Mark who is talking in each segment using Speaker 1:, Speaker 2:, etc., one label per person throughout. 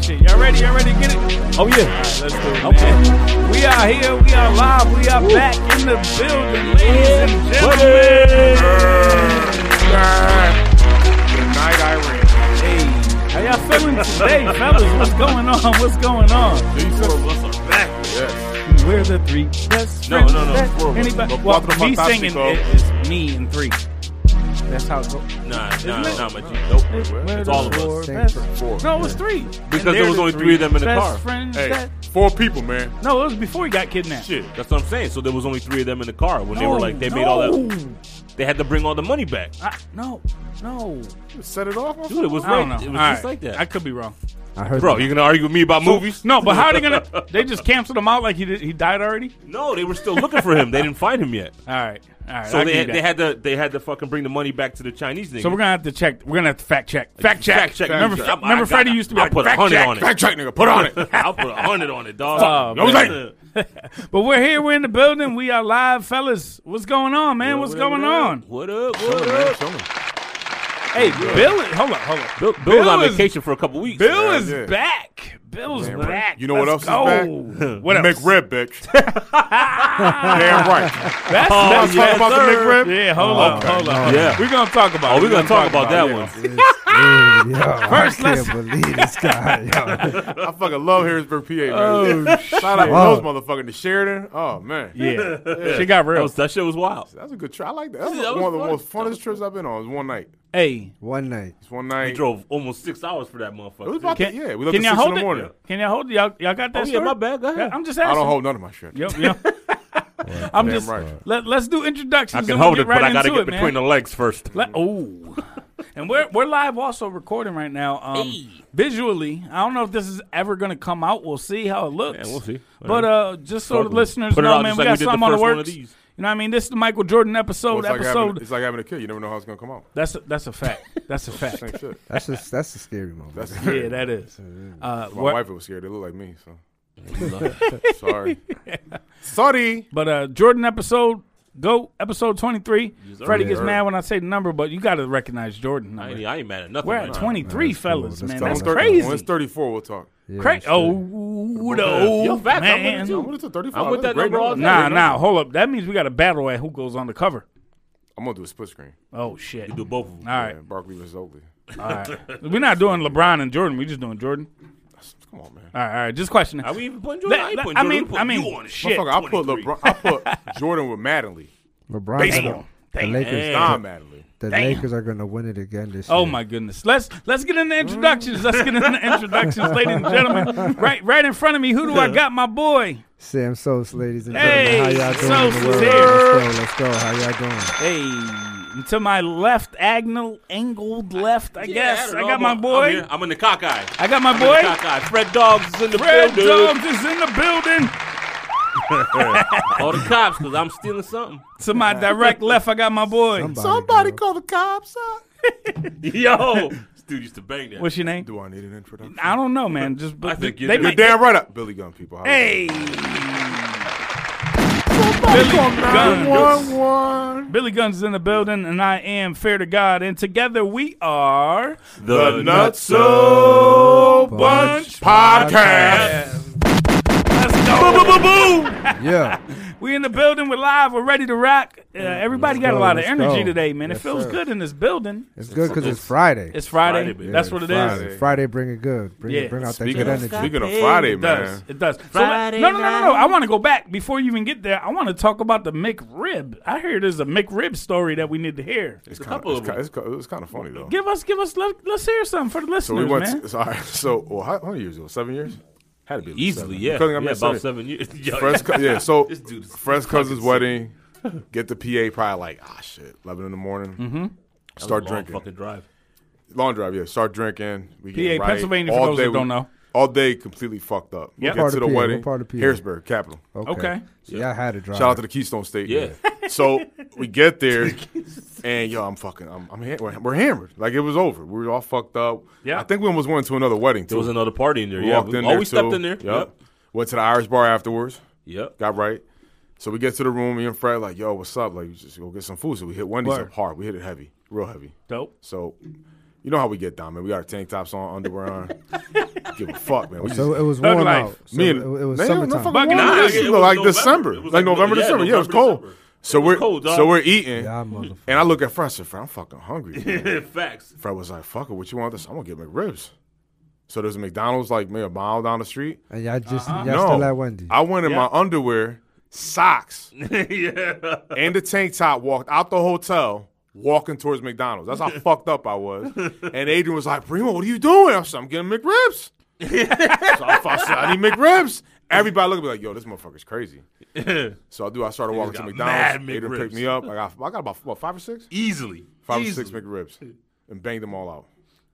Speaker 1: Shit, y'all ready? Y'all ready to get it? All
Speaker 2: Oh yeah,
Speaker 1: right, let's do it,
Speaker 2: Okay.
Speaker 1: man. We are here. We are live. We are back in the building, ladies and gentlemen.
Speaker 3: Night Irene.
Speaker 1: Hey, how y'all feeling today, fellas? What's going on? What's going on?
Speaker 3: Yes.
Speaker 1: We're the three best
Speaker 2: No, no,
Speaker 1: friends
Speaker 2: no,
Speaker 1: that
Speaker 2: four of us.
Speaker 1: Anybody?
Speaker 2: Lo-
Speaker 1: Well,
Speaker 2: cuatro
Speaker 1: me singing
Speaker 2: fantástico.
Speaker 1: it is me and three. That's how it goes.
Speaker 2: nah, nah,
Speaker 1: it?
Speaker 2: nah, my G. Nope.
Speaker 1: We're
Speaker 2: It's
Speaker 1: the
Speaker 2: all of
Speaker 1: four
Speaker 2: us.
Speaker 1: best- No, it was three.
Speaker 2: Because there was only three of them in the car.
Speaker 3: Hey, four people, man.
Speaker 1: No, it was before he got kidnapped.
Speaker 2: Shit, that's what I'm saying. So there was only three of them in the car when they were like they made all that. They had to bring all the money back.
Speaker 1: I, no, no.
Speaker 3: Set it off.
Speaker 2: Dude, it was
Speaker 1: I don't
Speaker 2: right.
Speaker 1: know.
Speaker 2: It was
Speaker 1: All right.
Speaker 2: just like that.
Speaker 1: I could be wrong.
Speaker 4: I heard
Speaker 2: Bro, you gonna argue with me about movies?
Speaker 1: No, but how are they gonna? They just canceled him out like he did, he died already.
Speaker 2: No, they were still looking for him. They didn't find him yet.
Speaker 1: All right, all right.
Speaker 2: So
Speaker 1: I'll
Speaker 2: they
Speaker 1: give
Speaker 2: had,
Speaker 1: you
Speaker 2: they
Speaker 1: that.
Speaker 2: had to they had to fucking bring the money back to the Chinese nigga.
Speaker 1: So we're gonna have to check. We're gonna have to fact check. Fact check.
Speaker 2: Fact check.
Speaker 1: Remember,
Speaker 2: Fact check.
Speaker 1: remember
Speaker 2: I- I-
Speaker 1: Freddie used to be
Speaker 2: I
Speaker 1: like,
Speaker 2: put a
Speaker 1: fact
Speaker 2: hundred
Speaker 1: check.
Speaker 2: on it.
Speaker 3: Fact check, nigga. Put on it.
Speaker 2: I'll put a hundred on it, dog.
Speaker 1: Fuck.
Speaker 2: I
Speaker 1: Yo,
Speaker 2: was
Speaker 3: man.
Speaker 1: But we're here. We're in the building. We are live, fellas. What's going on, man? What's going on?
Speaker 2: What up? What up?
Speaker 1: Hey, Bill. Is, hold on, hold on.
Speaker 2: Bill, Bill's on
Speaker 1: is-
Speaker 2: vacation for a couple weeks.
Speaker 1: Bill
Speaker 3: Yeah,
Speaker 1: is
Speaker 3: yeah.
Speaker 1: back. Bill's back.
Speaker 3: You know what
Speaker 1: Let's
Speaker 3: else is
Speaker 1: go. What else?
Speaker 3: McRib, bitch. Damn right.
Speaker 1: That's,
Speaker 2: Oh,
Speaker 3: Let's talk
Speaker 1: that's yes,
Speaker 3: about the
Speaker 1: sir.
Speaker 3: McRib.
Speaker 1: Yeah, hold on, hold on.
Speaker 2: Yeah.
Speaker 1: we're gonna talk about.
Speaker 2: Oh,
Speaker 1: it.
Speaker 2: we're gonna talk about that
Speaker 1: it, yeah.
Speaker 2: one.
Speaker 1: First,
Speaker 4: First, I
Speaker 1: let's-
Speaker 4: can't believe this guy. yo.
Speaker 3: I fucking love Harrisburg, PA, man. Oh, Shout out to
Speaker 4: Wow.
Speaker 3: those motherfuckers. The Sheridan. Oh, man.
Speaker 1: Yeah. she got
Speaker 2: That,
Speaker 1: real.
Speaker 2: was, that shit was wild.
Speaker 3: That's a good trip. I like that. That's
Speaker 2: That was
Speaker 3: one of the
Speaker 2: fun.
Speaker 3: most funnest trips I've been on. It was one night.
Speaker 1: hey,
Speaker 4: One night.
Speaker 3: It's one
Speaker 2: We
Speaker 3: night. It
Speaker 2: drove almost six hours for that motherfucker.
Speaker 3: was about
Speaker 1: can,
Speaker 3: to, yeah. We left
Speaker 1: can
Speaker 3: at 6
Speaker 1: y'all
Speaker 3: in
Speaker 1: hold
Speaker 3: the morning.
Speaker 1: it? Can y'all hold? Y'all, y'all got that?
Speaker 2: Oh, yeah,
Speaker 1: story?
Speaker 2: my bad. Go ahead.
Speaker 1: Yeah, I'm just
Speaker 3: I
Speaker 1: asking.
Speaker 3: don't hold none of my shit.
Speaker 1: Yep, yep. I'm
Speaker 3: Damn
Speaker 1: just
Speaker 3: right.
Speaker 1: let, let's do introductions.
Speaker 2: I can
Speaker 1: and we'll
Speaker 2: hold
Speaker 1: get
Speaker 2: it,
Speaker 1: right
Speaker 2: but I gotta
Speaker 1: into
Speaker 2: get
Speaker 1: it, man.
Speaker 2: between the legs first.
Speaker 1: Let- oh. and we're we're live also recording right now. Um, Visually, I don't know if this is ever going to come out. We'll see how it looks.
Speaker 2: Yeah, we'll see.
Speaker 1: But uh, just so
Speaker 2: Fuck
Speaker 1: the
Speaker 2: it.
Speaker 1: listeners
Speaker 2: Put it
Speaker 1: know,
Speaker 2: out
Speaker 1: man,
Speaker 2: just
Speaker 1: we
Speaker 2: like we
Speaker 1: got
Speaker 2: did the
Speaker 1: something on the
Speaker 2: first one of
Speaker 1: works. You
Speaker 2: these.
Speaker 1: know what I mean? This is the Michael Jordan episode.
Speaker 3: Well, it's, like having,
Speaker 1: episode.
Speaker 3: it's like having a kid. You never know how it's going to come out.
Speaker 1: that's a, that's a fact. That's a fact.
Speaker 3: Same shit.
Speaker 4: That's just that's a scary moment.
Speaker 3: That's
Speaker 1: yeah, that is. Uh,
Speaker 3: My
Speaker 1: we're-
Speaker 3: wife was scared. They look like me, so sorry. Sorry.
Speaker 1: But uh Jordan episode go episode twenty three.
Speaker 2: Yes, sir.
Speaker 1: Freddie gets
Speaker 3: Yeah.
Speaker 1: mad when I say the number, but you got to recognize Jordan.
Speaker 2: I
Speaker 1: Number.
Speaker 2: ain't, I ain't mad at nothing.
Speaker 1: We're
Speaker 2: man.
Speaker 1: at twenty three, fellas,
Speaker 4: cool.
Speaker 1: man. That's
Speaker 4: That's cool.
Speaker 3: When it's
Speaker 1: crazy.
Speaker 3: 34, we'll talk.
Speaker 4: yeah,
Speaker 1: Cra-
Speaker 4: shit.
Speaker 1: oh, the old
Speaker 2: facts, I'm with it
Speaker 1: man.
Speaker 2: too.
Speaker 3: What is it, 35?
Speaker 2: I'm with
Speaker 3: That's
Speaker 2: that
Speaker 3: a great
Speaker 2: number all
Speaker 3: number.
Speaker 2: day.
Speaker 1: Nah, nah, hold up. That means we got a battle at who goes on the cover.
Speaker 3: I'm going to do a split screen.
Speaker 1: Oh shit!
Speaker 2: Do
Speaker 1: All
Speaker 2: both of them.
Speaker 1: right,
Speaker 3: Yeah, Barkley versus Oakley.
Speaker 1: all right. We're not doing LeBron and Jordan. We're just doing Jordan.
Speaker 3: Come on, man.
Speaker 1: All right, all right. Just questioning.
Speaker 2: Are we even putting Jordan? I, ain't
Speaker 1: Let-
Speaker 2: putting
Speaker 1: I
Speaker 2: Jordan.
Speaker 1: mean,
Speaker 2: We putting
Speaker 1: I mean,
Speaker 2: you on the shit.
Speaker 1: shit.
Speaker 3: Motherfucker, I put
Speaker 2: 23.
Speaker 3: LeBron. I put Jordan with Maddenly.
Speaker 4: LeBron.
Speaker 1: Baseball.
Speaker 4: The
Speaker 1: Damn.
Speaker 4: Lakers.
Speaker 3: Nah, Maddenly.
Speaker 4: The
Speaker 1: Damn.
Speaker 4: Lakers are gonna win it again this year.
Speaker 1: Oh my goodness. Let's let's get into introductions. Let's get into introductions, ladies and gentlemen. Right right in front of me. Who do I got? My boy.
Speaker 4: Sam Sos, ladies and
Speaker 1: Hey,
Speaker 4: gentlemen, how y'all doing? in the world?
Speaker 1: Sos
Speaker 4: Let's go, let's go. How y'all doing?
Speaker 1: Hey, and to my left, agnal, angled left, I
Speaker 2: Yeah,
Speaker 1: guess.
Speaker 2: don't
Speaker 1: I
Speaker 2: know.
Speaker 1: got my
Speaker 2: I'm- I'm,
Speaker 1: boy.
Speaker 2: here. I'm in the cockeye.
Speaker 1: I got my
Speaker 2: I'm in the
Speaker 1: boy.
Speaker 2: cockeye. Fred Dogs is in the
Speaker 1: Fred
Speaker 2: building.
Speaker 1: Dogs is in the building.
Speaker 2: All the cops, because I'm stealing something.
Speaker 1: To my direct left, I got my boy.
Speaker 4: Somebody.
Speaker 3: call the cops. Up.
Speaker 2: Yo, this dude used to bang that.
Speaker 1: What's your name?
Speaker 3: Do I need an introduction?
Speaker 1: I don't know, man. Just but
Speaker 2: think you
Speaker 1: they
Speaker 2: do.
Speaker 3: You're
Speaker 1: might.
Speaker 3: damn right up. Billy Gunn, people. How you
Speaker 1: Hey,
Speaker 3: doing?
Speaker 1: Billy Gunn.
Speaker 3: One, one.
Speaker 1: Billy Gunn's in the building, and I am fair to God, and together we are.
Speaker 3: The Nutso Bunch
Speaker 1: Bunch
Speaker 3: Podcast.
Speaker 1: Let's go.
Speaker 4: Yeah.
Speaker 1: We in the building. We're live. We're ready to rock. Uh, everybody got a
Speaker 4: go,
Speaker 1: lot of
Speaker 4: let's
Speaker 1: energy
Speaker 4: go.
Speaker 1: today, man. It
Speaker 4: Yes,
Speaker 1: feels
Speaker 4: sir.
Speaker 1: good in this building.
Speaker 4: It's good because it's Friday.
Speaker 1: It's Friday.
Speaker 2: Friday, baby.
Speaker 1: That's what it is.
Speaker 4: Friday. Friday bring it good. Bring
Speaker 1: Yeah.
Speaker 4: it, bring out that
Speaker 2: Speaking
Speaker 4: good
Speaker 2: of-
Speaker 4: energy.
Speaker 3: Speaking of Friday,
Speaker 1: It does.
Speaker 3: man.
Speaker 1: It does. So let- no, no, no, no, no. I want to go back before you even get there. I want to talk about the McRib. I hear there's a McRib story that we need to hear.
Speaker 3: It's
Speaker 2: a
Speaker 3: kinda-
Speaker 2: couple
Speaker 3: it's
Speaker 2: of
Speaker 3: kinda-
Speaker 2: them.
Speaker 3: it's kinda- It was kind of funny, though.
Speaker 1: Give us, give us. Let, let's hear something for the listeners,
Speaker 3: So we went.
Speaker 1: man.
Speaker 3: To, so, all right, so well, how, how many years ago? Seven years? Had to be at least
Speaker 2: Easily,
Speaker 3: seven.
Speaker 2: yeah.
Speaker 3: Because I
Speaker 2: yeah
Speaker 3: met
Speaker 2: about seven years. Yo,
Speaker 3: Friends, cou- yeah. So
Speaker 2: Oh, This dude is
Speaker 3: friends, cousin's wedding. Get the PA probably like ah shit, eleven in the morning. Mm-hmm.
Speaker 2: That was a
Speaker 3: Start
Speaker 2: long
Speaker 3: drinking.
Speaker 2: Fucking drive.
Speaker 3: Long drive, yeah. Start drinking. We
Speaker 1: PA,
Speaker 3: getting right.
Speaker 1: Pennsylvania, for
Speaker 3: All
Speaker 1: those
Speaker 3: day
Speaker 1: that
Speaker 3: we-
Speaker 1: don't know.
Speaker 3: All day completely fucked up.
Speaker 1: Yep.
Speaker 3: Get
Speaker 4: Part
Speaker 3: to
Speaker 4: of
Speaker 3: the
Speaker 4: PA, what
Speaker 3: wedding.
Speaker 4: part of PA?
Speaker 3: Harrisburg, capital.
Speaker 1: Okay.
Speaker 4: Yeah, I had to drive.
Speaker 3: Shout out to the Keystone State.
Speaker 2: Yeah.
Speaker 3: so we get there, and yo, I'm fucking, I'm, I'm ha- we're, we're hammered. Like it was over. We were all fucked up.
Speaker 1: Yeah.
Speaker 3: I think we almost went to another wedding.
Speaker 2: There was another party in there.
Speaker 3: We
Speaker 2: yeah,
Speaker 3: walked
Speaker 2: we,
Speaker 3: in
Speaker 2: oh,
Speaker 3: there.
Speaker 2: we stepped
Speaker 3: too.
Speaker 2: in there.
Speaker 3: Yep. Went to the Irish bar afterwards.
Speaker 2: Yep.
Speaker 3: Got right. So we get to the room. Me and Fred like, yo, what's up? Like, just go get some food. So we hit Wendy's
Speaker 1: Word.
Speaker 3: up hard. We hit it heavy, real heavy.
Speaker 1: Dope.
Speaker 3: So, you know how we get down, man. We got our tank tops on, underwear on. Give a fuck, man. We just,
Speaker 4: so it was
Speaker 1: Thug
Speaker 4: warm
Speaker 1: life.
Speaker 4: out. So
Speaker 3: me and
Speaker 4: it, it was
Speaker 3: man, it was no fucking
Speaker 4: summertime.
Speaker 1: Bugging
Speaker 3: warm.
Speaker 1: out.
Speaker 3: This
Speaker 2: It
Speaker 3: shit
Speaker 2: was
Speaker 3: looked like
Speaker 2: November.
Speaker 3: December,
Speaker 2: It was
Speaker 3: like,
Speaker 2: like
Speaker 3: November,
Speaker 2: no- yeah,
Speaker 3: December. Yeah, it was
Speaker 2: November,
Speaker 3: cold.
Speaker 2: December.
Speaker 3: So
Speaker 2: It was
Speaker 3: we're
Speaker 2: cold, dog.
Speaker 3: so we're eating,
Speaker 4: Yeah, motherfucker.
Speaker 3: and I look at Fred. I said, Fred, I'm fucking hungry. man."
Speaker 2: Facts.
Speaker 3: Fred was like, "Fuck it, what you want this? I'm gonna get McRibs." So there's a McDonald's like maybe a mile down the street.
Speaker 4: And y'all just
Speaker 1: Uh-huh.
Speaker 4: y'all
Speaker 3: no,
Speaker 4: still at Wendy.
Speaker 3: I went in my underwear, socks,
Speaker 2: yeah.
Speaker 3: and the tank top. Walked out the hotel, walking towards McDonald's. That's how fucked up I was. And Adrian was like, "Primo, what are you doing?" I said, "I'm getting McRibs." so I, I said, "I need McRibs." Everybody looked at me like, "Yo, this motherfucker's crazy." So I do. I started walking to
Speaker 2: got
Speaker 3: McDonald's.
Speaker 2: mad
Speaker 3: Adrian
Speaker 2: McRibs.
Speaker 3: picked me up. I got I got about what, five or six,
Speaker 2: Easily.
Speaker 3: five
Speaker 2: Easily.
Speaker 3: or six McRibs, and banged them all out.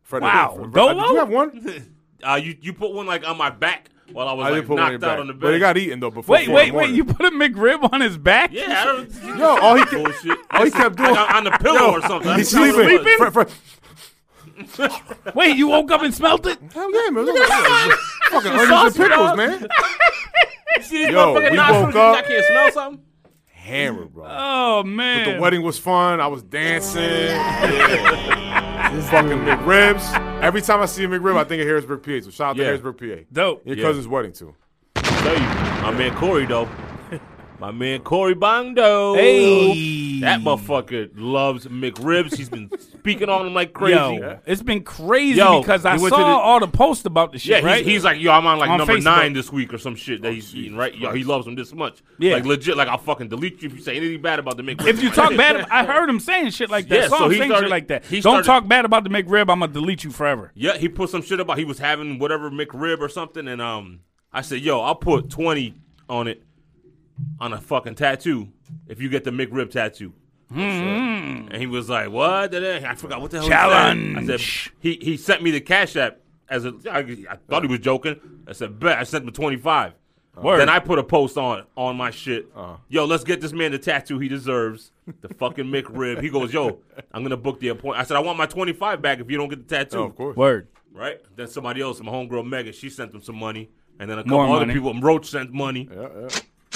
Speaker 3: Fred,
Speaker 1: Wow.
Speaker 3: Fred,
Speaker 1: Dolo?
Speaker 3: Did you have one?
Speaker 2: Uh, you you put one like on my back while I was
Speaker 3: I
Speaker 2: like
Speaker 3: didn't put one in
Speaker 2: knocked
Speaker 3: the
Speaker 2: out
Speaker 3: back.
Speaker 2: on the bed.
Speaker 3: But it got eaten though. Before
Speaker 1: Wait,
Speaker 3: four in
Speaker 1: wait,
Speaker 3: the
Speaker 1: wait.
Speaker 3: morning.
Speaker 1: You put a McRib on his back?
Speaker 2: yeah, I don't.
Speaker 3: Yo, all he can,
Speaker 2: bullshit.
Speaker 3: all he kept doing.
Speaker 2: I got on the pillow
Speaker 3: Yo,
Speaker 2: or something. I
Speaker 3: He's
Speaker 2: forgot
Speaker 3: sleeping.
Speaker 2: what it was.
Speaker 3: Fred, Fred,
Speaker 1: Wait, you woke up and smelled it?
Speaker 3: hell yeah, man. Look at that. Fucking onions and pickles, man.
Speaker 2: See this
Speaker 3: Yo,
Speaker 2: motherfucker
Speaker 3: we
Speaker 2: knock
Speaker 3: woke
Speaker 2: something,
Speaker 3: up.
Speaker 2: I can't smell something.
Speaker 3: Hammer, bro.
Speaker 1: Oh, man.
Speaker 3: The wedding was fun. I was dancing.
Speaker 4: This
Speaker 3: Fucking
Speaker 4: dude-
Speaker 3: McRibs. Every time I see a McRib, I think of Harrisburg, PA. So shout out
Speaker 2: Yeah.
Speaker 3: to Harrisburg, PA.
Speaker 1: Dope.
Speaker 3: Your
Speaker 2: Yeah.
Speaker 3: cousin's wedding too.
Speaker 2: Tell you, my man Corey though. My man Corey Bondo.
Speaker 1: Hey.
Speaker 2: That motherfucker loves McRibs. He's been speaking on him like crazy.
Speaker 1: Yo, it's been crazy
Speaker 2: Yo,
Speaker 1: because I
Speaker 2: he
Speaker 1: saw
Speaker 2: went to the-
Speaker 1: all the posts about the shit,
Speaker 2: Yeah, he's,
Speaker 1: right?
Speaker 2: he's like, yo, I'm on like
Speaker 1: On
Speaker 2: number
Speaker 1: Facebook. Oh,
Speaker 2: nine this week or some shit that he's eating, right? Yo, he loves him this much.
Speaker 1: Yeah.
Speaker 2: Like legit, like I'll fucking delete you if you say anything bad about the McRib.
Speaker 1: if you talk bad, I heard him saying shit like that.
Speaker 2: Yeah,
Speaker 1: so
Speaker 2: so
Speaker 1: I'm
Speaker 2: he
Speaker 1: saying shit
Speaker 2: started-
Speaker 1: like that.
Speaker 2: he
Speaker 1: Don't
Speaker 2: started-
Speaker 1: talk bad about the McRib. I'm gonna delete you forever.
Speaker 2: Yeah, he put some shit about he was having whatever McRib or something, and um, I said, yo, I'll put twenty on it on a fucking tattoo if you get the McRib tattoo.
Speaker 3: Mm-hmm.
Speaker 2: And he was like, "What? Da-da. I forgot what the hell." he said. I said,
Speaker 1: Challenge.
Speaker 2: "He he sent me the cash app as a. I, I thought he was joking. I said, "Bet." I sent him twenty five.
Speaker 3: Uh-huh.
Speaker 2: Then I put a post on on my shit. Yo, let's get this man the tattoo he deserves. The fucking McRib. He goes, "Yo, I'm gonna book the appointment." I said, "I want my twenty five back if you don't get the tattoo."
Speaker 3: Oh, of course.
Speaker 1: Word.
Speaker 2: Right? Then somebody else, my homegirl Megan, she sent them some money, and then a couple
Speaker 1: More
Speaker 2: other
Speaker 1: money.
Speaker 2: people. Roach sent money.
Speaker 3: Yeah, yeah.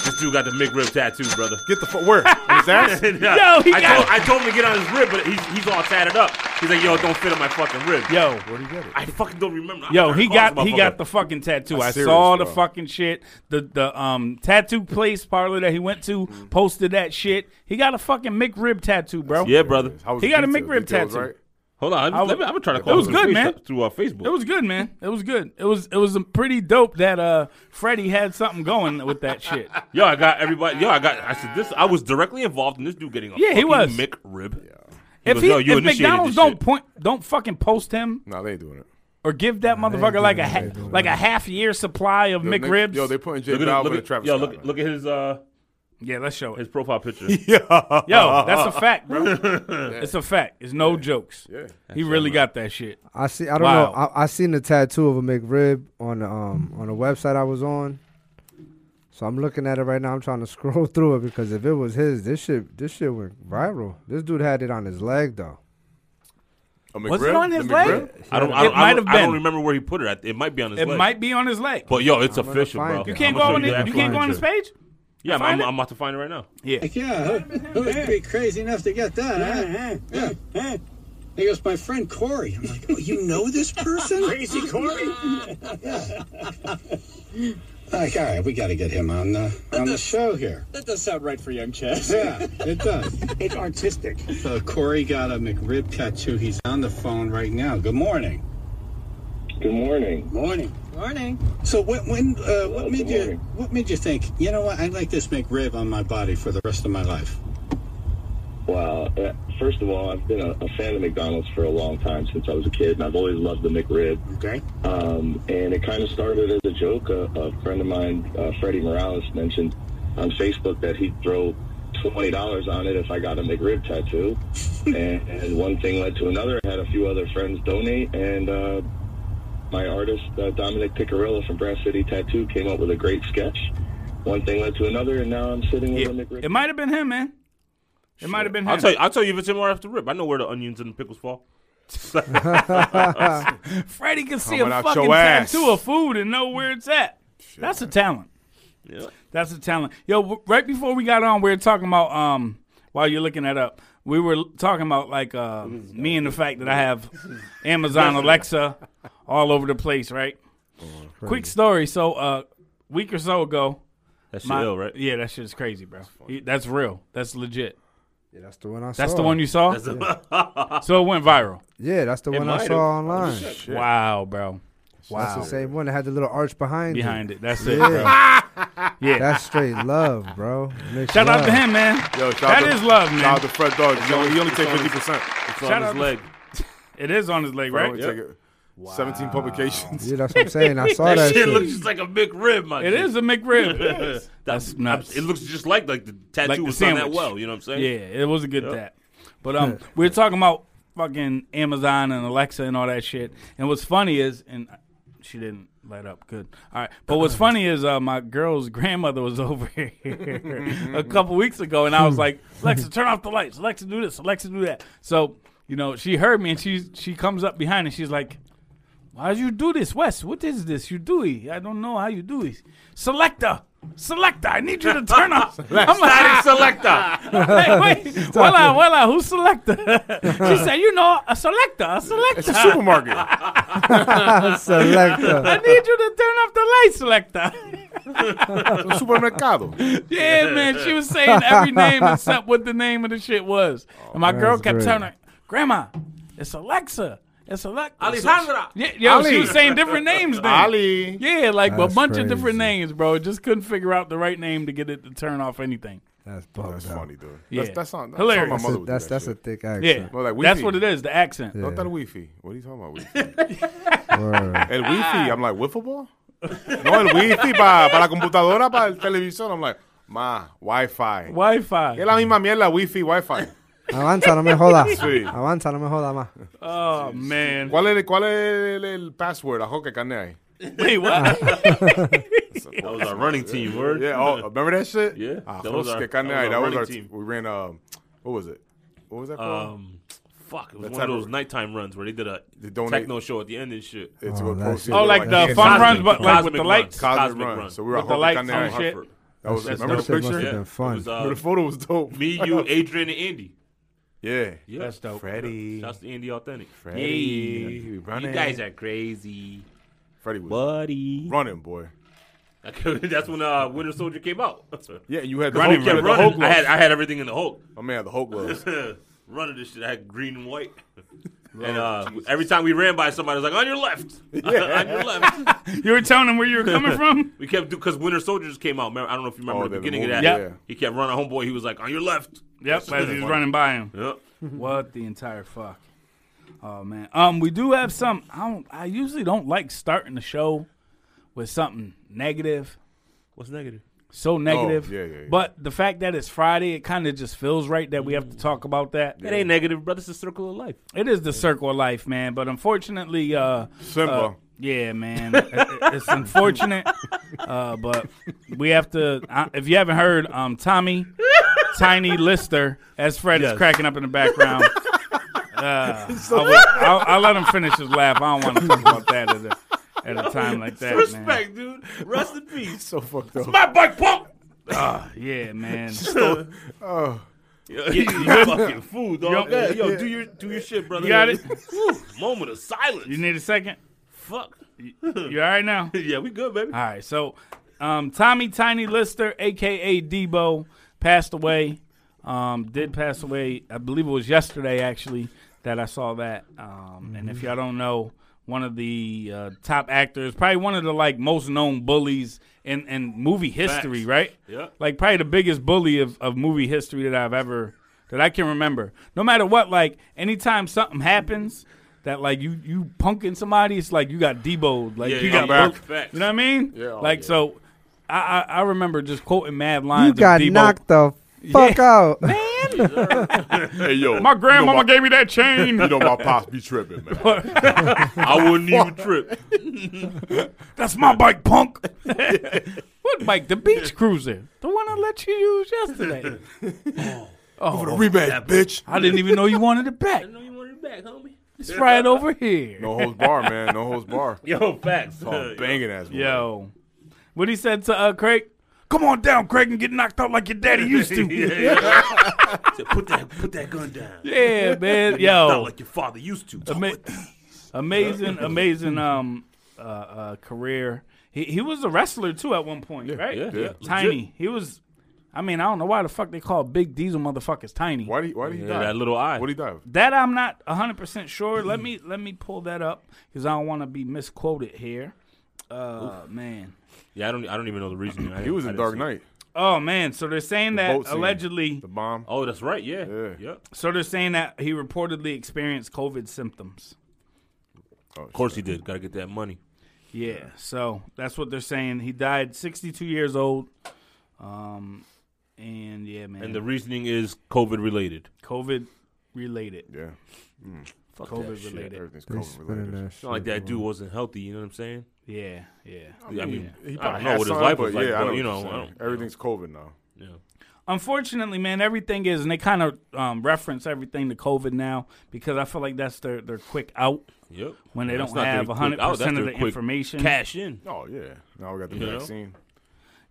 Speaker 2: This dude got the McRib tattoo, brother.
Speaker 3: Get the fuck where? On his ass?
Speaker 2: Yo,
Speaker 1: Yo, he
Speaker 2: I,
Speaker 1: got
Speaker 2: told,
Speaker 1: it.
Speaker 2: I told him to get on his rib, but he's, he's all tatted up. He's like, yo, it don't fit on my fucking rib.
Speaker 1: Yo,
Speaker 3: Where'd he get it?
Speaker 2: I fucking don't remember. I'm
Speaker 1: Yo,
Speaker 2: not
Speaker 1: he
Speaker 2: gonna call
Speaker 1: got he
Speaker 2: this
Speaker 1: got
Speaker 2: motherfucker.
Speaker 1: the fucking tattoo. I
Speaker 3: That's serious,
Speaker 1: saw the
Speaker 3: bro.
Speaker 1: fucking shit. The the um tattoo place parlor that he went to posted that shit. He got a fucking McRib tattoo, bro.
Speaker 2: Yeah, brother.
Speaker 3: How was
Speaker 1: He
Speaker 3: the
Speaker 1: got a
Speaker 3: details?
Speaker 1: McRib
Speaker 3: Details,
Speaker 1: tattoo.
Speaker 3: right?
Speaker 2: Hold on.
Speaker 1: I
Speaker 2: I'm,
Speaker 1: was-
Speaker 2: let me, I'm gonna try to call
Speaker 1: was
Speaker 2: him
Speaker 1: good,
Speaker 2: through
Speaker 1: man.
Speaker 2: Facebook- Through our Facebook.
Speaker 1: It was good, man. It was good. It was it was um, pretty dope that uh Freddie had something going with that shit.
Speaker 2: yo, I got everybody. Yo, I got. I said this. I was directly involved in this dude getting a
Speaker 1: Yeah, he
Speaker 2: fucking
Speaker 1: was.
Speaker 2: McRib. He
Speaker 1: If
Speaker 2: goes,
Speaker 1: he,
Speaker 2: "Yo, you
Speaker 1: if
Speaker 2: initiated
Speaker 1: McDonald's
Speaker 2: this
Speaker 1: don't
Speaker 2: shit."
Speaker 1: point don't fucking post him
Speaker 3: Nah, they ain't doing it.
Speaker 1: or give that motherfucker like a ha- like a half year supply of
Speaker 3: Yo,
Speaker 1: McRibs.
Speaker 3: Yo, they putting J
Speaker 2: Look at,
Speaker 3: Balvin
Speaker 2: look
Speaker 3: and
Speaker 2: at,
Speaker 3: Travis
Speaker 2: yo,
Speaker 3: Scott.
Speaker 2: look, look at his uh
Speaker 1: yeah, let's show
Speaker 2: his
Speaker 1: it.
Speaker 2: profile picture.
Speaker 1: Yo, that's a fact, bro. It's a fact. It's no jokes.
Speaker 3: Yeah.
Speaker 1: He really got that shit.
Speaker 4: I see. I don't
Speaker 1: Wow.
Speaker 4: know. I, I seen the tattoo of a McRib on the um on the website I was on. So I'm looking at it right now. I'm trying to scroll through it because if it was his, this shit this shit went viral. This dude had it on his leg though.
Speaker 3: a
Speaker 1: Was it
Speaker 3: McRib?
Speaker 1: on
Speaker 3: The
Speaker 1: his
Speaker 3: McRib?
Speaker 1: leg?
Speaker 2: I don't.
Speaker 1: It
Speaker 2: I don't,
Speaker 1: might
Speaker 2: I
Speaker 1: have
Speaker 2: don't, I don't
Speaker 1: been.
Speaker 2: remember where he put it. At. It might be on his.
Speaker 1: It
Speaker 2: leg.
Speaker 1: might be on his leg.
Speaker 2: But yo, it's
Speaker 4: gonna
Speaker 2: official,
Speaker 4: find
Speaker 2: bro.
Speaker 4: it.
Speaker 1: You can't
Speaker 2: I'ma
Speaker 1: go
Speaker 2: show
Speaker 1: on
Speaker 2: you
Speaker 1: it.
Speaker 2: that
Speaker 1: You
Speaker 4: find
Speaker 1: can't go on
Speaker 4: it.
Speaker 1: his page.
Speaker 2: Yeah, I'm,
Speaker 1: find
Speaker 2: I'm,
Speaker 1: it.
Speaker 2: I'm about to find it right now.
Speaker 5: Yeah, who, who would be crazy enough to get that, huh? huh? huh? huh? He goes, my friend Corey. I'm like, oh, you know this person? crazy Corey? like, all right, we got to get him on the, on the show here.
Speaker 6: That does sound right for young Chess.
Speaker 5: Yeah, it does. It's artistic. So Corey got a McRib tattoo. He's on the phone right now. Good morning.
Speaker 7: Good morning.
Speaker 5: Morning. Morning. So when, when uh, what made
Speaker 7: good
Speaker 5: you
Speaker 7: morning.
Speaker 5: what made you think? You know what? I'd like this McRib on my body for the rest of my life.
Speaker 7: Wow. Uh, First of all, I've been a, a fan of McDonald's for a long time since I was a kid, and I've always loved the McRib.
Speaker 5: Okay.
Speaker 7: Um, and it kind of started as a joke. A, a friend of mine, uh, Freddie Morales, mentioned on Facebook that he'd throw twenty dollars on it if I got a McRib tattoo, and, and one thing led to another. I had a few other friends donate, and uh, my artist uh, Dominic Picarella from Brass City Tattoo came up with a great sketch. One thing led to another, and now I'm sitting with a McRib.
Speaker 1: It might have been him, man. It might have been him.
Speaker 2: I'll tell you. I'll tell you if it's him or after rip. I know where the onions and the pickles fall.
Speaker 1: Freddie can see
Speaker 3: Coming
Speaker 1: a
Speaker 3: out
Speaker 1: fucking
Speaker 3: your ass.
Speaker 1: tattoo of food and know where it's at. That's a talent.
Speaker 2: Yeah.
Speaker 1: That's a talent. Yo, w- right before we got on, we were talking about um while you're looking that up, we were l- talking about like uh, me and the fact that I have Amazon Alexa all over the place, right? Quick story. So uh week or so ago,
Speaker 2: That shit
Speaker 1: my-
Speaker 2: ill, right?
Speaker 1: yeah, that shit's crazy, bro. He- That's, real. That's legit.
Speaker 4: Yeah, that's the one I saw.
Speaker 1: That's the one you saw. so it went viral.
Speaker 4: Yeah, that's the one I
Speaker 2: might
Speaker 4: saw
Speaker 2: have.
Speaker 1: Oh,
Speaker 4: online.
Speaker 1: Wow, bro.
Speaker 4: That's the same one that had the little arch behind. it.
Speaker 1: Behind it. That's it, bro.
Speaker 4: Yeah.
Speaker 1: Yeah.
Speaker 4: That's straight love, bro. Mixed
Speaker 1: Shout out
Speaker 4: love.
Speaker 1: to him, man.
Speaker 3: Yo, shout
Speaker 1: That
Speaker 3: out to-
Speaker 1: is love, man.
Speaker 3: Shout out to Fred Dog. He only, he only takes
Speaker 2: on his-
Speaker 3: fifty percent.
Speaker 2: It's
Speaker 1: Shout out
Speaker 2: on his
Speaker 1: to-
Speaker 2: leg.
Speaker 1: It is on his leg, right?
Speaker 3: Seventeen publications.
Speaker 4: Yeah, that's what I'm saying. I saw that
Speaker 2: That shit
Speaker 4: shit.
Speaker 2: looks just like a big rib, my
Speaker 1: It
Speaker 2: kid.
Speaker 1: is a McRib. That's
Speaker 2: That's
Speaker 1: nuts.
Speaker 2: It looks just like like the tattoo
Speaker 1: Like the
Speaker 2: was done that
Speaker 1: sandwich.
Speaker 2: well. You know what I'm saying?
Speaker 1: Yeah, it was a good that. But um, we were talking about fucking Amazon and Alexa and all that shit. And what's funny is, and she didn't light up. Good. All right. But what's funny is, uh, my girl's grandmother was over here a couple weeks ago, and I was like, Alexa, turn off the lights. Alexa, do this. Alexa, do that. So you know, she heard me, and she she comes up behind, and she's like. Why you do this, Wes? What is this you do? it? I don't know how you do it. Selector, selector, I need you to turn off. I'm like,
Speaker 2: Static selector.
Speaker 1: like, wait, voila, voila, who's selector? she said, you know, a selector, a selector.
Speaker 3: Supermarket.
Speaker 4: Selector.
Speaker 1: I need you to turn off the light, selector.
Speaker 3: Supermercado.
Speaker 1: yeah, man, she was saying every name except what the name of the shit was. and my girl
Speaker 4: that's
Speaker 1: kept
Speaker 4: great.
Speaker 1: telling her, Grandma, it's Alexa. It's Alexa.
Speaker 2: Alejandra.
Speaker 1: Yeah, yo, she
Speaker 3: Ali.
Speaker 1: was saying different names then.
Speaker 3: Ali.
Speaker 1: Yeah, like a
Speaker 4: That's
Speaker 1: bunch of different
Speaker 4: crazy.
Speaker 1: names, bro. Just couldn't figure out the right name to get it to turn off anything.
Speaker 4: That's bugged
Speaker 3: That's
Speaker 4: out.
Speaker 3: funny, dude.
Speaker 1: Yeah.
Speaker 3: That's, that's not that's How
Speaker 1: Hilarious.
Speaker 3: my
Speaker 4: That's
Speaker 3: mother
Speaker 4: a,
Speaker 3: would
Speaker 4: that's,
Speaker 3: do that
Speaker 4: that's a
Speaker 3: shit.
Speaker 4: thick accent.
Speaker 1: Yeah,
Speaker 3: Well, like
Speaker 1: that's
Speaker 3: Weezy.
Speaker 1: what it is. The accent.
Speaker 3: Not that weefy. What are you talking about? Weefy?
Speaker 4: Word.
Speaker 3: el wifi. I'm like, wiffle ball? No, el wifi para pa la computadora, para el televisor. I'm like, ma, Wi-Fi.
Speaker 1: Wi-Fi.
Speaker 3: Es la misma mierda, Wi-Fi, Wi-Fi.
Speaker 4: Avanza, no me jodas.
Speaker 3: Sí.
Speaker 4: Avanza, no me jodas más.
Speaker 1: Oh man.
Speaker 3: ¿Cuál es, cuál es el, el password? Ajo que carne hay.
Speaker 1: Wait, what?
Speaker 2: That was our running team word.
Speaker 3: Yeah, oh, remember that shit?
Speaker 2: Yeah, that
Speaker 3: Ajo
Speaker 2: was our-
Speaker 3: que carne hay.
Speaker 2: that
Speaker 3: That
Speaker 2: was
Speaker 3: was
Speaker 2: our
Speaker 3: our
Speaker 2: running team.
Speaker 3: We ran, um, what was it? What was that called?
Speaker 2: Um, fuck. It
Speaker 3: That
Speaker 2: was one of
Speaker 3: type
Speaker 2: those
Speaker 3: of-
Speaker 2: nighttime runs where they did a
Speaker 3: They donate-
Speaker 2: techno show at the end and shit.
Speaker 3: it's
Speaker 4: Oh,
Speaker 3: what
Speaker 4: that
Speaker 3: proceeds
Speaker 4: shit.
Speaker 1: Oh,
Speaker 3: were
Speaker 1: like the
Speaker 3: Cosmic
Speaker 1: fun
Speaker 2: Cosmic-
Speaker 1: runs, but like with
Speaker 2: Cosmic
Speaker 1: the
Speaker 2: run.
Speaker 1: lights,
Speaker 3: Cosmic,
Speaker 2: Cosmic
Speaker 3: run.
Speaker 2: Run.
Speaker 3: So we were
Speaker 1: with the
Speaker 3: Ajo que
Speaker 1: lights
Speaker 3: carne
Speaker 1: and
Speaker 3: hay.
Speaker 1: shit.
Speaker 2: Hartford.
Speaker 3: That was,
Speaker 1: That's
Speaker 3: remember the
Speaker 1: dope. That
Speaker 4: shit must
Speaker 3: picture?
Speaker 4: have been
Speaker 2: It
Speaker 4: fun.
Speaker 2: was,
Speaker 3: But
Speaker 2: uh,
Speaker 3: the photo was dope.
Speaker 2: me, you, Adrian, and Andy.
Speaker 3: Yeah.
Speaker 2: Yeah.
Speaker 1: That's dope.
Speaker 3: Freddie.
Speaker 2: Shouts to Andy Authentic.
Speaker 3: Freddie.
Speaker 2: Yay.
Speaker 3: We running.
Speaker 2: You guys are crazy,
Speaker 3: Freddie was
Speaker 2: buddy.
Speaker 3: running, boy.
Speaker 2: That's when uh, Winter Soldier came out.
Speaker 3: Yeah, you had the Hulk,
Speaker 2: Running,
Speaker 3: you
Speaker 2: kept
Speaker 3: had the Hulk
Speaker 2: running. I
Speaker 3: gloves.
Speaker 2: had I had everything in the Hulk.
Speaker 3: Oh man, the Hulk gloves.
Speaker 2: running this shit. I had green and white. and uh, every time we ran by somebody, it was like, on your left. on your left.
Speaker 1: You were telling them where you were coming from.
Speaker 2: We kept doing, because Winter Soldiers came out. Remember, I don't know if you
Speaker 3: Oh,
Speaker 2: remember the
Speaker 3: the- the
Speaker 2: beginning of that.
Speaker 3: movie,
Speaker 1: yeah.
Speaker 2: He kept running homeboy. He was like, on your left.
Speaker 1: Yep, as he's running by him.
Speaker 2: Yep.
Speaker 1: What the entire fuck? Oh man. Um, we do have some. I don't. I usually don't like starting the show with something negative,
Speaker 2: What's negative?
Speaker 1: so negative.
Speaker 3: Oh, yeah, yeah, yeah.
Speaker 1: But the fact that it's Friday, it kind of just feels right that we have to talk about that.
Speaker 2: It ain't negative, brother. It's the circle of life.
Speaker 1: It is the circle of life, man. But unfortunately, uh,
Speaker 3: Simba.
Speaker 1: uh, yeah, man, It- it- it's unfortunate, uh, but we have to. I if you haven't heard, um, Tommy, Tiny Lister, as Fred is
Speaker 2: Yes.
Speaker 1: cracking up in the background. Uh, I will, I'll, I'll let him finish his laugh. I don't want to talk about that at a, at a time like that, man.
Speaker 2: Respect, dude. Rest in peace.
Speaker 3: so fucked up.
Speaker 2: My bike pump.
Speaker 1: Yeah, man.
Speaker 2: Yo, you fucking fool, dog.
Speaker 1: Yo,
Speaker 2: Yo, yo, do your do your shit, brother.
Speaker 1: You got it?
Speaker 2: Whew, Moment of silence.
Speaker 1: You need a second?
Speaker 2: Fuck.
Speaker 1: You all right now?
Speaker 2: yeah, we good, baby.
Speaker 1: All right, so um, Tommy Tiny Lister, aka Debo, passed away. Um, did pass away. I believe it was yesterday, actually, that I saw that. Um, And if y'all don't know, one of the uh, top actors, probably one of the like most known bullies in, in movie history,
Speaker 2: Facts.
Speaker 1: right?
Speaker 2: Yeah.
Speaker 1: Like probably the biggest bully of, of movie history that I've ever that I can remember. No matter what, like anytime something happens that like you you punking somebody, it's like you got deboed. Like
Speaker 2: Yeah,
Speaker 1: you
Speaker 2: yeah,
Speaker 1: got
Speaker 2: yeah.
Speaker 1: bull-
Speaker 2: Facts.
Speaker 1: You know what I mean?
Speaker 3: Yeah, oh,
Speaker 1: like
Speaker 3: yeah.
Speaker 1: so I, I I remember just quoting mad
Speaker 4: You
Speaker 1: lines.
Speaker 4: got
Speaker 1: of Debo.
Speaker 4: knocked the fuck out.
Speaker 3: Hey yo,
Speaker 1: My grandmama
Speaker 3: you know
Speaker 1: gave me that chain.
Speaker 3: You know my pops be tripping, man.
Speaker 2: I wouldn't even trip.
Speaker 1: That's my bike, punk. what bike? The beach cruiser. The one I let you use yesterday.
Speaker 3: For the rematch, bitch.
Speaker 1: I didn't even know you wanted it back.
Speaker 2: No, you want it back, homie.
Speaker 1: It's right over here.
Speaker 3: No holds bar, man. No holds bar.
Speaker 2: Yo, facts.
Speaker 3: Oh, banging ass. boy.
Speaker 1: Yo. What he said to uh, Craig? Come on down, Craig, and get knocked out like your daddy used to.
Speaker 2: Yeah,
Speaker 1: yeah.
Speaker 2: yeah. So put that put that gun down.
Speaker 1: man.
Speaker 2: Not
Speaker 1: Yo.
Speaker 2: like your father used to.
Speaker 1: Ama- amazing, amazing um uh, uh career. He he was a wrestler too at one point, right?
Speaker 2: yeah, yeah.
Speaker 1: Tiny.
Speaker 2: Legit.
Speaker 1: He was I mean, I don't know why the fuck they call big diesel motherfuckers tiny.
Speaker 3: Why did he, why did he
Speaker 2: Yeah,
Speaker 3: die?
Speaker 2: that little eye.
Speaker 3: What did he die of?
Speaker 1: That I'm not 100% sure. let me let me pull that up cuz I don't want to be misquoted here. Uh man.
Speaker 2: Yeah, I don't. I don't even know the reason. I
Speaker 3: He was
Speaker 2: I
Speaker 3: in
Speaker 2: didn't
Speaker 3: Dark
Speaker 2: see it.
Speaker 3: Knight.
Speaker 1: Oh man, so they're saying
Speaker 3: boat
Speaker 1: that
Speaker 3: scene.
Speaker 1: allegedly
Speaker 3: The bomb.
Speaker 2: Oh, that's right. Yeah.
Speaker 3: Yeah.
Speaker 2: Yep.
Speaker 1: So they're saying that he reportedly experienced COVID symptoms.
Speaker 2: Of
Speaker 3: Oh,
Speaker 2: course he did. Got to get that money.
Speaker 1: Yeah. So that's what they're saying. He died 62 years old. Um, and yeah, man,
Speaker 2: And the reasoning is COVID related.
Speaker 1: COVID related.
Speaker 3: Yeah.
Speaker 2: Fuck
Speaker 1: COVID
Speaker 2: that shit.
Speaker 1: related.
Speaker 3: Everything's COVID
Speaker 4: Spinning
Speaker 3: related.
Speaker 4: that
Speaker 2: It's not like
Speaker 4: shit.
Speaker 2: that dude wasn't healthy. You know what I'm saying?
Speaker 1: Yeah. Yeah.
Speaker 2: I mean,
Speaker 3: He probably
Speaker 2: I don't know
Speaker 3: had
Speaker 2: what his
Speaker 3: some,
Speaker 2: life
Speaker 3: but
Speaker 2: was like.
Speaker 3: yeah, I
Speaker 2: but,
Speaker 3: know what
Speaker 2: you know,
Speaker 3: you're
Speaker 2: I
Speaker 3: saying.
Speaker 2: don't-
Speaker 3: everything's COVID now.
Speaker 2: Yeah.
Speaker 1: Unfortunately, man, everything is, and they kind of um, reference everything to COVID now because I feel like that's their, their quick out
Speaker 2: Yep.
Speaker 1: when they
Speaker 2: That's
Speaker 1: don't
Speaker 2: not their
Speaker 1: have
Speaker 2: quick
Speaker 1: 100%
Speaker 2: out, that's
Speaker 1: of
Speaker 2: their
Speaker 1: the
Speaker 2: quick
Speaker 1: information.
Speaker 2: Cash in.
Speaker 3: Oh yeah. Now we got the
Speaker 2: You know?
Speaker 3: vaccine.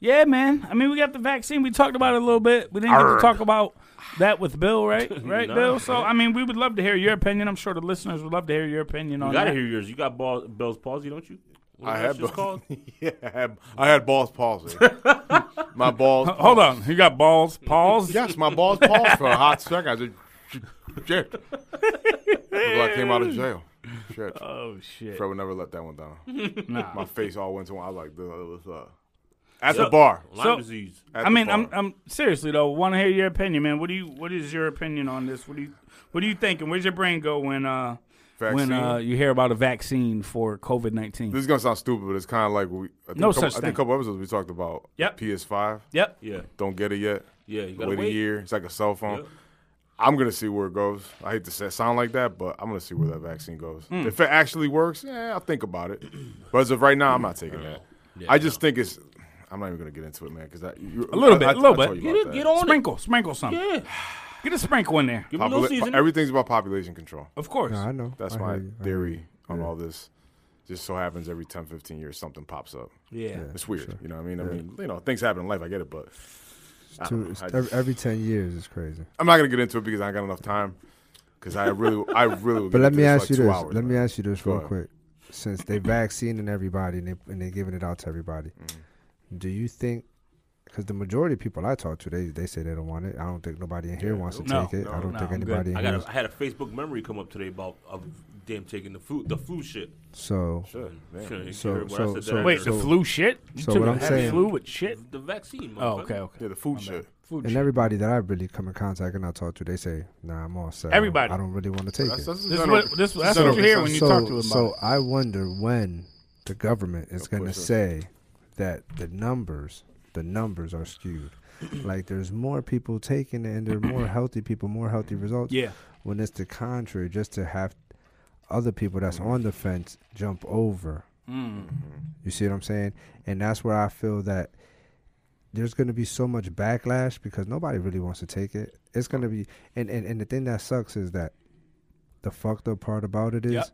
Speaker 1: Yeah, man. I mean, we got the vaccine. We talked about it a little bit. We didn't get to talk about that with Bill, right? Right,
Speaker 2: Nah.
Speaker 1: Bill. So, I mean, we would love to hear your opinion. I'm sure the listeners would love to hear your opinion
Speaker 2: You
Speaker 1: on
Speaker 2: gotta
Speaker 1: that.
Speaker 2: hear yours. You got ball, Bell's palsy, don't you? What
Speaker 3: I
Speaker 2: is that
Speaker 3: had
Speaker 2: shit
Speaker 3: balls.
Speaker 2: called?
Speaker 3: yeah, I had, I had balls palsy. my balls.
Speaker 1: Hold on. You got balls, paws.
Speaker 3: Yes, my balls paused for a hot second. I just shit. Until I came out of jail. Shit.
Speaker 2: Uh,
Speaker 1: Oh shit.
Speaker 3: Fred would never let that one down.
Speaker 1: Nah.
Speaker 3: My face all went to one. I was like, duh, what's up? At the bar.
Speaker 2: Lyme
Speaker 1: So-
Speaker 2: disease.
Speaker 3: At
Speaker 1: I
Speaker 3: the
Speaker 1: mean, I'm,
Speaker 3: bar.
Speaker 1: I'm seriously though. Want to hear your opinion, man? What do you? What is your opinion on this? What do you? What do you thinking? Where's your brain go when? Uh, when
Speaker 3: Vaccine?
Speaker 1: uh, you hear about a vaccine for COVID
Speaker 3: This
Speaker 1: nineteen?
Speaker 3: is gonna sound stupid, but it's kind of like we. I think
Speaker 1: No
Speaker 3: a couple,
Speaker 1: such
Speaker 3: I think a couple episodes we talked about.
Speaker 1: Yep.
Speaker 3: PS5.
Speaker 1: Yep.
Speaker 2: Yeah.
Speaker 3: Don't get it yet.
Speaker 2: Yeah, you gotta
Speaker 3: wait, a
Speaker 2: wait.
Speaker 3: year. It's like a cell phone.
Speaker 2: Yep.
Speaker 3: I'm gonna see where it goes. I hate to say, sound like that, but I'm gonna see where that vaccine goes. If it actually works, yeah, I'll think about it. But as of right now, I'm not taking that. I just think it's. I'm not even gonna get into it, man, because a
Speaker 1: little bit, a little bit.
Speaker 2: Get, it, get on
Speaker 1: Sprinkle, sprinkle something.
Speaker 2: it. Yeah.
Speaker 1: Get a sprinkle in there.
Speaker 2: Give him a little season.
Speaker 3: everything's about population control.
Speaker 1: Of course.
Speaker 4: I know.
Speaker 3: That's
Speaker 4: I
Speaker 3: my
Speaker 4: hear you. I hear you.
Speaker 3: theory on all this. Just so happens every 10, 15 years something pops up.
Speaker 1: yeah.
Speaker 3: It's weird, you know what I mean? I mean, you know, things happen in life. I get it, but I
Speaker 4: Two-
Speaker 3: don't know.
Speaker 4: it's
Speaker 3: I
Speaker 4: every, every ten years is crazy.
Speaker 3: I'm not gonna get into it because I ain't got enough time. Because I really, I really. would
Speaker 4: But
Speaker 3: get
Speaker 4: let
Speaker 3: into
Speaker 4: me
Speaker 3: this
Speaker 4: ask
Speaker 3: like
Speaker 4: you
Speaker 3: two
Speaker 4: this.
Speaker 3: hours,
Speaker 4: let me
Speaker 3: man.
Speaker 4: ask you this
Speaker 3: Go
Speaker 4: real
Speaker 3: ahead.
Speaker 4: quick. Since they vaccinating everybody and they and they giving it out to everybody, do you think? Because the majority of people I talk to, they they say they don't want it. I don't think nobody in here wants to
Speaker 1: No,
Speaker 4: take it. I don't
Speaker 1: no,
Speaker 4: think
Speaker 1: I'm good.
Speaker 4: anybody.
Speaker 2: I
Speaker 4: In
Speaker 2: got.
Speaker 4: here.
Speaker 2: A, I had a Facebook memory come up today about of damn taking the flu, the flu shit.
Speaker 4: So
Speaker 2: Should've
Speaker 4: So-
Speaker 2: heard what
Speaker 4: so-
Speaker 2: I said
Speaker 4: so-
Speaker 2: that
Speaker 1: Wait,
Speaker 2: earlier.
Speaker 1: the flu shit? You
Speaker 4: so
Speaker 1: took
Speaker 4: what
Speaker 1: a
Speaker 4: I'm
Speaker 1: heavy
Speaker 4: saying-
Speaker 1: flu with shit?
Speaker 2: the vaccine.
Speaker 1: Oh,
Speaker 2: motherfucker.
Speaker 1: okay, okay.
Speaker 3: Yeah, the food shit.
Speaker 1: Flu
Speaker 4: and
Speaker 1: shit.
Speaker 4: everybody that I really come in contact and I talk to, they say, "Nah, I'm all set. I don't-
Speaker 1: Everybody.
Speaker 4: I don't really want to take
Speaker 3: That's,
Speaker 4: it."
Speaker 3: that's,
Speaker 1: This is
Speaker 3: general-
Speaker 1: what, this,
Speaker 3: this
Speaker 1: that's
Speaker 3: general
Speaker 1: what you hear when you
Speaker 4: so,
Speaker 1: talk to them
Speaker 4: so
Speaker 1: about it.
Speaker 4: I wonder when the government is going to
Speaker 3: course,
Speaker 4: say that the numbers, the numbers are skewed. like there's more people taking it, and there are more healthy people, more healthy results.
Speaker 1: Yeah.
Speaker 4: When it's the contrary, just to have other people that's on the fence jump over.
Speaker 1: Mm,
Speaker 4: You see what I'm saying? And that's where I feel that there's going to be so much backlash because nobody really wants to take it. It's going to be, and, and, and the thing that sucks is that the fucked up part about it is
Speaker 1: Yep.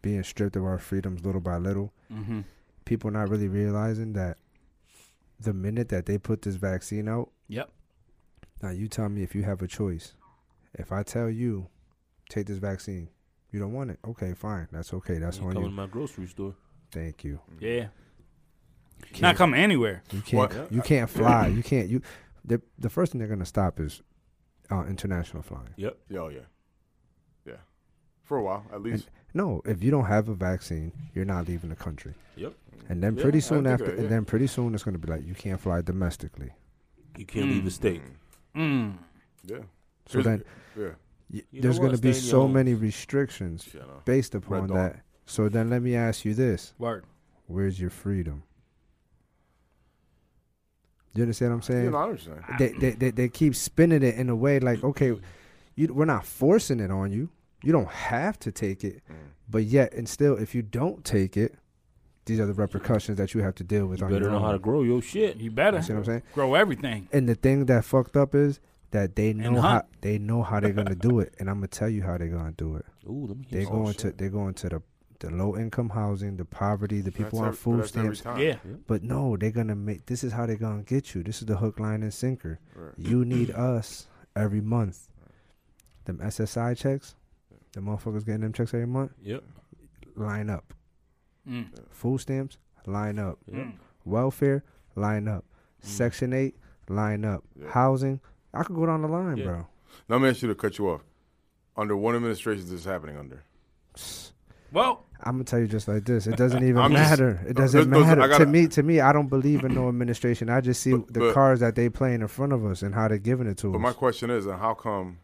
Speaker 4: being stripped of our freedoms little by little.
Speaker 1: Mhm.
Speaker 4: People not really realizing that the minute that they put this vaccine out,
Speaker 1: Yep.
Speaker 4: now you tell me if you have a choice. If I tell you, take this vaccine, you don't want it. Okay, fine. That's okay. That's
Speaker 2: Come
Speaker 4: on
Speaker 2: to
Speaker 4: you.
Speaker 2: my grocery store.
Speaker 4: Thank you.
Speaker 1: Yeah. Not coming anywhere.
Speaker 4: You can't.
Speaker 3: What?
Speaker 4: You can't fly. You can't. You. The the first thing they're gonna stop is uh, international flying.
Speaker 2: Yep.
Speaker 3: Yo, yeah, yeah, for a while at least.
Speaker 4: No, if you don't have a vaccine, you're not leaving the country.
Speaker 2: Yep.
Speaker 4: And then pretty
Speaker 3: I
Speaker 4: soon
Speaker 3: think
Speaker 4: after,
Speaker 3: that, yeah.
Speaker 4: and then pretty soon it's gonna be like you can't fly domestically.
Speaker 2: You can't
Speaker 1: Mm.
Speaker 2: leave the state.
Speaker 3: Mm-hmm. Yeah.
Speaker 4: So then
Speaker 3: yeah,
Speaker 4: y-
Speaker 2: You know
Speaker 4: there's
Speaker 2: what?
Speaker 4: gonna be
Speaker 2: Stay in your
Speaker 4: so
Speaker 2: homes.
Speaker 4: many restrictions
Speaker 3: I know.
Speaker 4: based upon
Speaker 3: Dawn.
Speaker 4: that. So then let me ask you this:
Speaker 1: Word.
Speaker 4: Where's your freedom? You understand what I'm saying?
Speaker 3: You know, I understand.
Speaker 4: they, they, they, they keep spinning it in a way like, okay, you, we're not forcing it on you. You don't have to take it.
Speaker 3: Mm.
Speaker 4: But yet, and still, if you don't take it, these are the repercussions that you have to deal with. on your own.
Speaker 2: grow your shit.
Speaker 1: You better
Speaker 4: You see what I'm saying?
Speaker 1: grow everything.
Speaker 4: And the thing that fucked up is that they know how
Speaker 1: hunt.
Speaker 4: they know how they're gonna do it, and I'm gonna tell you how they're gonna do it.
Speaker 2: Ooh, let me
Speaker 4: They're going to they're going to the the low income housing, the poverty, the people on
Speaker 3: every-
Speaker 4: food
Speaker 3: that's every
Speaker 4: stamps.
Speaker 3: time.
Speaker 1: Yeah,
Speaker 4: But no, they're gonna make this is how they're gonna get you. This is the hook, line, and sinker. You need us every month. Them SSI checks, the motherfuckers getting them checks every month.
Speaker 2: Yep.
Speaker 4: Line up.
Speaker 1: Mm.
Speaker 4: Food stamps, line up. Welfare, line up. Section eight, line up. Housing, I could go down the line, bro.
Speaker 3: Now, let me ask you to cut you off. Under what administration is this happening under?
Speaker 1: well,
Speaker 4: I'm gonna tell you just like this. It doesn't even
Speaker 3: I'm just-
Speaker 4: matter. it
Speaker 3: no,
Speaker 4: doesn't
Speaker 3: no, no,
Speaker 4: matter
Speaker 3: I gotta-
Speaker 4: to me. To me, I don't believe in no administration. I just see
Speaker 3: But-
Speaker 4: the
Speaker 3: but-
Speaker 4: cards that they playing in front of us and how they're giving it to
Speaker 3: But
Speaker 4: us.
Speaker 3: my question is, and how come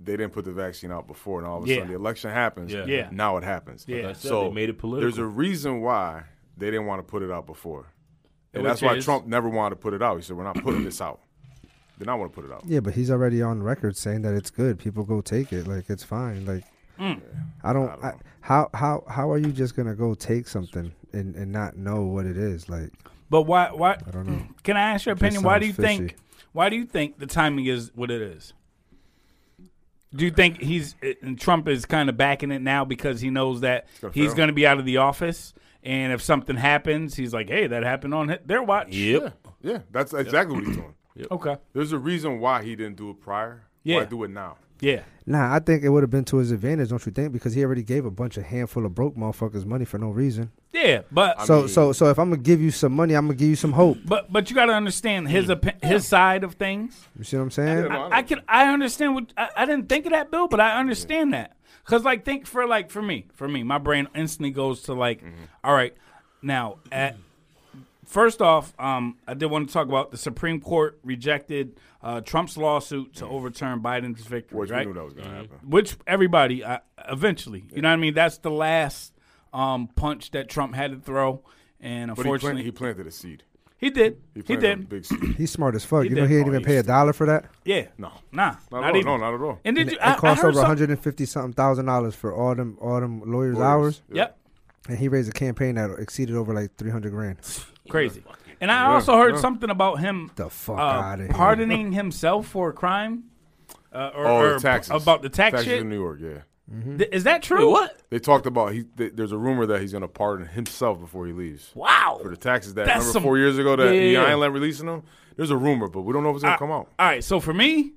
Speaker 3: they didn't put the vaccine out before, and all of a
Speaker 1: Yeah.
Speaker 3: sudden the election happens?
Speaker 2: Yeah.
Speaker 1: Yeah.
Speaker 3: Now it happens.
Speaker 1: Yeah.
Speaker 2: Like I said, they made it political.
Speaker 3: There's a reason why they didn't want to put it out before, and
Speaker 1: Which
Speaker 3: that's why
Speaker 1: is-
Speaker 3: Trump never wanted to put it out. He said, "We're not putting this out." Did not want to put it out.
Speaker 4: Yeah, but he's already on record saying that it's good. People go take it. Like it's fine. Like
Speaker 1: Mm.
Speaker 4: I don't. I how how how are you just gonna go take something and and not know what it is? Like
Speaker 1: but why? Why?
Speaker 4: I don't know.
Speaker 1: Can I ask your
Speaker 4: Just
Speaker 1: opinion? Why do you
Speaker 4: sounds
Speaker 1: think?
Speaker 4: fishy.
Speaker 1: Why do you think the timing is what it is? Do you think he's and Trump is kind of backing it now because he knows that
Speaker 3: gonna
Speaker 1: he's
Speaker 3: fail.
Speaker 1: going to be out of the office, and if something happens, he's like, "Hey, that happened on hi- their watch."
Speaker 2: Yep.
Speaker 3: Yeah, that's exactly what he's doing.
Speaker 1: Okay.
Speaker 3: There's a reason why he didn't do it prior.
Speaker 1: Yeah.
Speaker 3: Why do it now?
Speaker 1: Yeah.
Speaker 4: Nah, I think it would have been to his advantage, don't you think? Because he already gave a bunch of handful of broke motherfuckers money for no reason.
Speaker 1: Yeah, but
Speaker 4: so so so if I'm gonna give you some money, I'm gonna give you some hope.
Speaker 1: but but you got to understand
Speaker 4: Hmm.
Speaker 1: his opi- his side of things.
Speaker 4: You see what I'm
Speaker 3: no,
Speaker 4: saying?
Speaker 3: I
Speaker 1: I, I can I understand what I, I didn't think of that bill, but I understand that because like think for like for me for me my brain instantly goes to like
Speaker 3: Mm-hmm.
Speaker 1: all right now at first off um, I did want to talk about the Supreme Court rejected uh, Trump's lawsuit to overturn Biden's victory
Speaker 3: Mm. Which
Speaker 1: right
Speaker 3: we knew that was gonna happen.
Speaker 1: which everybody uh, eventually you know what I mean that's the last um, punch that Trump had to throw and
Speaker 3: But he, planted,
Speaker 1: unfortunately
Speaker 3: he planted a seed.
Speaker 1: he, did
Speaker 3: He
Speaker 1: he
Speaker 3: planted a
Speaker 1: did
Speaker 3: big seed.
Speaker 4: He's smart as fuck. you know
Speaker 1: did.
Speaker 4: he ain't
Speaker 3: Oh,
Speaker 4: even
Speaker 3: he's
Speaker 4: pay a dollar for that.
Speaker 1: yeah
Speaker 3: No.
Speaker 1: nah
Speaker 3: Not
Speaker 1: not
Speaker 3: at all.
Speaker 1: even
Speaker 3: No, not at all.
Speaker 1: and did
Speaker 4: It
Speaker 1: you I, I
Speaker 4: costs
Speaker 1: heard
Speaker 4: over
Speaker 1: some-
Speaker 4: 150 something thousand dollars for all them all them lawyers' hours,
Speaker 1: yep
Speaker 4: and he raised a campaign that exceeded over like 300 grand.
Speaker 1: crazy. And I also heard something about him
Speaker 4: The fuck
Speaker 1: uh,
Speaker 4: outta here.
Speaker 1: pardoning himself for a crime. Uh, or,
Speaker 3: Oh,
Speaker 1: or
Speaker 3: the taxes.
Speaker 1: about the tax
Speaker 3: taxes
Speaker 1: shit.
Speaker 3: in New York. Yeah.
Speaker 1: Th- is that true? what?
Speaker 3: They talked about he. Th- there's a rumor that he's going to pardon himself before he leaves
Speaker 1: Wow.
Speaker 3: for the taxes that
Speaker 1: That's
Speaker 3: remember
Speaker 1: some-
Speaker 3: four years ago that E
Speaker 1: Yeah,
Speaker 3: yeah,
Speaker 1: yeah, yeah.
Speaker 3: Island releasing him. There's a rumor, but we don't know if it's going to come out.
Speaker 1: All right, so for me,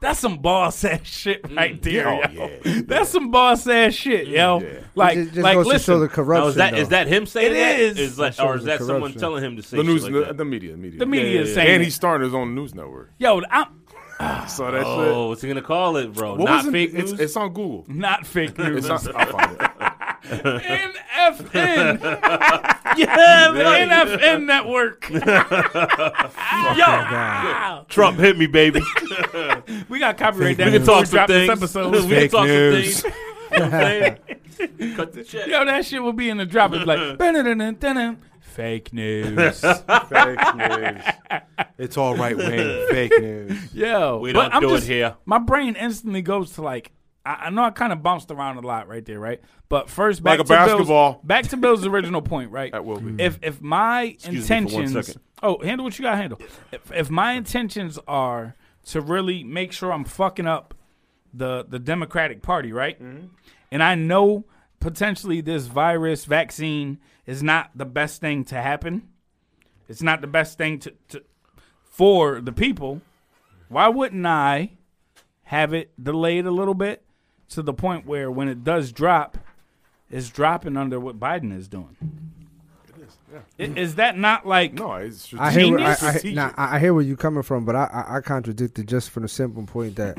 Speaker 1: that's some boss ass shit right there.
Speaker 3: Oh, yeah,
Speaker 1: yo.
Speaker 3: Mm, yeah.
Speaker 1: That's some boss ass shit, yo. Like,
Speaker 4: It just, just
Speaker 1: like,
Speaker 4: goes
Speaker 1: listen,
Speaker 4: to show the corruption.
Speaker 2: Now, is that
Speaker 4: though.
Speaker 2: is that him saying
Speaker 1: It
Speaker 2: that?
Speaker 1: is.
Speaker 2: Is that,
Speaker 4: That
Speaker 2: or
Speaker 4: shows
Speaker 2: is
Speaker 4: the
Speaker 2: that someone
Speaker 4: corruption.
Speaker 2: telling him to say
Speaker 3: The news,
Speaker 2: shit
Speaker 3: the,
Speaker 2: like that?
Speaker 3: the media, media,
Speaker 1: the media is saying,
Speaker 3: and
Speaker 1: that.
Speaker 3: he's starting his own news network.
Speaker 1: yo, I'm
Speaker 3: So that
Speaker 2: Oh,
Speaker 3: shit.
Speaker 2: what's he gonna call it, bro?
Speaker 3: What
Speaker 2: Not
Speaker 3: was it?
Speaker 2: fake
Speaker 3: it's,
Speaker 2: news.
Speaker 3: it's on Google.
Speaker 1: not fake news.
Speaker 3: It's on, I'll find it.
Speaker 1: NFN,
Speaker 2: yeah, man.
Speaker 1: NFN network. yo,
Speaker 2: Trump hit me, baby.
Speaker 1: we got copyright that.
Speaker 2: we can
Speaker 1: before
Speaker 2: talk some
Speaker 1: drop this
Speaker 2: things.
Speaker 1: episode.
Speaker 2: we can
Speaker 3: Fake
Speaker 2: talk
Speaker 3: news.
Speaker 2: some things. You know what I'm saying? Cut the check.
Speaker 1: Yo, that shit will be in the drop. It's like "Dun-dun-dun-dun-dun." fake news.
Speaker 3: Fake news. It's all right wing fake news.
Speaker 1: Yo,
Speaker 2: We
Speaker 1: but
Speaker 2: don't
Speaker 1: I'm
Speaker 2: do it
Speaker 1: just-
Speaker 2: here.
Speaker 1: My brain instantly goes to like I, I know I kind of bounced around a lot right there, right? But first, back
Speaker 3: Like a
Speaker 1: to Bill's-
Speaker 3: basketball.
Speaker 1: back to Bill's original point, right?
Speaker 3: That will be.
Speaker 1: If if my
Speaker 2: Excuse me for one
Speaker 1: intentions,
Speaker 2: second.
Speaker 1: oh, handle what you got to handle. If, if my intentions are to really make sure I'm fucking up the the Democratic Party, right? And I know potentially this virus vaccine is not the best thing to happen. It's not the best thing to, to for the people. Why wouldn't I have it delayed a little bit to the point where when it does drop, it's dropping under what Biden is doing? It is. that not like
Speaker 3: No, it's just
Speaker 4: I hear, where, I,
Speaker 1: Genius
Speaker 4: I,
Speaker 3: strategic.
Speaker 4: nah, I I hear where you're coming from, but I, I, I contradict it just from the simple point that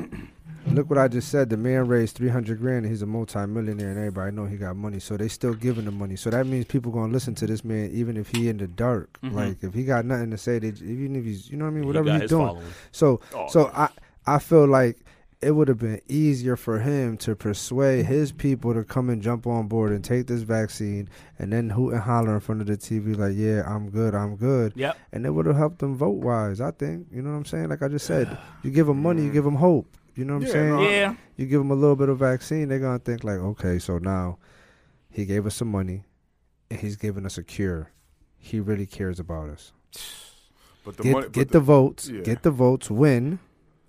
Speaker 4: look what I just said. The man raised 300 grand and he's a multimillionaire and everybody know he got money. So they still giving him money. So that means people going to listen to this man even if he in the dark. Like if he got nothing to say, they, even if he's, you know what I mean? Whatever
Speaker 2: got
Speaker 4: he's
Speaker 2: his
Speaker 4: doing.
Speaker 2: following.
Speaker 4: So so I, I feel like it would have been easier for him to persuade his people to come and jump on board and take this vaccine and then hoot and holler in front of the TV like, yeah, I'm good, I'm good.
Speaker 1: Yep.
Speaker 4: And it would have helped them vote wise, I think. You know what I'm saying? Like I just said, you give them money, you give them hope. You know what I'm saying?
Speaker 1: Yeah.
Speaker 4: You give them a little bit of vaccine, they're going to think like, okay, so now he gave us some money and he's giving us a cure. He really cares about us.
Speaker 3: But the
Speaker 4: Get,
Speaker 3: money, but
Speaker 4: get the, votes.
Speaker 3: yeah.
Speaker 4: Get the votes. Win.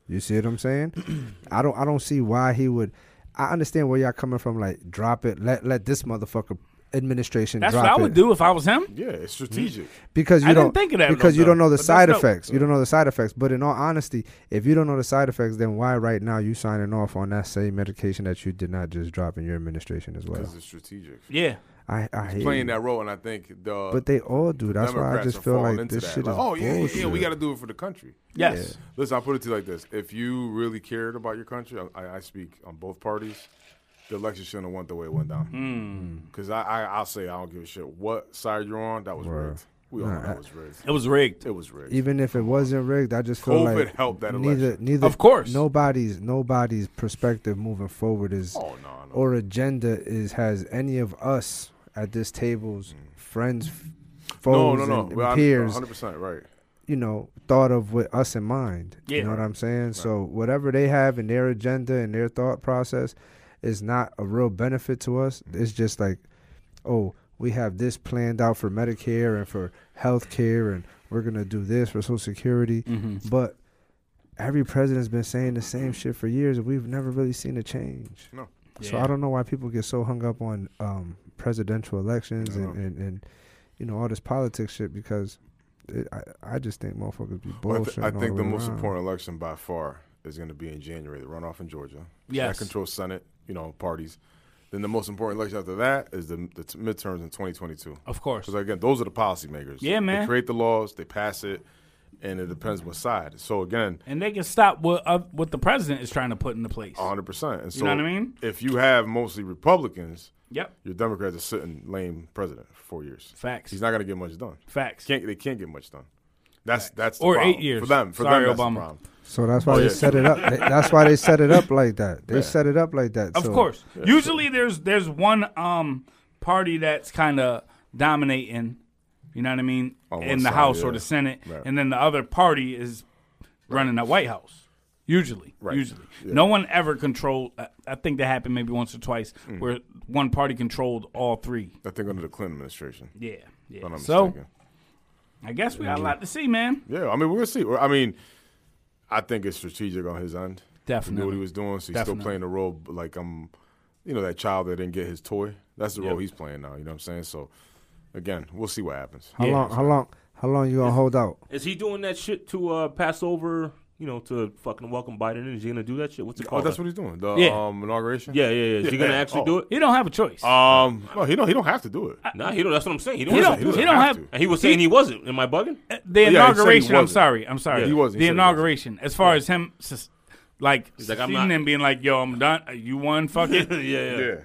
Speaker 4: You see what I'm saying? I don't. I don't see why he would. I understand where y'all coming from. Like, drop it. Let let this motherfucker administration.
Speaker 1: That's
Speaker 4: drop
Speaker 1: what I would
Speaker 4: it.
Speaker 1: do if I was him.
Speaker 3: yeah, it's strategic.
Speaker 4: because you
Speaker 1: I
Speaker 4: don't
Speaker 1: didn't think of that,
Speaker 4: because
Speaker 1: though,
Speaker 4: you don't know the
Speaker 1: but that's
Speaker 4: side
Speaker 1: dope.
Speaker 4: effects. You don't know the side effects. But in all honesty, if you don't know the side effects, then why right now you signing off on that same medication that you did not just drop in your administration as well?
Speaker 3: Because it's strategic.
Speaker 1: Yeah.
Speaker 4: I I hate
Speaker 3: Playing
Speaker 4: it.
Speaker 3: that role, and I think the
Speaker 4: But they all do. That's why I
Speaker 3: Democrats
Speaker 4: just
Speaker 3: are
Speaker 4: feel
Speaker 3: falling
Speaker 4: like
Speaker 3: into
Speaker 4: this
Speaker 3: that.
Speaker 4: shit
Speaker 3: Like,
Speaker 4: is
Speaker 3: oh yeah, yeah,
Speaker 4: bullshit.
Speaker 3: yeah, we got to do it for the country.
Speaker 1: Yes.
Speaker 3: Listen, I'll put it to you like this: If you really cared about your country, I, I speak on both parties. The election shouldn't have went the way it went down. Because I, I, I'll say I don't give a shit what side you're on. That was rigged. We all know that was rigged.
Speaker 1: It was rigged.
Speaker 3: It was rigged.
Speaker 4: even if it wasn't rigged, I just feel
Speaker 3: COVID
Speaker 4: like
Speaker 3: helped that
Speaker 4: neither,
Speaker 3: election.
Speaker 4: neither,
Speaker 1: Of course.
Speaker 4: nobody's nobody's perspective moving forward is
Speaker 3: oh no, no.
Speaker 4: or agenda is has any of us at this table's friends,
Speaker 3: Mm. no,
Speaker 4: foes,
Speaker 3: no, no.
Speaker 4: and, and
Speaker 3: Well, I'm
Speaker 4: peers,
Speaker 3: 100% right.
Speaker 4: you know, thought of with us in mind.
Speaker 1: Yeah.
Speaker 4: You know what I'm saying? So whatever they have in their agenda and their thought process is not a real benefit to us. It's just like, oh, we have this planned out for Medicare and for health care and we're gonna do this for Social Security. But every president's been saying the same shit for years and we've never really seen a change.
Speaker 3: No.
Speaker 4: So I don't know why people get so hung up on um, presidential elections and, and, and you know all this politics shit because it, I I just think motherfuckers be
Speaker 3: Well, I,
Speaker 4: bullshit.
Speaker 3: th- I think the most important election by far is going to be in January, the runoff in Georgia.
Speaker 1: Yes.
Speaker 3: That controls Senate, you know, parties. Then the most important election after that is the, the t- midterms in 2022.
Speaker 1: Of course.
Speaker 3: Because again, those are the policymakers.
Speaker 1: Yeah, man.
Speaker 3: They create the laws, they pass it, and it depends what side. So again,
Speaker 1: And they can stop what uh, what the president is trying to put into place.
Speaker 4: Uh,
Speaker 3: 100. percent And so,
Speaker 1: know what I mean?
Speaker 3: If you have mostly Republicans,
Speaker 1: Yep.
Speaker 3: your Democrats are sitting lame president for four years.
Speaker 1: Facts.
Speaker 3: He's not going to get much done.
Speaker 1: Facts.
Speaker 3: Can't they can't get much done. That's that's the
Speaker 1: Or eight
Speaker 3: problem.
Speaker 1: years.
Speaker 3: for them. For
Speaker 1: Sorry,
Speaker 3: them, that's
Speaker 1: Obama.
Speaker 3: the problem.
Speaker 4: So that's why they
Speaker 3: yeah.
Speaker 4: set it up. They- that's why they set it up like that. They set it up like that.
Speaker 1: Of
Speaker 4: So
Speaker 1: course. Usually there's there's one um party that's kind of dominating, you know what I mean,
Speaker 3: On one
Speaker 1: in the
Speaker 3: Oh, side,
Speaker 1: House or
Speaker 3: yeah.
Speaker 1: the Senate,
Speaker 3: Right.
Speaker 1: and then the other party is running the White House. Usually, usually, no one ever controlled. I- I think that happened maybe once or twice,
Speaker 3: Mm.
Speaker 1: where one party controlled all three.
Speaker 3: I think under the Clinton administration.
Speaker 1: Yeah, yeah.
Speaker 3: If I'm not
Speaker 1: so
Speaker 3: mistaken.
Speaker 1: I guess we got a lot to see, man.
Speaker 3: Yeah, I mean, we're gonna see. I mean, I think it's strategic on his end. He knew what
Speaker 1: Definitely.
Speaker 3: he was doing, so he's
Speaker 1: Definitely.
Speaker 3: still playing the role but like I'm, you know, that child that didn't get his toy. That's the role he's playing now. You know what I'm saying? So, again, we'll see what happens.
Speaker 4: How long? How long? How long you gonna hold out?
Speaker 2: Is he doing that shit to uh, pass over, you know, to fucking welcome Biden? Is he going to do that shit? What's it
Speaker 3: Oh,
Speaker 2: called?
Speaker 3: that's what he's doing. The
Speaker 1: Yeah.
Speaker 3: um, inauguration.
Speaker 2: yeah, yeah, yeah. Is he going to
Speaker 3: Yeah.
Speaker 2: actually
Speaker 3: Oh.
Speaker 2: do it?
Speaker 1: You don't have a choice.
Speaker 3: Um, no, he don't. He don't have to do it.
Speaker 2: Nah, he don't. That's what I'm saying. He don't.
Speaker 1: he
Speaker 2: want
Speaker 1: don't.
Speaker 2: to
Speaker 1: He
Speaker 2: do
Speaker 1: don't,
Speaker 3: doesn't have
Speaker 1: have.
Speaker 3: to.
Speaker 2: And he was saying he wasn't. Am I bugging?
Speaker 1: Uh, The
Speaker 3: he said he
Speaker 1: inauguration. I'm
Speaker 3: wasn't.
Speaker 1: sorry. I'm sorry.
Speaker 3: Yeah, he wasn't.
Speaker 1: The
Speaker 3: He said he wasn't.
Speaker 1: inauguration. As far as him, sus- like,
Speaker 2: like, I'm
Speaker 1: sitting
Speaker 2: not-
Speaker 1: and being like, "Yo, I'm done. uh, You won. Fuck
Speaker 2: yeah,
Speaker 1: it.
Speaker 2: yeah,
Speaker 3: Yeah,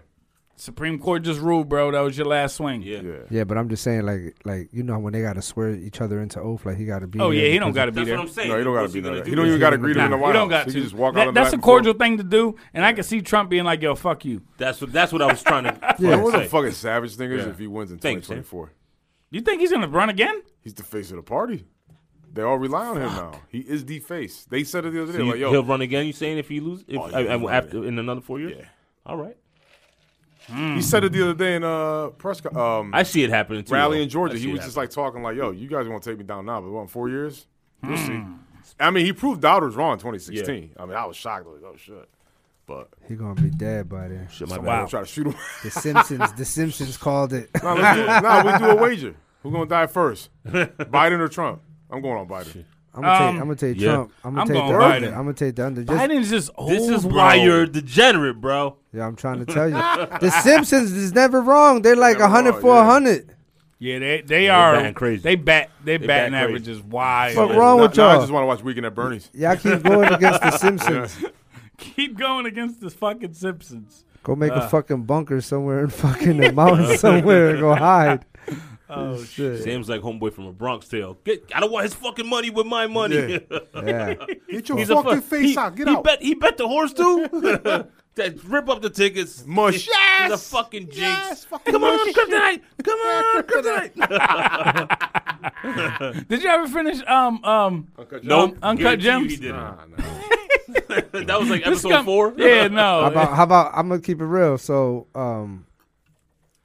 Speaker 1: Supreme Court just ruled, bro. That was your last swing.
Speaker 2: yeah.
Speaker 3: yeah.
Speaker 4: Yeah, but I'm just saying, like, like you know, when they gotta swear each other into oath, like he gotta be.
Speaker 1: Oh
Speaker 4: there
Speaker 1: yeah, he don't
Speaker 4: because-
Speaker 1: got to be
Speaker 2: That's
Speaker 1: there.
Speaker 2: what I'm saying.
Speaker 3: No, he don't got
Speaker 2: What's
Speaker 3: to be
Speaker 2: gonna
Speaker 3: there.
Speaker 2: do?
Speaker 3: He don't even got to greet him
Speaker 1: Nah,
Speaker 3: in the
Speaker 1: he
Speaker 3: White House.
Speaker 1: don't got
Speaker 3: He
Speaker 1: to.
Speaker 3: can just walk
Speaker 1: That-
Speaker 3: out on the
Speaker 1: that's
Speaker 3: back
Speaker 1: a
Speaker 3: and forth.
Speaker 1: cordial thing to do, and I can see Trump being like, "Yo, fuck you."
Speaker 2: That's what. That's what I was trying to.
Speaker 3: You
Speaker 2: yeah.
Speaker 3: know what a fucking savage thing is if he wins in
Speaker 2: Thanks, man.
Speaker 3: 2024.
Speaker 1: You think he's gonna run again?
Speaker 3: He's the face of the party. They all rely on him now. He is the face. They said it the other day. like, yo,
Speaker 2: he'll run again. You saying if he lose, if
Speaker 3: Oh, yeah,
Speaker 2: I- I-
Speaker 3: he'll run
Speaker 2: after in another four years?
Speaker 3: Yeah.
Speaker 2: All right.
Speaker 3: He said it the other day in uh press co- um
Speaker 2: I see it happening too.
Speaker 3: rally
Speaker 2: though.
Speaker 3: in Georgia.
Speaker 2: I
Speaker 3: He
Speaker 2: see it
Speaker 3: was just like talking like, "Yo, you guys want to take me down now, but what, in four years, we'll
Speaker 2: Hmm.
Speaker 3: see." I mean, he proved doubters wrong in 2016. I mean, I was shocked. Like, oh shit! But
Speaker 4: He gonna be dead by then.
Speaker 2: happening. Shit, my
Speaker 3: I'm
Speaker 2: bad.
Speaker 3: gonna try to shoot him.
Speaker 4: The Simpsons. the Simpsons called it.
Speaker 3: nah, let's do, nah, we do a wager. Who gonna die first, Biden or Trump? I'm going on Biden.
Speaker 4: I'm gonna
Speaker 1: Um,
Speaker 4: take. I'm gonna take
Speaker 2: yeah.
Speaker 4: Trump. I'm gonna
Speaker 1: I'm
Speaker 4: take
Speaker 1: going
Speaker 4: the under.
Speaker 1: Biden.
Speaker 4: I'm gonna take the under. Just,
Speaker 1: Biden's just old.
Speaker 2: This is
Speaker 1: bro.
Speaker 2: why you're degenerate, bro.
Speaker 4: yeah, I'm trying to tell you, the Simpsons is never wrong. They're like
Speaker 3: Never wrong,
Speaker 4: 100 for
Speaker 3: yeah.
Speaker 4: 100.
Speaker 1: Yeah, they they are
Speaker 2: batting crazy.
Speaker 1: They bat. They, batting
Speaker 2: batting
Speaker 1: average
Speaker 2: crazy.
Speaker 1: is wild.
Speaker 4: Fuck wrong
Speaker 3: Nah,
Speaker 4: with
Speaker 3: nah, I
Speaker 4: y'all?
Speaker 3: just want to watch Weekend at Bernie's.
Speaker 4: Y'all keep going against the Simpsons.
Speaker 1: Keep going against the fucking Simpsons.
Speaker 3: Uh. Oh,
Speaker 4: Go make a fucking bunker somewhere in fucking the mountain somewhere and go hide.
Speaker 1: Oh shit.
Speaker 2: Sam's like homeboy from a Bronx Tale. Get, I don't want his fucking money with my money.
Speaker 4: Yeah.
Speaker 3: Get your
Speaker 2: He's a
Speaker 3: fucking
Speaker 2: fuck-
Speaker 3: face
Speaker 2: he,
Speaker 3: out. Get
Speaker 2: he
Speaker 3: out.
Speaker 2: Bet, he bet the horse too. That- rip up the tickets.
Speaker 3: Mush.
Speaker 2: He's a
Speaker 3: Yes.
Speaker 2: fucking jinx.
Speaker 3: Yes, fucking
Speaker 2: Come on,
Speaker 3: mush.
Speaker 2: kryptonite. Come on, kryptonite.
Speaker 1: Did you ever finish um um
Speaker 2: nope.
Speaker 1: Uncut
Speaker 2: Guarantee you
Speaker 1: Gems?
Speaker 2: He didn't.
Speaker 3: Nah, nah.
Speaker 2: that was like
Speaker 1: this
Speaker 2: episode
Speaker 1: come-
Speaker 2: four.
Speaker 1: Yeah, no.
Speaker 3: Oh,
Speaker 4: How about how about I'm gonna keep it real. So um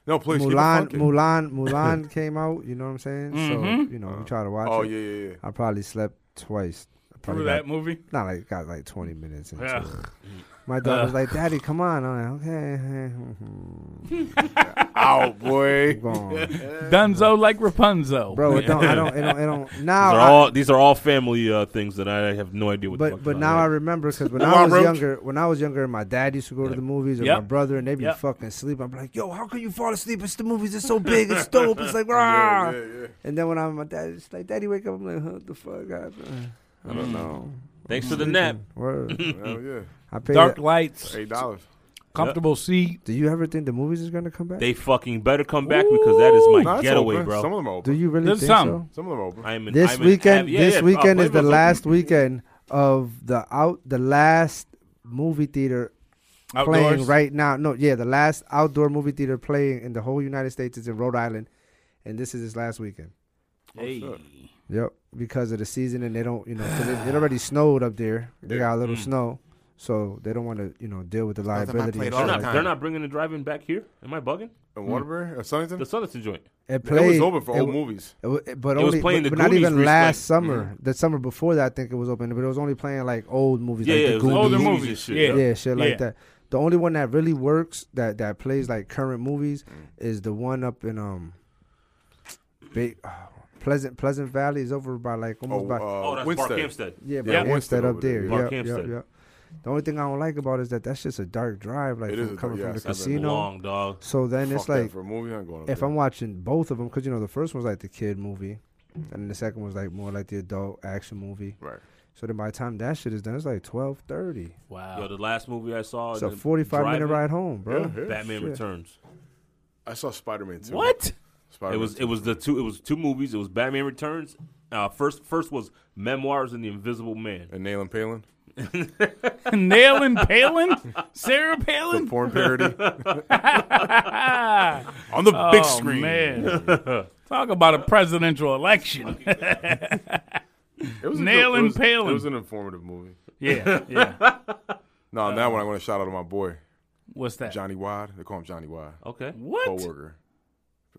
Speaker 3: No, please. keep it
Speaker 4: Mulan
Speaker 3: funky.
Speaker 4: Mulan Mulan came out, you know what I'm saying?
Speaker 1: Mm-hmm.
Speaker 4: So, you know, we try to watch
Speaker 3: Oh
Speaker 4: it.
Speaker 3: yeah, yeah, yeah.
Speaker 4: I probably slept twice. I
Speaker 1: Remember
Speaker 4: Probably got,
Speaker 1: that movie?
Speaker 4: not like got like twenty minutes into it.
Speaker 1: Ugh.
Speaker 4: My daughter was like, Daddy, come on. I'm like, okay.
Speaker 3: Ow, boy.
Speaker 4: Gone.
Speaker 1: Dunzo like Rapunzel.
Speaker 4: Bro, it don't I don't it don't it don't
Speaker 2: These
Speaker 4: now
Speaker 2: are
Speaker 4: Oh, I-
Speaker 2: all these are all family uh, things that I have no idea what. the
Speaker 4: But
Speaker 2: fuck
Speaker 4: but
Speaker 2: about.
Speaker 4: now I remember because when
Speaker 3: Wild
Speaker 4: I was
Speaker 3: Roach?
Speaker 4: younger, when I was younger, my dad used to go to the movies, or my
Speaker 1: Yep.
Speaker 4: brother, and they be
Speaker 1: Yep.
Speaker 4: fucking asleep. I'm like, yo, how can you fall asleep? It's the movies. It's so big. It's dope. It's like rah. And then when I'm my dad, it's like, daddy, wake up. I'm like, huh, what the fuck? happened?" I,
Speaker 2: Mm.
Speaker 4: don't know.
Speaker 2: thanks for the nap.
Speaker 4: Word.
Speaker 3: Hell yeah.
Speaker 4: I paid.
Speaker 1: Dark
Speaker 4: it.
Speaker 1: lights,
Speaker 3: Eight dollars.
Speaker 1: comfortable seat.
Speaker 4: Do you ever think the movies is gonna come back?
Speaker 2: They fucking better come back because that is my
Speaker 3: Nah, it's
Speaker 2: getaway,
Speaker 3: open.
Speaker 2: bro. Mm.
Speaker 3: Some of them are
Speaker 4: Do
Speaker 3: open.
Speaker 4: you really
Speaker 1: There's
Speaker 4: think
Speaker 1: some.
Speaker 4: so?
Speaker 3: Some of them are open.
Speaker 2: I am an,
Speaker 4: This
Speaker 2: I'm an
Speaker 4: weekend,
Speaker 2: av- yeah,
Speaker 4: this
Speaker 2: yeah, uh,
Speaker 4: weekend is the
Speaker 2: Playmobil's
Speaker 4: last weekend of the out the last movie theater playing
Speaker 1: Outdoors.
Speaker 4: right now. No, yeah, the last outdoor movie theater playing in the whole United States is in Rhode Island, and this is his last weekend.
Speaker 3: Oh,
Speaker 1: Hey.
Speaker 4: Yep, because of the season, and they don't, you know, 'cause it, it already snowed up there. They got a
Speaker 2: Mm.
Speaker 4: little snow, so they don't want to, you know, deal with the liability.
Speaker 3: played
Speaker 4: and
Speaker 3: all the
Speaker 2: They're
Speaker 4: shit like
Speaker 2: not,
Speaker 4: that.
Speaker 3: time.
Speaker 2: they're not bringing the drive-in back here. Am I bugging?
Speaker 3: In Waterbury or Sunnington?
Speaker 2: The Southerton joint.
Speaker 4: It
Speaker 3: it
Speaker 4: played.
Speaker 3: was open for
Speaker 4: it
Speaker 3: old
Speaker 4: w-
Speaker 3: movies.
Speaker 4: it w- it- but
Speaker 2: It was
Speaker 4: only,
Speaker 2: playing the
Speaker 4: but, but not
Speaker 2: Goonies
Speaker 4: even
Speaker 2: recently. Mm-hmm.
Speaker 4: last summer. The summer before that, I think it was open, but it was only playing like old movies,
Speaker 2: Yeah,
Speaker 4: like
Speaker 2: yeah,
Speaker 4: the
Speaker 2: it was
Speaker 4: Goonies.
Speaker 1: Older
Speaker 2: Movies
Speaker 1: movies,
Speaker 2: and shit.
Speaker 1: yeah.
Speaker 4: Yeah, shit like
Speaker 1: Yeah.
Speaker 4: that. The only one that really works that that plays like current movies
Speaker 3: Mm.
Speaker 4: is the one up in um, Ba- oh, Pleasant Pleasant Valley is over by like almost
Speaker 3: Oh,
Speaker 4: by
Speaker 2: Oh,
Speaker 3: uh,
Speaker 2: that's Park
Speaker 3: Winstead.
Speaker 2: Hampstead.
Speaker 4: yeah, by
Speaker 1: yeah.
Speaker 4: Winstead
Speaker 3: Winstead
Speaker 4: up
Speaker 3: over
Speaker 4: there.
Speaker 3: there,
Speaker 2: yeah. Park
Speaker 4: Yeah, yeah,
Speaker 2: Hampstead.
Speaker 4: yeah. The only thing I don't like about it is that that's just a dark drive, like
Speaker 3: It is
Speaker 4: from
Speaker 3: a-
Speaker 4: coming
Speaker 3: yeah,
Speaker 4: from the
Speaker 3: it's not that
Speaker 4: casino.
Speaker 2: Long dog.
Speaker 4: So then it's
Speaker 3: Fuck that
Speaker 4: like
Speaker 3: for a movie, I ain't going up
Speaker 4: if
Speaker 3: there.
Speaker 4: I'm watching both of them, because you know the first one's like the kid movie, and the second one's like more like the adult action movie.
Speaker 3: Mm. right.
Speaker 4: So then by the time that shit is done, it's like twelve thirty.
Speaker 2: Yo,
Speaker 1: Wow.
Speaker 2: the last movie I saw.
Speaker 4: It's
Speaker 2: in
Speaker 4: a
Speaker 2: the
Speaker 4: forty-five minute
Speaker 2: drive-in,
Speaker 4: ride home, bro.
Speaker 3: Yeah, yeah.
Speaker 2: Batman
Speaker 4: Shit.
Speaker 2: Returns.
Speaker 3: I saw Spider Man too.
Speaker 1: What?
Speaker 3: Spider-Man
Speaker 2: It was it was the two it was two movies. It was Batman Returns. Uh, first first was Memoirs and the Invisible Man.
Speaker 3: and Nayland Palin,
Speaker 1: Nailing Palin? Sarah
Speaker 3: the
Speaker 1: Palin?
Speaker 3: porn parody
Speaker 1: Ah.
Speaker 3: on the big
Speaker 1: Oh,
Speaker 3: screen.
Speaker 1: Man. Talk about a presidential election.
Speaker 3: It was a
Speaker 1: Nailing
Speaker 3: it was-
Speaker 1: Palin.
Speaker 3: It was an informative movie.
Speaker 1: yeah, yeah.
Speaker 3: No, on
Speaker 1: Oh.
Speaker 3: that one I want to shout out to my boy
Speaker 1: What's that?
Speaker 3: Johnny Wad. They call him Johnny Wad.
Speaker 2: Okay.
Speaker 1: What?
Speaker 3: Coworker,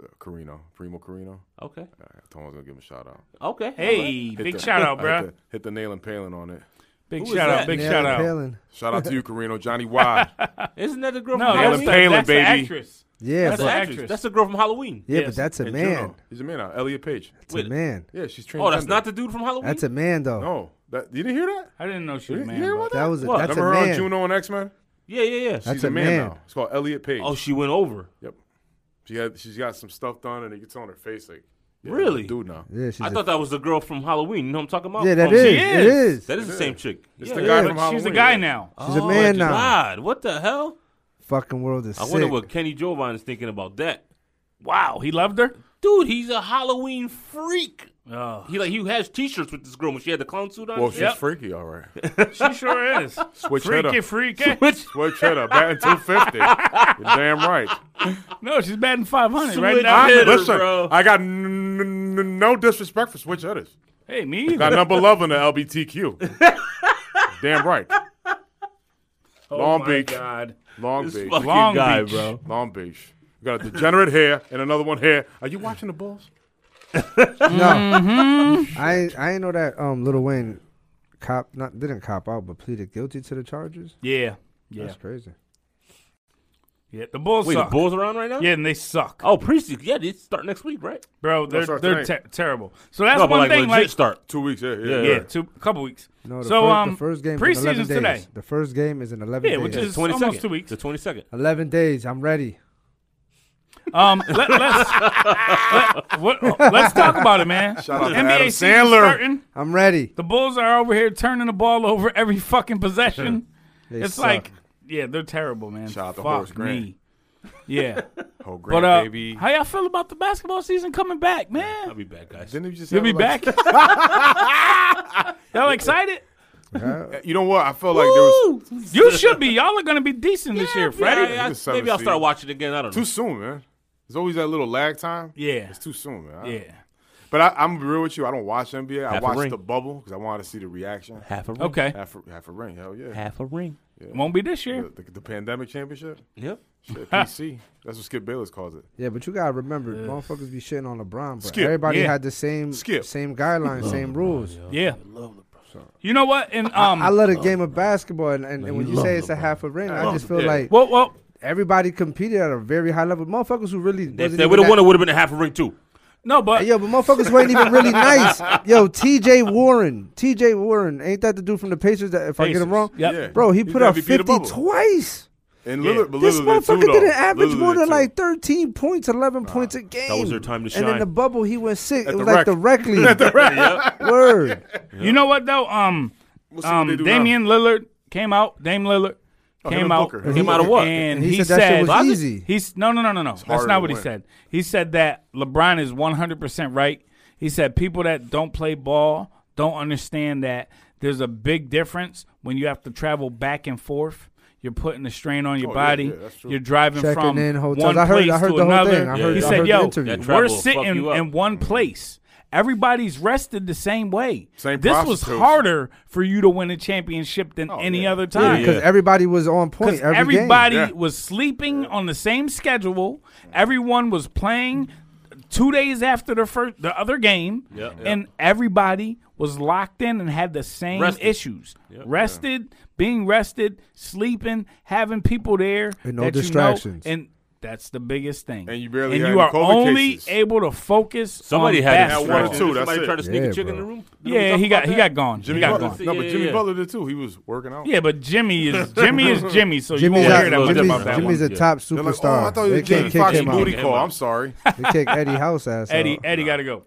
Speaker 3: uh, Carino, Primo Carino.
Speaker 2: Okay.
Speaker 3: All right, I told him I was gonna give him a shout out.
Speaker 2: Okay.
Speaker 1: Hey,
Speaker 3: Hit
Speaker 1: big
Speaker 3: the-
Speaker 1: shout out,
Speaker 3: I hit
Speaker 1: bro.
Speaker 3: the- Hit the Nayland Palin on it.
Speaker 1: Big
Speaker 2: Who is
Speaker 1: shout
Speaker 2: that?
Speaker 1: out, big
Speaker 4: Nailing
Speaker 1: shout out.
Speaker 4: Palin.
Speaker 3: Shout out to you, Carino, Johnny Wad.
Speaker 2: Isn't that the girl
Speaker 1: No,
Speaker 2: from
Speaker 1: that's
Speaker 3: Nailing
Speaker 1: the,
Speaker 3: Palin,
Speaker 2: Halloween?
Speaker 1: that's the
Speaker 3: baby.
Speaker 1: actress.
Speaker 4: Yeah,
Speaker 2: That's
Speaker 4: but,
Speaker 2: the
Speaker 1: an
Speaker 2: actress.
Speaker 1: actress.
Speaker 2: That's the girl from Halloween.
Speaker 4: yeah,
Speaker 1: yes,
Speaker 4: but that's a
Speaker 3: Hey,
Speaker 4: man.
Speaker 3: Juno. He's a man now. Elliot Page.
Speaker 4: That's
Speaker 2: Wait.
Speaker 4: a man.
Speaker 3: Yeah, she's transgender.
Speaker 2: Oh, that's not the dude from Halloween.
Speaker 4: That's a man though.
Speaker 3: No, that you didn't hear that.
Speaker 1: I didn't know she
Speaker 3: You didn't
Speaker 1: was a man.
Speaker 3: you hear
Speaker 1: bro.
Speaker 3: about
Speaker 4: That was a,
Speaker 2: What?
Speaker 4: that's a
Speaker 3: Remember her on
Speaker 4: man.
Speaker 3: Juno and X Men?
Speaker 2: yeah, yeah, yeah.
Speaker 4: That's
Speaker 3: She's
Speaker 4: a
Speaker 3: a man,
Speaker 4: man.
Speaker 3: now. It's called Elliot Page.
Speaker 2: oh, she went over.
Speaker 3: Yep. She had she's got some stuff done and it gets on her face like yeah,
Speaker 2: Really?
Speaker 3: dude now.
Speaker 4: Yeah, she's
Speaker 2: I
Speaker 4: a-
Speaker 2: thought that was the girl from Halloween. You know what I'm talking about?
Speaker 4: yeah, that
Speaker 2: Oh,
Speaker 4: is.
Speaker 2: she-
Speaker 4: It is.
Speaker 2: That is the same chick.
Speaker 3: It's
Speaker 2: Yeah.
Speaker 3: the guy
Speaker 4: Yeah.
Speaker 3: from
Speaker 1: But
Speaker 3: Halloween.
Speaker 1: she's a guy
Speaker 3: yeah.
Speaker 1: now.
Speaker 4: She's a man now.
Speaker 2: God, what the hell?
Speaker 4: Fucking world is
Speaker 2: I
Speaker 4: sick.
Speaker 2: wonder what Kenny Jovan is thinking about that. Wow,
Speaker 1: He loved her?
Speaker 2: dude, he's a Halloween freak.
Speaker 1: Oh,
Speaker 2: He like he has T-shirts with this girl when she had the clown suit on.
Speaker 3: Well, she's
Speaker 1: Yep.
Speaker 3: freaky, all right.
Speaker 1: she sure is.
Speaker 3: Switch head
Speaker 1: freaky,
Speaker 3: up.
Speaker 1: freaky.
Speaker 2: Which
Speaker 3: Switch head up. Batting 250. You're damn right.
Speaker 1: No, she's batting 500 right
Speaker 2: Switch
Speaker 1: now.
Speaker 2: hitter,
Speaker 3: Listen,
Speaker 2: bro.
Speaker 3: I got n- n- n- no disrespect for switch headers.
Speaker 1: Hey, me either.
Speaker 3: Got number 11 in the LBTQ. damn right. Long
Speaker 1: oh my
Speaker 3: Beach.
Speaker 1: God.
Speaker 3: Long
Speaker 2: this
Speaker 3: Beach.
Speaker 2: fucking
Speaker 1: Long
Speaker 2: guy,
Speaker 1: Beach.
Speaker 2: bro.
Speaker 3: Long Beach. We got a degenerate here and another one here. Are you watching the Bulls?
Speaker 4: No, I ain't- I ain't know that um Little Wayne cop not didn't cop out but pleaded guilty to the charges.
Speaker 1: Yeah. Yeah.
Speaker 4: That's crazy.
Speaker 1: Yeah. The Bulls
Speaker 2: Wait,
Speaker 1: suck.
Speaker 2: the Bulls are on right now.
Speaker 1: yeah, and they suck.
Speaker 2: Oh, preseason. Yeah, they start next week, right?
Speaker 1: Bro, they're,
Speaker 3: sorry,
Speaker 1: they're
Speaker 3: tonight.
Speaker 1: te- terrible. So that's
Speaker 2: no, but
Speaker 1: one
Speaker 2: like
Speaker 1: thing.
Speaker 2: legit
Speaker 1: Like,
Speaker 2: start.
Speaker 3: Two weeks. Yeah, yeah.
Speaker 1: yeah, two couple weeks.
Speaker 4: No, the,
Speaker 1: so
Speaker 4: first,
Speaker 1: um,
Speaker 4: the first game is in
Speaker 1: preseason's
Speaker 4: 11 days.
Speaker 1: today.
Speaker 4: The first game is in 11
Speaker 1: Yeah,
Speaker 4: days.
Speaker 1: which is
Speaker 2: Twenty
Speaker 1: almost
Speaker 2: second.
Speaker 1: two weeks.
Speaker 2: The twenty second.
Speaker 4: 11 days. I'm ready.
Speaker 1: Um, let, us let's talk about it, man.
Speaker 3: Shout out to
Speaker 1: NBA
Speaker 3: Adam
Speaker 1: season
Speaker 3: Sandler.
Speaker 1: starting.
Speaker 4: I'm ready.
Speaker 1: The Bulls are over here turning the ball over every fucking possession.
Speaker 4: They
Speaker 1: it's
Speaker 4: suck.
Speaker 1: like, yeah, they're terrible, man.
Speaker 3: Shout out to
Speaker 1: Fuck
Speaker 3: Horace Grant.
Speaker 1: me. Yeah,
Speaker 3: whole grand
Speaker 1: But uh,
Speaker 3: baby.
Speaker 1: how y'all feel about the basketball season coming back,
Speaker 2: I'll
Speaker 1: man?
Speaker 2: be back, guys.
Speaker 3: Didn't you just
Speaker 1: You'll be
Speaker 3: have, like-
Speaker 1: back. y'all excited?
Speaker 3: uh, You know what? I felt like there was
Speaker 1: You should be. Y'all are gonna be decent this year, Freddie.
Speaker 2: Yeah, I- I-
Speaker 3: He's a
Speaker 2: maybe I'll
Speaker 3: seven
Speaker 2: start
Speaker 3: seed.
Speaker 2: watching again. I don't know.
Speaker 3: too soon, man. There's always that little lag time.
Speaker 1: Yeah.
Speaker 3: It's too soon, man. I-
Speaker 1: Yeah.
Speaker 3: But I, I'm real with you. I don't watch NBA. I
Speaker 2: Half a
Speaker 3: watch
Speaker 2: ring.
Speaker 3: the bubble because I wanted to see the reaction.
Speaker 2: Half a ring.
Speaker 1: Okay.
Speaker 3: Half a, half a ring. Hell yeah.
Speaker 2: Half a ring.
Speaker 1: Won't be this year.
Speaker 3: The, the, the pandemic championship?
Speaker 2: Yep.
Speaker 3: Shit, PC. That's what Skip Bayless calls it.
Speaker 4: Yeah, but you gotta remember, motherfuckers be shitting on LeBron. But
Speaker 3: Skip,
Speaker 4: everybody
Speaker 1: yeah.
Speaker 4: had the same
Speaker 3: Skip.
Speaker 4: same guidelines, same rules.
Speaker 1: Yeah. You know what? And um,
Speaker 4: I
Speaker 3: Oh
Speaker 4: love the game of basketball, and, and, and when you say it's a half a ring, I just feel like
Speaker 1: well, well,
Speaker 4: everybody competed at a very high level. Motherfuckers who really
Speaker 2: If
Speaker 4: wasn't
Speaker 2: they
Speaker 4: even
Speaker 2: would have
Speaker 4: that-
Speaker 2: won, it would have been a half a ring too.
Speaker 1: no, but
Speaker 4: Yo, but motherfuckers weren't even really nice. Yo, T.J. Warren, T.J. Warren, ain't that the dude from the Pacers? That if I get him
Speaker 1: Pacers.
Speaker 4: wrong,
Speaker 1: Yep.
Speaker 3: Yeah.
Speaker 4: bro, he
Speaker 3: He's
Speaker 4: put
Speaker 3: the
Speaker 4: up
Speaker 3: MVP of the
Speaker 4: fifty
Speaker 3: bubble.
Speaker 4: twice.
Speaker 3: And Lillard, but
Speaker 4: This
Speaker 3: Lillard
Speaker 4: motherfucker
Speaker 3: did, too, though.
Speaker 4: didn't average
Speaker 3: Lillard
Speaker 4: more
Speaker 3: did,
Speaker 4: than
Speaker 3: too.
Speaker 4: like thirteen points, eleven points a game.
Speaker 2: was their time to
Speaker 4: And in
Speaker 2: shine.
Speaker 4: the bubble, he went six.
Speaker 3: At
Speaker 4: it was
Speaker 3: the
Speaker 4: like the rec league. Word.
Speaker 1: you know what though? Um,
Speaker 3: We'll see what
Speaker 1: um,
Speaker 3: they do
Speaker 1: Damian Lillard came out. Dame Lillard
Speaker 3: him
Speaker 1: came
Speaker 3: and
Speaker 1: out.
Speaker 3: Booker.
Speaker 1: and-
Speaker 2: Came out of what?
Speaker 1: And
Speaker 4: And
Speaker 1: he,
Speaker 4: he
Speaker 1: said,
Speaker 4: said that shit was easy.
Speaker 1: He's no, no, no, no, no. That's
Speaker 3: harder
Speaker 1: not
Speaker 3: to
Speaker 1: what he
Speaker 3: win.
Speaker 1: said. He said that LeBron is one hundred percent right. He said people that don't play ball don't understand that there's a big difference when you have to travel back and forth. You're putting the strain on your
Speaker 3: Oh, yeah,
Speaker 1: body.
Speaker 3: yeah, that's true.
Speaker 1: You're driving
Speaker 4: Checking
Speaker 1: from
Speaker 4: in hotels.
Speaker 1: one
Speaker 4: I heard- I
Speaker 1: place
Speaker 4: heard
Speaker 1: to
Speaker 4: the whole
Speaker 1: another.
Speaker 4: thing. I heard-
Speaker 1: he
Speaker 2: I
Speaker 1: said,
Speaker 2: heard the
Speaker 1: "Yo,
Speaker 4: interview. That
Speaker 2: travel
Speaker 1: we're
Speaker 2: will fuck
Speaker 1: sitting
Speaker 2: you up."
Speaker 1: in one place. Everybody's rested the same way.
Speaker 3: Same
Speaker 1: this
Speaker 3: process
Speaker 1: was
Speaker 3: to it.
Speaker 1: harder for you to win a championship than any
Speaker 3: yeah.
Speaker 1: other
Speaker 4: Yeah,
Speaker 1: time
Speaker 4: because everybody was on point.
Speaker 1: because
Speaker 4: Every game.
Speaker 1: everybody
Speaker 3: Yeah.
Speaker 1: was sleeping on the same schedule. Everyone was playing two days after the first the other game,
Speaker 2: Yep.
Speaker 1: and everybody was locked in and had the same
Speaker 2: Rested.
Speaker 1: issues: rested, being rested, sleeping, having people there
Speaker 4: And no
Speaker 1: that you know-
Speaker 4: distractions.
Speaker 1: and that's the biggest thing.
Speaker 3: And you barely
Speaker 1: and
Speaker 3: had
Speaker 1: you
Speaker 3: any
Speaker 1: are
Speaker 3: COVID
Speaker 1: only
Speaker 3: cases.
Speaker 1: able to focus.
Speaker 2: Somebody
Speaker 1: on
Speaker 2: had
Speaker 3: Now,
Speaker 2: a
Speaker 3: one
Speaker 1: basketball.
Speaker 3: or two, that's
Speaker 2: Somebody
Speaker 3: it.
Speaker 2: tried to sneak
Speaker 4: Yeah,
Speaker 2: a chick in
Speaker 4: bro.
Speaker 2: the room. Did we
Speaker 1: Yeah,
Speaker 2: talk
Speaker 1: he got
Speaker 2: about
Speaker 1: he
Speaker 2: that?
Speaker 1: got gone.
Speaker 3: Jimmy
Speaker 1: he got
Speaker 3: Butler.
Speaker 1: gone.
Speaker 3: No, but
Speaker 2: Yeah,
Speaker 3: Jimmy
Speaker 2: yeah.
Speaker 3: Butler did too. He was working out.
Speaker 1: Yeah, but Jimmy is Jimmy is Jimmy, so you
Speaker 4: Jimmy's,
Speaker 1: won't
Speaker 4: a-
Speaker 1: hear that much
Speaker 4: Jimmy's-
Speaker 1: about that
Speaker 4: Jimmy's
Speaker 1: one.
Speaker 4: a top
Speaker 3: They're like,
Speaker 4: superstar.
Speaker 3: oh, I thought you
Speaker 4: they
Speaker 3: was
Speaker 4: can't
Speaker 3: Jamie
Speaker 4: kick
Speaker 3: Foxx
Speaker 4: him out. Oh
Speaker 3: booty call. I'm sorry.
Speaker 4: They kicked Eddie House ass
Speaker 1: Eddie,
Speaker 4: out.
Speaker 1: Eddie got to go.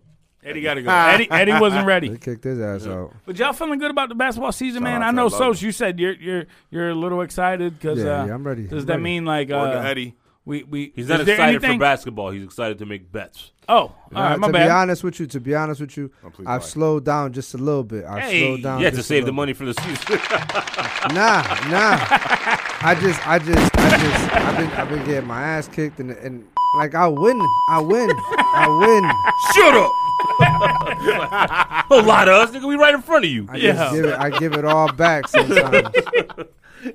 Speaker 1: Eddie got to go.
Speaker 2: Ah.
Speaker 1: Eddie, Eddie wasn't
Speaker 4: They
Speaker 1: ready.
Speaker 4: kicked his ass out.
Speaker 1: But y'all feeling good about the basketball season, man?
Speaker 3: out
Speaker 1: I
Speaker 3: to
Speaker 1: know,
Speaker 3: Lolo.
Speaker 1: Sos, you said you're you're you're a little excited because
Speaker 4: Yeah,
Speaker 1: uh,
Speaker 4: yeah, I'm ready.
Speaker 1: Does
Speaker 4: I'm
Speaker 1: that
Speaker 4: ready.
Speaker 1: mean like
Speaker 3: Or the
Speaker 1: uh,
Speaker 3: Eddie.
Speaker 1: we we?
Speaker 2: He's not
Speaker 1: is there
Speaker 2: excited
Speaker 1: anything?
Speaker 2: for basketball. He's excited to make bets.
Speaker 1: Oh, all right,
Speaker 4: Uh,
Speaker 1: my
Speaker 4: to
Speaker 1: bad.
Speaker 4: be honest with you, to be honest with you,
Speaker 3: Oh, please,
Speaker 4: I've
Speaker 3: why?
Speaker 4: slowed down just a little bit. I've
Speaker 1: Hey,
Speaker 4: slowed down.
Speaker 2: Yeah, to
Speaker 4: just a
Speaker 2: save the
Speaker 4: little
Speaker 2: money for the season.
Speaker 4: bit. Nah, nah. I just, I just, I just, I've been, I've been getting my ass kicked, and, and like I win, I win, I win.
Speaker 2: Shut up! Don't lie to us, nigga. We right in front of you.
Speaker 4: I
Speaker 2: yeah.
Speaker 4: just give it, I give it all back sometimes.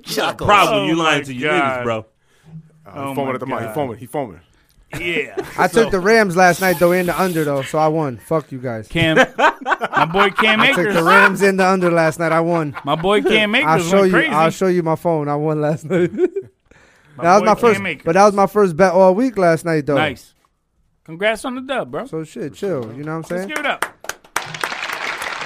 Speaker 2: Problem
Speaker 1: Oh
Speaker 2: you lying
Speaker 1: my
Speaker 2: to your
Speaker 1: God.
Speaker 2: niggas, bro.
Speaker 3: Uh,
Speaker 1: Oh
Speaker 3: he foaming
Speaker 1: my
Speaker 3: at the mic. He
Speaker 1: God.
Speaker 3: foaming. He foaming.
Speaker 1: yeah,
Speaker 4: I took the Rams last night though in the under though, so I won. Fuck you guys.
Speaker 1: Cam, my boy Cam
Speaker 4: took the
Speaker 1: Akers,
Speaker 4: Rams in the under last night. I won.
Speaker 1: my boy Cam Akers
Speaker 4: I'll show
Speaker 1: went
Speaker 4: you.
Speaker 1: crazy.
Speaker 4: I'll show you my phone. I won last night. that was
Speaker 1: boy
Speaker 4: my
Speaker 1: Cam
Speaker 4: first,
Speaker 1: Akers.
Speaker 4: but that was my first bet all week last night though.
Speaker 1: nice. Congrats on the dub, bro.
Speaker 4: So shit, chill. You know what I'm
Speaker 1: Let's
Speaker 4: saying?
Speaker 1: give it up.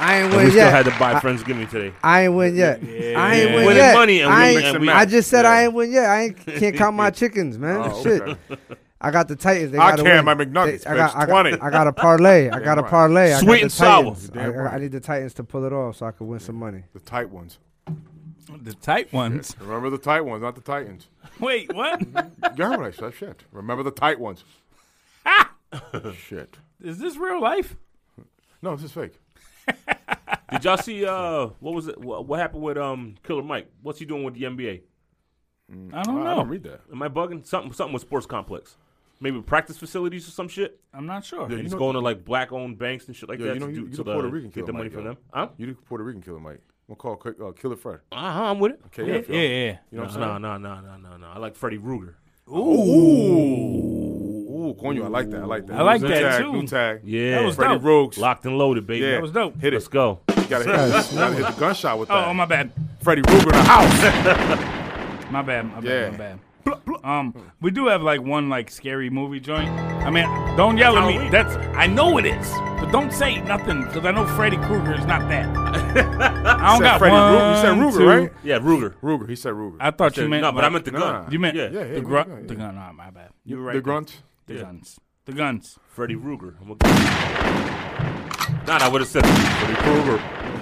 Speaker 4: I ain't
Speaker 2: We
Speaker 4: win
Speaker 2: still had
Speaker 4: yet.
Speaker 2: to buy Friendsgiving today.
Speaker 4: I ain't win yet. I ain't win
Speaker 2: Winning
Speaker 4: yet.
Speaker 2: money and we
Speaker 4: I, ain't-
Speaker 2: mix and match. Oh,
Speaker 4: I just said I ain't win yet. I ain't, can't count my chickens, man. shit. I got the Titans. They
Speaker 3: I
Speaker 4: gotta
Speaker 3: can,
Speaker 4: win.
Speaker 3: my McNuggets,
Speaker 4: I got,
Speaker 3: bitch.
Speaker 4: I,
Speaker 3: 20.
Speaker 4: got, I got a parlay. I got a
Speaker 3: right.
Speaker 4: parlay. I got
Speaker 2: Sweet
Speaker 4: the
Speaker 2: and sour.
Speaker 4: Titans. I,
Speaker 3: Damn right.
Speaker 4: I need the Titans to pull it off so I can win some money.
Speaker 3: The tight ones.
Speaker 1: The tight ones.
Speaker 3: Remember the tight ones, not the Titans.
Speaker 1: Wait, what?
Speaker 3: You heard what I said. Shit. Remember the tight ones. Shit.
Speaker 1: Is this real life?
Speaker 3: No, this is fake.
Speaker 2: Did y'all see uh what was it? What, what happened with um Killer Mike? What's he doing with the NBA?
Speaker 1: I don't
Speaker 3: I didn't
Speaker 1: know.
Speaker 3: read that.
Speaker 2: Am I bugging? Something something with sports complex. Maybe practice facilities or some shit.
Speaker 1: I'm not sure.
Speaker 2: And
Speaker 3: you
Speaker 2: he's
Speaker 3: know-
Speaker 2: going to like black owned banks and shit like
Speaker 3: Yeah,
Speaker 2: that
Speaker 3: you know,
Speaker 2: to,
Speaker 3: you-
Speaker 2: do,
Speaker 3: you
Speaker 2: to
Speaker 3: the
Speaker 2: the,
Speaker 3: Puerto Rican
Speaker 2: get
Speaker 3: Killer
Speaker 2: the money
Speaker 3: Mike,
Speaker 2: from
Speaker 3: yo.
Speaker 2: them. Huh?
Speaker 3: You the Puerto Rican killer, Mike. We'll call K- uh, Killer Fred.
Speaker 2: Uh-huh, I'm with it.
Speaker 3: KF, yo.
Speaker 1: Yeah, Uh-huh. yeah.
Speaker 3: You know what I'm
Speaker 2: No,
Speaker 3: saying?
Speaker 2: no, no, no, no, no. I like Freddy Ruger.
Speaker 3: Ooh, Konyo, I like that. I like that.
Speaker 1: I like
Speaker 3: New
Speaker 1: that,
Speaker 3: tag,
Speaker 1: too.
Speaker 3: New tag.
Speaker 2: Yeah.
Speaker 1: That was
Speaker 3: Freddie
Speaker 1: dope.
Speaker 3: Rogues.
Speaker 2: Locked and loaded, baby.
Speaker 3: Yeah.
Speaker 1: That was dope.
Speaker 3: Hit it.
Speaker 2: Let's go.
Speaker 3: Gotta hit, it. gotta hit the gunshot with that.
Speaker 1: Oh, my bad.
Speaker 3: Freddie Ruger in the house.
Speaker 1: My bad. My bad.
Speaker 3: Yeah.
Speaker 1: My bad. Um, we do have like one like scary movie joint. I mean, don't yell at me.
Speaker 2: Halloween.
Speaker 1: That's I know it is, but don't say nothing because I know Freddy Krueger is not that. I don't
Speaker 3: said
Speaker 1: got
Speaker 3: Freddy Ruger. You said
Speaker 1: one,
Speaker 3: Ruger,
Speaker 1: two-
Speaker 3: right?
Speaker 2: Yeah, Ruger.
Speaker 3: Ruger. He said Ruger.
Speaker 1: I thought you meant.
Speaker 2: no, but I
Speaker 1: like,
Speaker 2: meant the
Speaker 3: Nah.
Speaker 2: gun.
Speaker 1: You meant
Speaker 2: Yeah.
Speaker 3: Yeah, yeah,
Speaker 1: the
Speaker 3: yeah,
Speaker 1: grunt.
Speaker 3: yeah.
Speaker 1: The gun. Nah, my bad. You were right.
Speaker 3: the grunt.
Speaker 1: The guns. The guns.
Speaker 2: Freddie Ruger. I'm gonna- Not I would have said Would he prove or-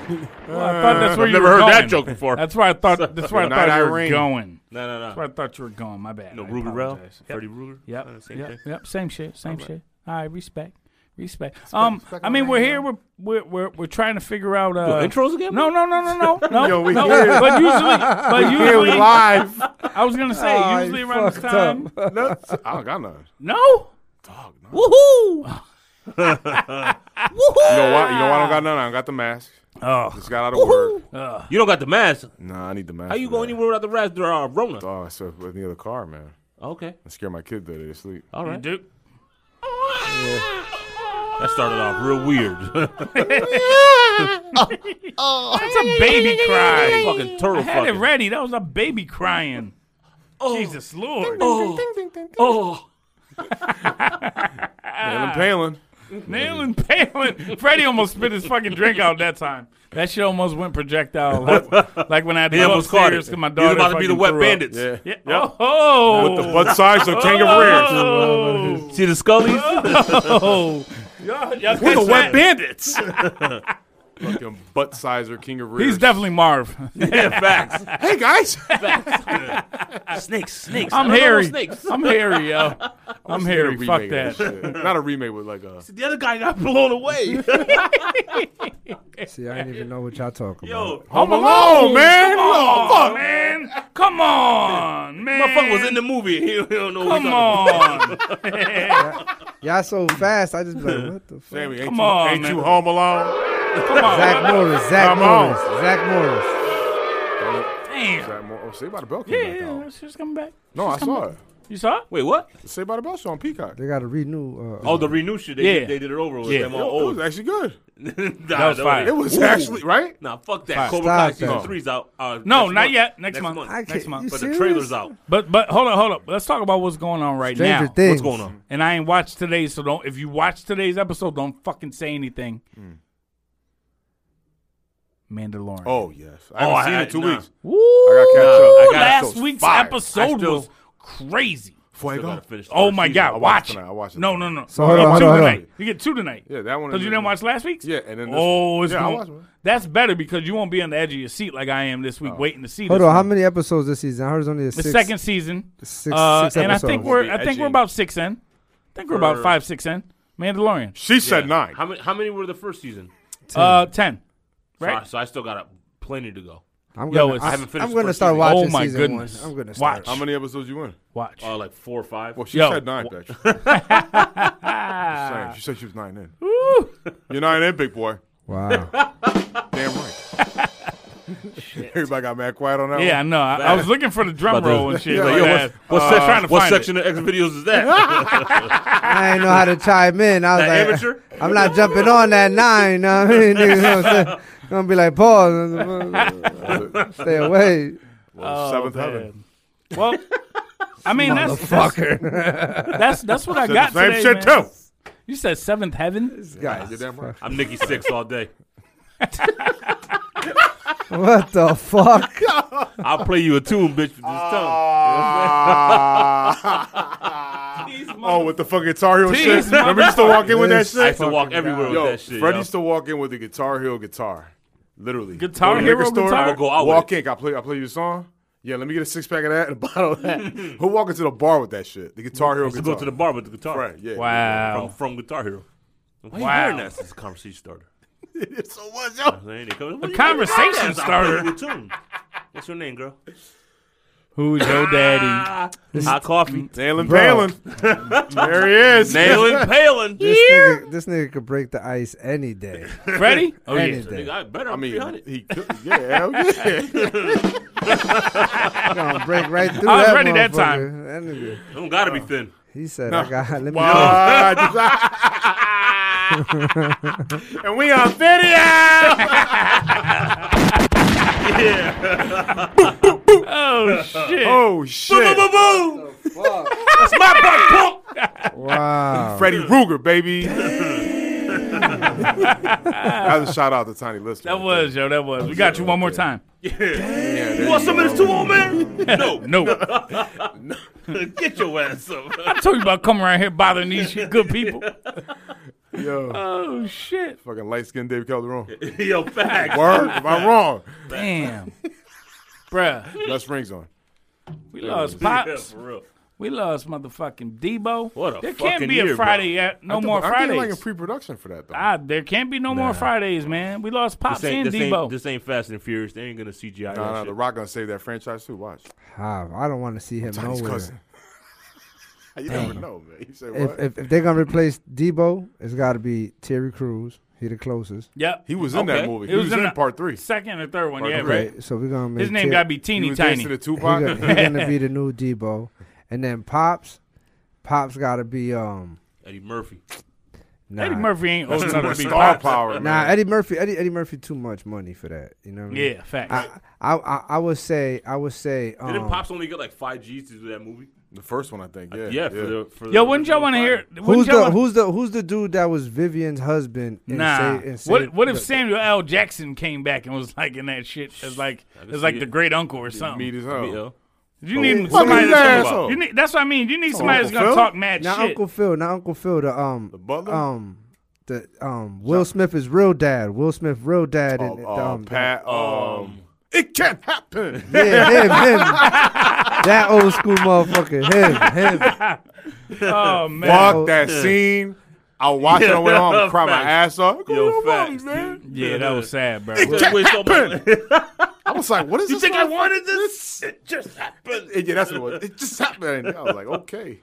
Speaker 1: Uh, Well, I thought that's where
Speaker 2: I've
Speaker 1: you
Speaker 2: never
Speaker 1: were
Speaker 2: heard that
Speaker 1: going.
Speaker 2: joke before.
Speaker 1: That's where I thought. That's where I
Speaker 3: Not
Speaker 1: thought you were
Speaker 3: Irene.
Speaker 1: going.
Speaker 2: No, no,
Speaker 1: That's
Speaker 2: no.
Speaker 1: where I thought you were going. My bad.
Speaker 2: No,
Speaker 1: I
Speaker 2: Ruger Rel,
Speaker 1: apologize. Yep.
Speaker 2: Freddie Ruger.
Speaker 1: Yep.
Speaker 2: Uh, same
Speaker 1: yep.
Speaker 2: thing.
Speaker 1: Yep. Same shit. Same shit. All right. Respect. Respect. um, I mean, we're here. We're, we're we're we're trying to figure out uh,
Speaker 2: intros again,
Speaker 1: No, no, no, no, no, no.
Speaker 3: Yo, we
Speaker 1: no.
Speaker 3: here.
Speaker 1: But usually, but
Speaker 3: Here
Speaker 1: usually,
Speaker 3: we live.
Speaker 1: I was gonna say
Speaker 4: Oh,
Speaker 1: usually
Speaker 4: you
Speaker 1: around this
Speaker 4: fucked up.
Speaker 1: time.
Speaker 3: Nuts. I don't got none.
Speaker 1: No. Woohoo!
Speaker 3: You know why? You know why I don't got none? I don't got the mask.
Speaker 1: Oh,
Speaker 3: Just got out of work.
Speaker 2: You don't got the mask.
Speaker 3: Nah, I need the mask.
Speaker 2: How you
Speaker 3: for
Speaker 2: go
Speaker 3: that.
Speaker 2: anywhere without the mask? There are Rona.
Speaker 3: Oh, I said with the other car, man.
Speaker 2: Okay.
Speaker 3: I scared my kid the other day to sleep.
Speaker 2: All
Speaker 1: you
Speaker 2: right.
Speaker 1: do.
Speaker 2: That started off real weird.
Speaker 1: That's a baby cry.
Speaker 2: fucking turtle
Speaker 1: had it
Speaker 2: fucking.
Speaker 1: ready. That was a baby crying. Jesus Lord.
Speaker 2: oh.
Speaker 3: Alan Palin.
Speaker 1: Nail and Palin. Freddie almost spit his fucking drink out that time. That shit almost went projectile. Like, like when I had to
Speaker 2: He
Speaker 1: go
Speaker 2: almost caught it.
Speaker 1: upstairs
Speaker 2: He
Speaker 1: 'cause my
Speaker 2: was
Speaker 1: daughter
Speaker 2: about to be the
Speaker 1: fucking
Speaker 2: wet
Speaker 1: threw up.
Speaker 2: bandits.
Speaker 3: Yeah.
Speaker 1: Yeah. Oh.
Speaker 3: With the butt size of kangaroos.
Speaker 1: Oh.
Speaker 2: See the Scullies?
Speaker 1: Oh. Y'all- y'all
Speaker 2: We're the
Speaker 1: catch
Speaker 2: wet
Speaker 1: that?
Speaker 2: bandits.
Speaker 3: Fucking butt sizer kangaroos.
Speaker 1: He's definitely Marv.
Speaker 2: yeah, facts.
Speaker 3: Hey guys.
Speaker 2: Snakes, snakes.
Speaker 1: I'm
Speaker 2: I don't know
Speaker 1: hairy.
Speaker 2: Snakes.
Speaker 1: I'm hairy, yo. I'm hairy. Fuck
Speaker 3: Remake of
Speaker 1: that.
Speaker 3: shit. Not a remake with like a.
Speaker 2: The other guy got blown away.
Speaker 4: See, I didn't even know what y'all talking about.
Speaker 2: Yo,
Speaker 1: Home
Speaker 3: Alone, man.
Speaker 1: Come on,
Speaker 3: Oh, fuck.
Speaker 1: man. Come on, man.
Speaker 2: motherfucker was in the movie. He don't know. what
Speaker 1: Come
Speaker 2: he's talking
Speaker 1: on.
Speaker 4: Y'all so fast, I just be like, what the fuck?
Speaker 3: Sammy, ain't
Speaker 1: Come
Speaker 3: you,
Speaker 1: on,
Speaker 3: ain't
Speaker 1: man.
Speaker 3: you home alone?
Speaker 1: Come on.
Speaker 4: Zach Morris, Zach
Speaker 3: Come on.
Speaker 4: Morris, Zach Morris.
Speaker 3: Is
Speaker 1: Damn.
Speaker 3: that more- oh, Saved by the Bell came
Speaker 1: Yeah,
Speaker 3: back
Speaker 1: yeah,
Speaker 3: out.
Speaker 1: she's coming back.
Speaker 3: No, I saw it.
Speaker 1: You saw it?
Speaker 2: Wait, what?
Speaker 3: Saved by the Bell show on Peacock.
Speaker 4: They got to renew. Uh,
Speaker 2: Oh, the renew shit. They,
Speaker 1: Yeah.
Speaker 2: did, they did it over with
Speaker 1: Yeah.
Speaker 2: them
Speaker 3: It
Speaker 2: all
Speaker 3: was
Speaker 2: old.
Speaker 3: actually good.
Speaker 2: Nah,
Speaker 1: was
Speaker 2: no,
Speaker 1: fire.
Speaker 3: It was
Speaker 2: Ooh.
Speaker 3: actually right.
Speaker 2: Nah, fuck that. Cobra
Speaker 4: Stop
Speaker 2: Kai season
Speaker 4: that.
Speaker 2: three's out. Uh,
Speaker 1: No, not
Speaker 2: next month.
Speaker 1: yet. Next month.
Speaker 4: I can't-
Speaker 2: Next month.
Speaker 4: you
Speaker 2: But the
Speaker 4: serious?
Speaker 2: trailer's out.
Speaker 1: But but hold up, hold up. Let's talk about what's going on right
Speaker 4: Stranger
Speaker 1: now.
Speaker 4: Things.
Speaker 2: What's going on?
Speaker 1: And I ain't watched today's, so don't. If you watch today's episode, don't fucking say anything. Mandalorian.
Speaker 3: Oh yes, I haven't
Speaker 2: Oh, I-
Speaker 3: seen it
Speaker 2: I-
Speaker 3: in two
Speaker 2: nah.
Speaker 3: weeks.
Speaker 1: Woo!
Speaker 3: I gotta catch up.
Speaker 1: Last
Speaker 3: Episode's
Speaker 1: week's
Speaker 3: fire.
Speaker 1: episode
Speaker 2: I still-
Speaker 1: was crazy.
Speaker 2: Still gotta finish the
Speaker 1: Oh
Speaker 2: first
Speaker 1: my
Speaker 2: season.
Speaker 1: god,
Speaker 3: watched
Speaker 1: watch
Speaker 3: tonight.
Speaker 1: it.
Speaker 3: I watched it
Speaker 1: no, no,
Speaker 3: tonight.
Speaker 1: no.
Speaker 4: So hold
Speaker 1: you get
Speaker 4: on, hold
Speaker 1: two
Speaker 4: on, hold on.
Speaker 1: tonight. You get two tonight.
Speaker 3: Yeah, that one.
Speaker 1: Because you didn't watch last week's?
Speaker 3: Yeah, and then this
Speaker 1: Oh,
Speaker 3: one.
Speaker 1: it's
Speaker 3: Yeah, I
Speaker 1: going-
Speaker 3: watched one.
Speaker 1: That's better because you won't be on the edge of your seat like I am this
Speaker 3: Oh.
Speaker 1: week, waiting to see.
Speaker 4: Hold
Speaker 1: this
Speaker 4: on, how
Speaker 1: one.
Speaker 4: many episodes this season? I heard it's only a
Speaker 1: The
Speaker 4: six.
Speaker 1: second season.
Speaker 4: six-
Speaker 1: uh,
Speaker 4: six
Speaker 1: and I
Speaker 4: episodes.
Speaker 1: think we're
Speaker 3: Be
Speaker 1: I think
Speaker 3: edging.
Speaker 1: we're about six in. I think we're about
Speaker 2: For-
Speaker 1: five six in. Mandalorian.
Speaker 3: She said nine.
Speaker 2: How many? How many were the first season?
Speaker 1: Uh, ten.
Speaker 2: Right.
Speaker 1: Right.
Speaker 2: So I still got a plenty to go.
Speaker 4: I'm
Speaker 1: Yo,
Speaker 4: gonna,
Speaker 1: it's-
Speaker 4: I
Speaker 1: I
Speaker 2: haven't finished
Speaker 4: I'm
Speaker 2: the
Speaker 4: gonna
Speaker 2: first
Speaker 4: start
Speaker 2: season.
Speaker 4: watching
Speaker 1: oh my
Speaker 4: season
Speaker 1: goodness.
Speaker 4: one. I'm gonna start.
Speaker 1: watch.
Speaker 3: How many episodes you in?
Speaker 1: Watch.
Speaker 2: Uh, like four or five.
Speaker 3: Well, she
Speaker 1: Yo.
Speaker 3: said nine, Patrick. Just saying. She said she was nine in. You're nine in, big boy.
Speaker 4: Wow.
Speaker 3: Damn right. Everybody got mad quiet on that
Speaker 1: yeah, I
Speaker 3: one.
Speaker 1: know. I, I was looking for the drum
Speaker 2: About
Speaker 1: roll
Speaker 2: the-
Speaker 1: and shit.
Speaker 2: Yeah,
Speaker 1: like
Speaker 2: yo,
Speaker 1: that.
Speaker 2: What,
Speaker 1: Uh,
Speaker 2: sec-
Speaker 1: trying to
Speaker 2: what
Speaker 1: find
Speaker 2: section of X videos is that?
Speaker 4: I didn't know how to chime in. I was
Speaker 2: That
Speaker 4: like,
Speaker 2: amateur?
Speaker 4: I'm not jumping on that nine. You know what I mean? You know what I'm saying? gonna be like, pause. Stay away.
Speaker 3: Well,
Speaker 1: Oh,
Speaker 3: seventh heaven.
Speaker 1: it. Well, I mean that's that's, that's that's what I
Speaker 3: Said
Speaker 1: got
Speaker 3: the same
Speaker 1: today,
Speaker 3: shit
Speaker 1: man.
Speaker 3: too.
Speaker 1: You said seventh heaven.
Speaker 4: Guys,
Speaker 3: You're damn right.
Speaker 2: I'm Nikki Six all day.
Speaker 4: what the fuck?
Speaker 2: I'll play you a tune, bitch, with this
Speaker 3: Ah,
Speaker 2: tongue.
Speaker 3: oh, with the fucking Tar Heel shit.
Speaker 1: These
Speaker 3: Remember, you used to walk in with that
Speaker 4: This
Speaker 2: I
Speaker 3: shit.
Speaker 2: used to walk
Speaker 4: fucking
Speaker 2: everywhere
Speaker 4: guy.
Speaker 3: Yo,
Speaker 2: with that shit.
Speaker 3: Fred
Speaker 2: yo.
Speaker 3: used to walk in with the Guitar Hero guitar. Literally.
Speaker 1: Guitar
Speaker 3: Go to the
Speaker 1: Hero
Speaker 3: liquor store,
Speaker 1: guitar?
Speaker 2: I'll go out with
Speaker 3: walk
Speaker 2: it.
Speaker 3: in. Can I play, I play you a song? Yeah, let me get a six pack of that and a bottle of that. Who walk into the bar with that shit? The Guitar Hero
Speaker 2: used to
Speaker 3: guitar.
Speaker 2: go to the bar with the guitar.
Speaker 3: Right, yeah.
Speaker 2: From,
Speaker 1: Wow.
Speaker 2: from Guitar Hero. Why
Speaker 1: Wow.
Speaker 2: you wearing that? It's a conversation starter.
Speaker 3: It's so much, yo.
Speaker 2: A
Speaker 1: conversation starter.
Speaker 2: tune. What's your name, girl?
Speaker 1: Who's your daddy?
Speaker 2: Ah, hot coffee.
Speaker 3: Nailing
Speaker 4: Bro.
Speaker 3: Palin. there he is.
Speaker 2: Nailing Palin.
Speaker 4: This nigga, this nigga could break the ice any day.
Speaker 1: Freddie?
Speaker 2: Oh,
Speaker 4: any
Speaker 2: yeah.
Speaker 4: day.
Speaker 2: Nigga, I better
Speaker 3: I mean,
Speaker 2: 300.
Speaker 3: he could. Yeah, hell yeah.
Speaker 4: He gonna break right through
Speaker 1: I was
Speaker 4: that
Speaker 1: ready that
Speaker 4: motherfucker.
Speaker 1: time.
Speaker 4: That nigga,
Speaker 2: I don't gotta be thin.
Speaker 4: he said, I got, let me know.
Speaker 3: What? and we on video.
Speaker 1: Oh shit.
Speaker 3: Oh shit!
Speaker 2: Boom! That's my buck, punk.
Speaker 4: Wow.
Speaker 3: Freddy Ruger, baby. That's a shout out to Tiny Lister.
Speaker 1: That was yo, that was. We got you one more time.
Speaker 2: You want some of this too, old man? No.
Speaker 1: No.
Speaker 2: Get your ass up.
Speaker 1: I told you about coming around here bothering these shit- good people.
Speaker 3: Yo,
Speaker 1: Oh shit!
Speaker 3: fucking light skinned Dave Calderon. Word?
Speaker 2: Yo, facts.
Speaker 3: Am I wrong?
Speaker 1: Damn, bruh,
Speaker 3: Less rings on.
Speaker 1: we lost
Speaker 2: Yeah,
Speaker 1: pops.
Speaker 2: for real.
Speaker 1: We lost motherfucking Debo.
Speaker 2: What a
Speaker 1: there
Speaker 2: fucking
Speaker 1: can't be
Speaker 2: year,
Speaker 1: a
Speaker 2: bro.
Speaker 1: Friday yet. No
Speaker 3: I think-
Speaker 1: more
Speaker 3: I think
Speaker 1: Fridays.
Speaker 3: they're, like in pre production for that, though.
Speaker 1: Ah, there can't be no more Fridays, man. We lost pops
Speaker 2: This ain't,
Speaker 1: and
Speaker 2: this,
Speaker 1: Debo.
Speaker 2: ain't, this ain't Fast and Furious. They ain't gonna
Speaker 3: nah,
Speaker 2: CGI
Speaker 3: nah,
Speaker 2: that
Speaker 3: The
Speaker 2: shit.
Speaker 3: Rock gonna save that franchise too. Watch.
Speaker 4: Ah, I don't want to see him
Speaker 3: Johnny's
Speaker 4: nowhere.
Speaker 3: cousin. you never know, man. You say
Speaker 4: If,
Speaker 3: what?
Speaker 4: if if they're gonna replace Debo, it's got to be Terry Crews. He the closest.
Speaker 1: yep.
Speaker 3: he was in that
Speaker 2: Okay.
Speaker 3: movie.
Speaker 1: It
Speaker 3: He was, in,
Speaker 1: the-
Speaker 3: part three.
Speaker 1: Second or third one,
Speaker 3: Part
Speaker 1: yeah,
Speaker 3: three.
Speaker 1: right.
Speaker 4: So we're gonna make
Speaker 1: His name
Speaker 4: Ter-
Speaker 1: got to be
Speaker 3: He
Speaker 1: Teeny
Speaker 3: was
Speaker 1: Tiny.
Speaker 3: dancing to
Speaker 4: He gonna,
Speaker 3: Tupac.
Speaker 4: he gonna be the new Debo, and then Pops, Pops gotta be um.
Speaker 2: Eddie Murphy.
Speaker 4: Nah,
Speaker 1: Eddie Murphy ain't old
Speaker 3: That's too
Speaker 1: enough to
Speaker 3: much
Speaker 1: be
Speaker 3: star
Speaker 1: pops.
Speaker 3: power,
Speaker 4: Nah,
Speaker 3: man.
Speaker 4: Eddie Murphy. Eddie Eddie Murphy too much money for that. You know. What I mean?
Speaker 1: Yeah, facts.
Speaker 4: I, I I would say I would say um,
Speaker 2: Didn't Pops only get like five G's to do that movie?
Speaker 3: The first one, I think. Yeah.
Speaker 2: Yeah, for the for the
Speaker 1: Yo, wouldn't y'all
Speaker 2: original
Speaker 1: want to hear?
Speaker 2: Friday.
Speaker 1: wouldn't
Speaker 4: um, who's
Speaker 1: y'all
Speaker 4: the
Speaker 1: wanna-
Speaker 4: who's the who's the dude that was Vivian's husband? And
Speaker 1: Nah.
Speaker 4: say- and say-
Speaker 1: what What if Samuel L. Jackson came back and was like in that shit as like as like
Speaker 2: see
Speaker 1: the
Speaker 2: it.
Speaker 1: great uncle or
Speaker 3: Meat
Speaker 1: something?
Speaker 3: as hell.
Speaker 2: You know?
Speaker 1: You need
Speaker 3: Fuck
Speaker 1: somebody
Speaker 3: his
Speaker 1: that's
Speaker 3: asshole.
Speaker 1: gonna, you need, That's what I mean. You need somebody that's
Speaker 3: Uncle
Speaker 1: gonna
Speaker 3: Phil?
Speaker 1: talk mad
Speaker 4: Now
Speaker 1: shit.
Speaker 4: Uncle Phil. Now Uncle Phil. The um
Speaker 3: The butler?
Speaker 4: um the um Will Smith is real dad. Will Smith real dad. and,
Speaker 3: Oh,
Speaker 4: the,
Speaker 3: uh,
Speaker 4: um,
Speaker 3: Pat. Um, it can't happen.
Speaker 4: Yeah, him, him. that old school motherfucker. Him, him.
Speaker 1: oh man.
Speaker 3: Fuck that scene. I watched it. I went home, and cried my ass off.
Speaker 2: Yo,
Speaker 3: Yo,
Speaker 2: facts,
Speaker 3: man.
Speaker 2: dude.
Speaker 1: Yeah, that was sad, bro.
Speaker 2: It just went so much-
Speaker 3: I was like, what is
Speaker 2: You
Speaker 3: this?
Speaker 2: think I
Speaker 3: motherfucker?
Speaker 2: wanted this? It just happened.
Speaker 3: Yeah, that's what it was. It just happened. I was like, okay.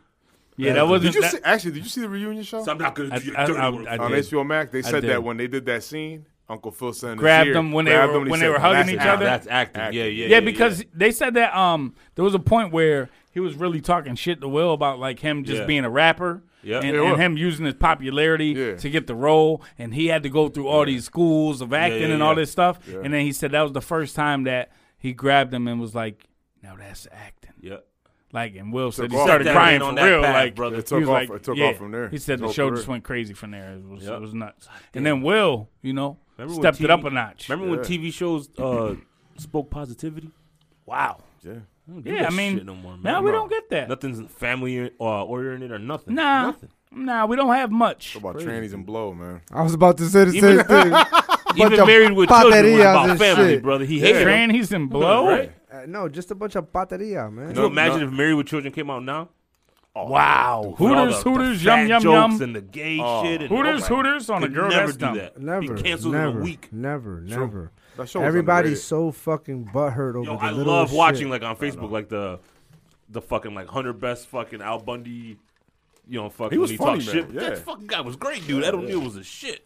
Speaker 1: Yeah, that wasn't.
Speaker 3: Did you
Speaker 1: that-
Speaker 3: see, actually, did you see the reunion show?
Speaker 2: So I'm not gonna
Speaker 1: I-
Speaker 2: do your
Speaker 1: I-
Speaker 2: dirty
Speaker 1: I-
Speaker 2: work.
Speaker 1: I
Speaker 3: on
Speaker 1: did.
Speaker 3: HBO Max, they
Speaker 1: I
Speaker 3: said
Speaker 1: did.
Speaker 3: that when they did that scene, Uncle Phil said
Speaker 1: Grabbed them when they were- when they were hugging each other?
Speaker 2: That's acting.
Speaker 3: Acting.
Speaker 2: Yeah, yeah,
Speaker 1: yeah, because they said that um there was a point where he was really talking shit to Will about like him just
Speaker 2: Yeah.
Speaker 1: being a rapper
Speaker 2: Yeah.
Speaker 1: and,
Speaker 2: Yeah,
Speaker 1: and
Speaker 3: what?
Speaker 1: him using his popularity
Speaker 3: Yeah.
Speaker 1: to get the role and he had to go through all these schools of acting
Speaker 2: yeah,
Speaker 1: and all
Speaker 2: yeah.
Speaker 1: this stuff and then he said that was the first time that he grabbed him and was like now that's acting
Speaker 2: yeah.
Speaker 1: like and Will said he
Speaker 3: off.
Speaker 1: started
Speaker 3: That
Speaker 1: crying
Speaker 2: went
Speaker 1: for
Speaker 2: on that
Speaker 1: real
Speaker 2: path,
Speaker 1: like
Speaker 2: brother.
Speaker 1: he
Speaker 2: It
Speaker 3: took
Speaker 1: was
Speaker 3: off-
Speaker 1: like,
Speaker 3: it took
Speaker 1: yeah.
Speaker 3: off from there.
Speaker 1: he said the
Speaker 3: His
Speaker 1: show
Speaker 3: whole
Speaker 1: just
Speaker 3: career.
Speaker 1: went crazy from there it was,
Speaker 2: Yeah.
Speaker 1: it was nuts and then Will you know stepped it up a notch
Speaker 2: Remember when TV shows uh, spoke positivity?
Speaker 1: wow
Speaker 3: Yeah.
Speaker 1: yeah I mean
Speaker 2: no more, man.
Speaker 1: now we don't get that
Speaker 2: Nothing's family uh, oriented or nothing.
Speaker 1: Nah,
Speaker 2: Nothing.
Speaker 1: nah, we don't have much.
Speaker 3: About trannies and blow, man.
Speaker 4: I was about to say the same thing.
Speaker 2: Even married with
Speaker 4: paterias
Speaker 2: children was about
Speaker 4: and
Speaker 2: family,
Speaker 4: shit.
Speaker 2: brother. He hated them.
Speaker 1: Trannies and blow.
Speaker 2: Right?
Speaker 4: Uh, no, just a bunch of pateria, man.
Speaker 2: Could you imagine if Married with Children came out now?
Speaker 1: Wow,
Speaker 2: With all
Speaker 1: Hooters,
Speaker 2: the- the
Speaker 1: Hooters,
Speaker 2: fat
Speaker 1: yum yum
Speaker 2: jokes
Speaker 1: yum.
Speaker 2: and the gay shit. And
Speaker 1: Hooters,
Speaker 2: oh my-
Speaker 1: Hooters on a
Speaker 2: Could
Speaker 1: girl
Speaker 2: never
Speaker 1: that's
Speaker 2: do
Speaker 1: dumb.
Speaker 2: that.
Speaker 4: Never,
Speaker 2: Be canceled
Speaker 4: never,
Speaker 2: in a week.
Speaker 4: Never, never.
Speaker 3: That show was underrated.
Speaker 4: Everybody's so fucking butthurt over
Speaker 2: Yo,
Speaker 4: the
Speaker 2: I
Speaker 4: little
Speaker 2: love
Speaker 4: shit.
Speaker 2: watching like on Facebook like the the fucking like hundred best fucking Al Bundy. You know, fucking
Speaker 3: He was
Speaker 2: when he
Speaker 3: funny,
Speaker 2: talked
Speaker 3: man.
Speaker 2: shit.
Speaker 3: Yeah.
Speaker 2: That fucking guy was great, dude. Ed O'Neill was a shit.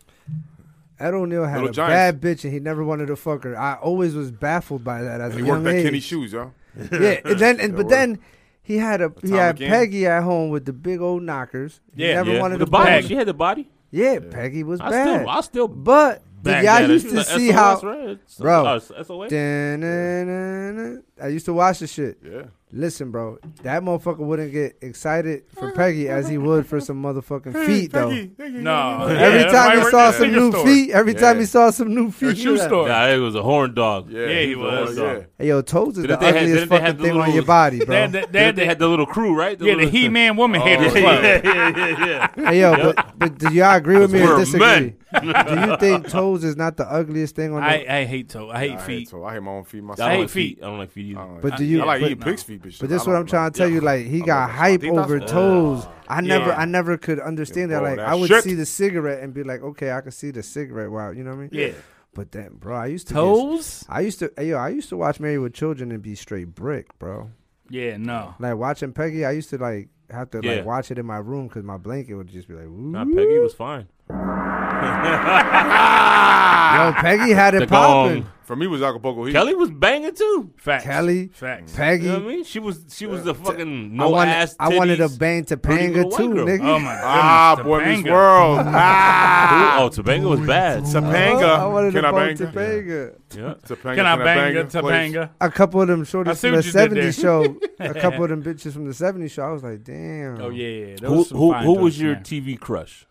Speaker 4: Ed O'Neill had
Speaker 3: Little
Speaker 4: a
Speaker 3: Giants.
Speaker 4: bad bitch and he never wanted to fuck her. I always was baffled by that as
Speaker 3: He
Speaker 4: a
Speaker 3: worked
Speaker 4: young
Speaker 3: that
Speaker 4: age.
Speaker 3: Kenny shoes, yo.
Speaker 4: Yeah, and then and,
Speaker 3: That
Speaker 4: but
Speaker 3: worked.
Speaker 4: then he had a he
Speaker 3: Atomic
Speaker 4: had
Speaker 3: Gang.
Speaker 4: Peggy at home with the big old knockers. He
Speaker 1: Yeah,
Speaker 4: never
Speaker 1: yeah.
Speaker 4: wanted
Speaker 2: the
Speaker 4: to
Speaker 2: body.
Speaker 4: fuck.
Speaker 1: bag.
Speaker 2: She had the body.
Speaker 4: Yeah, Peggy was
Speaker 2: I
Speaker 4: bad.
Speaker 2: still, I still.
Speaker 4: but
Speaker 2: bagged
Speaker 4: did y'all
Speaker 2: that.
Speaker 4: used
Speaker 2: She
Speaker 4: to
Speaker 2: was a
Speaker 4: see
Speaker 2: SOS
Speaker 4: how
Speaker 2: red. So-
Speaker 4: Bro.
Speaker 2: uh, SOS.
Speaker 4: Da-na-na-na. I used to watch the shit.
Speaker 3: Yeah.
Speaker 4: Listen, bro, that motherfucker wouldn't get excited
Speaker 1: Uh-huh.
Speaker 4: for Peggy as he would for some motherfucking feet, though.
Speaker 1: No,
Speaker 4: Every
Speaker 1: yeah, everybody
Speaker 4: time he
Speaker 1: worked
Speaker 4: saw
Speaker 1: at
Speaker 4: some
Speaker 1: the
Speaker 4: new
Speaker 1: store.
Speaker 4: feet, every time he saw some new
Speaker 1: Or
Speaker 4: feet,
Speaker 1: shoe
Speaker 4: yeah.
Speaker 1: store.
Speaker 2: Nah, it was a horn dog.
Speaker 3: Yeah,
Speaker 1: Yeah, he
Speaker 3: a-
Speaker 1: was. uh,
Speaker 3: Yeah.
Speaker 4: Hey, yo, toes is
Speaker 2: Didn't
Speaker 4: the
Speaker 2: they had-
Speaker 4: ugliest
Speaker 2: didn't they
Speaker 4: fucking
Speaker 2: had the
Speaker 4: thing on
Speaker 2: little-
Speaker 4: your body,
Speaker 1: They
Speaker 4: bro.
Speaker 1: had, the, they
Speaker 2: They
Speaker 1: had
Speaker 2: had,
Speaker 1: the,
Speaker 2: the little crew, right?
Speaker 1: yeah, the
Speaker 2: little-
Speaker 1: He Man Woman haters club.
Speaker 2: yeah, yeah, yeah, yeah.
Speaker 4: Hey, yo, but, but do y'all agree with me or
Speaker 2: We're
Speaker 4: disagree? do you think toes is not the ugliest thing on the
Speaker 1: I, I hate toe. I
Speaker 3: I
Speaker 1: hate
Speaker 3: hate,
Speaker 1: feet.
Speaker 3: so I hate my own feet myself.
Speaker 2: I don't
Speaker 1: hate
Speaker 2: like feet.
Speaker 1: feet.
Speaker 2: I don't like feet either.
Speaker 3: I don't like
Speaker 4: But
Speaker 3: feet.
Speaker 4: do you-
Speaker 3: I like
Speaker 4: but-
Speaker 3: eating pig's feet, but, shit,
Speaker 4: But this
Speaker 3: I
Speaker 4: what
Speaker 3: don't
Speaker 4: I'm trying
Speaker 3: like-
Speaker 4: to tell you.
Speaker 3: Yeah.
Speaker 4: Like he
Speaker 3: I
Speaker 4: got
Speaker 3: love it.
Speaker 4: hype
Speaker 3: I think that's
Speaker 4: over
Speaker 3: what-
Speaker 4: toes. I never,
Speaker 1: Yeah.
Speaker 4: I never could understand
Speaker 3: Yeah,
Speaker 4: that.
Speaker 3: bro,
Speaker 4: Like
Speaker 3: that
Speaker 4: I would
Speaker 3: shit.
Speaker 4: see the cigarette and be like, okay, I could see the cigarette. Wow, you know what I mean?
Speaker 1: Yeah.
Speaker 4: But then, bro, I used to get-
Speaker 1: Toes?
Speaker 4: I used to, yo, I used to watch Married with Children and be straight brick, bro.
Speaker 1: Yeah, no.
Speaker 4: Like watching Peggy, I used to like have to
Speaker 2: Yeah.
Speaker 4: like watch it in my room because my blanket would just be like, Ooh.
Speaker 2: Nah, Peggy was fine.
Speaker 4: yo, Peggy had
Speaker 2: The gong.
Speaker 4: it popping.
Speaker 3: For me, it was Acapulco Heat.
Speaker 2: Kelly was banging too.
Speaker 1: Facts.
Speaker 4: Kelly,
Speaker 1: Facts.
Speaker 4: Peggy.
Speaker 2: You know what I mean? She was she was the fucking
Speaker 4: I
Speaker 2: no
Speaker 4: wanted,
Speaker 2: ass.
Speaker 4: I wanted a
Speaker 2: titties.
Speaker 4: bang to
Speaker 2: pretty
Speaker 4: panga
Speaker 2: little white
Speaker 4: too,
Speaker 2: girl.
Speaker 4: nigga.
Speaker 1: Oh, my goodness.
Speaker 3: Ah, boy, Miss
Speaker 1: Topanga.
Speaker 3: World. Ah,
Speaker 2: Oh, Topanga was bad.
Speaker 3: Topanga.
Speaker 4: I wanted
Speaker 3: Can
Speaker 4: a
Speaker 3: I
Speaker 4: bang
Speaker 3: bang?
Speaker 4: to
Speaker 3: her?
Speaker 4: panga.
Speaker 2: Yeah.
Speaker 3: Topanga,
Speaker 1: Can I bang a
Speaker 3: her, please?
Speaker 1: Topanga?
Speaker 4: a couple of them shorties
Speaker 1: see
Speaker 4: from the
Speaker 1: what you did there.
Speaker 4: '70s show, a couple of them bitches from the '70s show. I was like, damn.
Speaker 1: Oh, yeah, yeah. there
Speaker 2: Who
Speaker 1: was some
Speaker 2: who,
Speaker 1: fine
Speaker 2: who
Speaker 1: dudes
Speaker 2: was your
Speaker 1: in
Speaker 2: TV crush?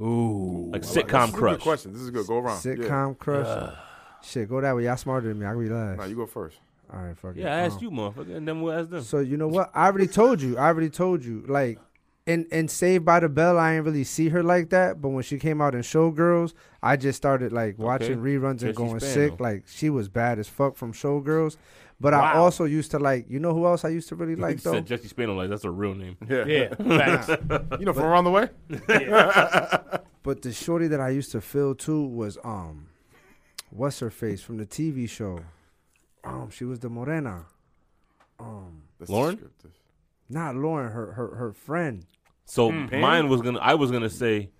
Speaker 1: Ooh.
Speaker 2: Like
Speaker 3: This
Speaker 2: sitcom
Speaker 3: is a good
Speaker 2: crush.
Speaker 3: question. This is good. Go around. Yeah.
Speaker 4: Sitcom crush. Shit, go that way. Y'all smarter than me. I can be last.
Speaker 3: Nah, you go first.
Speaker 4: All right, fuck it.
Speaker 2: Yeah, I asked
Speaker 4: Um,
Speaker 2: you, motherfucker, and then we'll ask them.
Speaker 4: So you know what? I already told you. I already told you. Like in in Saved by the Bell, I didn't really see her like that. But when she came out in Showgirls, I just started like watching reruns and
Speaker 8: Jesse
Speaker 4: going
Speaker 8: Spano.
Speaker 4: sick. Like she was bad as fuck from Showgirls. But I
Speaker 2: Wow.
Speaker 4: also used to like, you know who else I used to really
Speaker 2: Like
Speaker 4: like though?
Speaker 2: said Jesse Spano, like that's a real name.
Speaker 3: Yeah.
Speaker 1: Yeah, facts.
Speaker 3: You know, from around the way?
Speaker 4: But the shorty that I used to feel too was um, what's her face from the TV show? Um, she was the morena,
Speaker 3: That's
Speaker 2: Lauren?
Speaker 3: descriptive.
Speaker 4: not Lauren. Her her her friend.
Speaker 2: So
Speaker 1: Mm-hmm.
Speaker 2: mine was gonna. I was gonna say,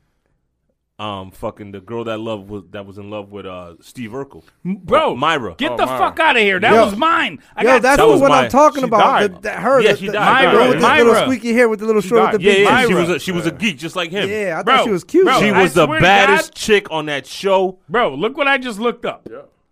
Speaker 2: um, fucking the girl that loved was that was in love with uh Steve Urkel.
Speaker 1: Bro,
Speaker 2: Myra.
Speaker 1: Get
Speaker 3: Oh,
Speaker 1: the
Speaker 3: Myra.
Speaker 1: fuck out of here. That
Speaker 4: Yo.
Speaker 1: was mine. I
Speaker 4: Yo,
Speaker 1: got
Speaker 4: that's
Speaker 2: that
Speaker 4: what
Speaker 2: was
Speaker 4: what
Speaker 2: my-
Speaker 4: I'm talking
Speaker 3: she
Speaker 4: about.
Speaker 3: died.
Speaker 4: The, that, her,
Speaker 2: Yeah,
Speaker 4: the,
Speaker 2: she
Speaker 4: the-
Speaker 2: died.
Speaker 4: the girl with the
Speaker 1: Myra.
Speaker 4: little squeaky hair with the little short
Speaker 3: died.
Speaker 4: with the
Speaker 2: yeah,
Speaker 4: big.
Speaker 2: yeah, she
Speaker 1: Myra.
Speaker 2: was a, she was a geek just like him.
Speaker 4: Yeah, I
Speaker 1: Bro,
Speaker 4: thought she was cute.
Speaker 1: bro,
Speaker 2: she
Speaker 1: I
Speaker 2: was the
Speaker 1: swear to
Speaker 2: baddest
Speaker 1: God.
Speaker 2: chick on that show.
Speaker 1: Bro, look what I just looked up.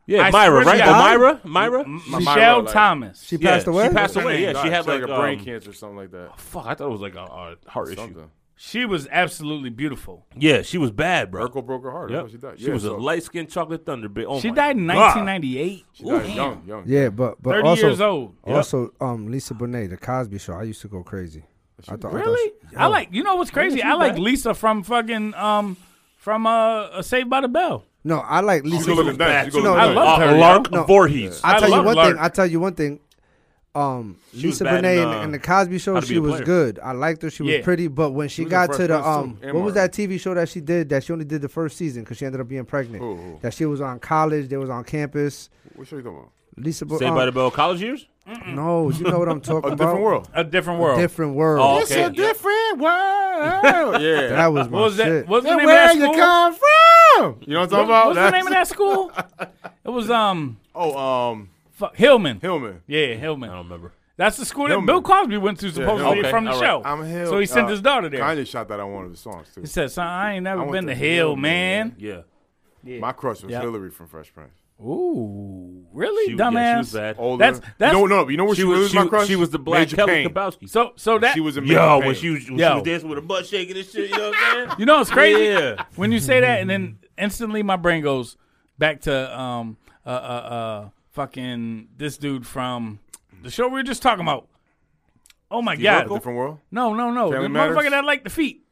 Speaker 2: Yeah,
Speaker 1: I swear
Speaker 2: Myra,
Speaker 1: to
Speaker 2: right?
Speaker 1: God. Mm-hmm.
Speaker 2: Oh, Myra, Myra.
Speaker 3: My-
Speaker 1: Michelle
Speaker 3: Myra, like-
Speaker 1: Thomas.
Speaker 4: she
Speaker 2: Yeah,
Speaker 4: passed away.
Speaker 2: She passed
Speaker 3: Her
Speaker 2: away.
Speaker 3: name
Speaker 2: Yeah,
Speaker 3: died.
Speaker 2: she had like,
Speaker 3: a brain
Speaker 2: um,
Speaker 3: cancer or something like that.
Speaker 2: Fuck, I thought it was like a, a heart issue.
Speaker 3: Something.
Speaker 1: she was absolutely beautiful.
Speaker 2: Yeah, she was bad, bro.
Speaker 3: Urkel broke her heart.
Speaker 2: Yep.
Speaker 3: That's how she died.
Speaker 2: She
Speaker 3: Yeah,
Speaker 2: was a
Speaker 3: so-
Speaker 2: light skinned chocolate thunder bitch. Oh
Speaker 1: She
Speaker 2: my
Speaker 1: died in
Speaker 2: God.
Speaker 1: 1998.
Speaker 3: She died young, young.
Speaker 4: Yeah, but but
Speaker 1: 30
Speaker 4: also
Speaker 1: years old.
Speaker 4: also um Lisa Bonet, the Cosby Show. I used to go crazy. I thought, I thought
Speaker 1: Really?
Speaker 4: she-
Speaker 1: I like. You know what's crazy? I like Lisa from fucking um from uh, uh, Saved by the Bell.
Speaker 4: no, I like Lisa.
Speaker 3: She looked bad. She
Speaker 2: She
Speaker 4: No,
Speaker 3: looked
Speaker 4: I
Speaker 3: bad.
Speaker 1: love- loved
Speaker 2: Uh,
Speaker 1: her,
Speaker 2: Lark
Speaker 4: yo. No.
Speaker 2: Voorhees.
Speaker 4: I tell you
Speaker 1: love
Speaker 4: one
Speaker 1: Lark.
Speaker 4: thing. I tell you one thing. Um,
Speaker 2: was
Speaker 4: Lisa
Speaker 2: bad in,
Speaker 4: Bonet and,
Speaker 2: uh,
Speaker 4: and the Cosby Show,
Speaker 2: How to Be
Speaker 4: she
Speaker 2: a
Speaker 4: was
Speaker 2: Player.
Speaker 4: good. I liked her. She was
Speaker 1: Yeah.
Speaker 4: pretty. But when she
Speaker 3: was in
Speaker 4: got
Speaker 3: Fresh
Speaker 4: to the
Speaker 3: Prince, too,
Speaker 4: um,
Speaker 3: and
Speaker 4: what was
Speaker 3: Martin.
Speaker 4: that TV show that she did? That she only did the first season because she ended up being pregnant.
Speaker 3: Who, who?
Speaker 4: That she was on college. They was on campus.
Speaker 3: What show you talking about?
Speaker 4: Lisa Bonet.
Speaker 2: Saved by the Bell college years?
Speaker 4: No, you know what I'm talking
Speaker 3: A
Speaker 4: about.
Speaker 3: different world.
Speaker 1: A different world.
Speaker 4: Different world.
Speaker 2: Oh, okay. Yeah.
Speaker 3: different world. yeah.
Speaker 4: That was my
Speaker 1: what was that?
Speaker 4: shit.
Speaker 1: What was the name of
Speaker 3: where
Speaker 1: that
Speaker 3: you
Speaker 1: school?
Speaker 3: come from? You know what I'm talking
Speaker 1: What
Speaker 3: about?
Speaker 1: was the name of that school? It was um
Speaker 3: Oh, um,
Speaker 1: fuck, Hillman.
Speaker 3: Hillman.
Speaker 1: Yeah, Hillman.
Speaker 2: I don't remember.
Speaker 1: That's the school
Speaker 3: Hillman.
Speaker 1: that Bill Cosby went to supposedly
Speaker 2: Hillman.
Speaker 1: from the
Speaker 2: Okay,
Speaker 1: show.
Speaker 2: alright.
Speaker 3: I'm Hill.
Speaker 1: So he sent
Speaker 3: uh,
Speaker 1: his daughter there.
Speaker 3: Kanye shot that on one of his songs too.
Speaker 1: He said, "Son, I ain't never
Speaker 3: went
Speaker 1: been to
Speaker 3: to
Speaker 1: Hill,
Speaker 3: Hillman.
Speaker 1: man."
Speaker 2: Yeah.
Speaker 3: My crush was
Speaker 1: Yeah.
Speaker 3: Hillary from Fresh Prince.
Speaker 1: Ooh, really,
Speaker 2: She,
Speaker 1: dumbass.
Speaker 2: yeah, she was bad.
Speaker 3: Older.
Speaker 1: That's- that's-
Speaker 3: you know, no, but you know where she,
Speaker 2: she, was,
Speaker 3: was,
Speaker 2: she,
Speaker 3: my
Speaker 2: was-
Speaker 3: crush?
Speaker 2: she was the black
Speaker 3: Major
Speaker 2: Kelly
Speaker 3: Payne.
Speaker 2: Kabowski.
Speaker 1: So, so that
Speaker 3: She was in Major
Speaker 2: Yo,
Speaker 3: Payne.
Speaker 2: when she was, when
Speaker 1: Yo.
Speaker 2: she was dancing with her butt shaking and shit, you know what I'm saying?
Speaker 1: You know what's crazy?
Speaker 2: Yeah.
Speaker 1: When you say that, and then
Speaker 2: Mm-hmm.
Speaker 1: instantly my brain goes back to um uh uh, uh fucking this dude from the show we were just talking about. Oh my god!
Speaker 3: Urkel? different world.
Speaker 1: No, no, no!
Speaker 3: Family
Speaker 1: the
Speaker 3: Matters?
Speaker 1: motherfucker that liked the feet.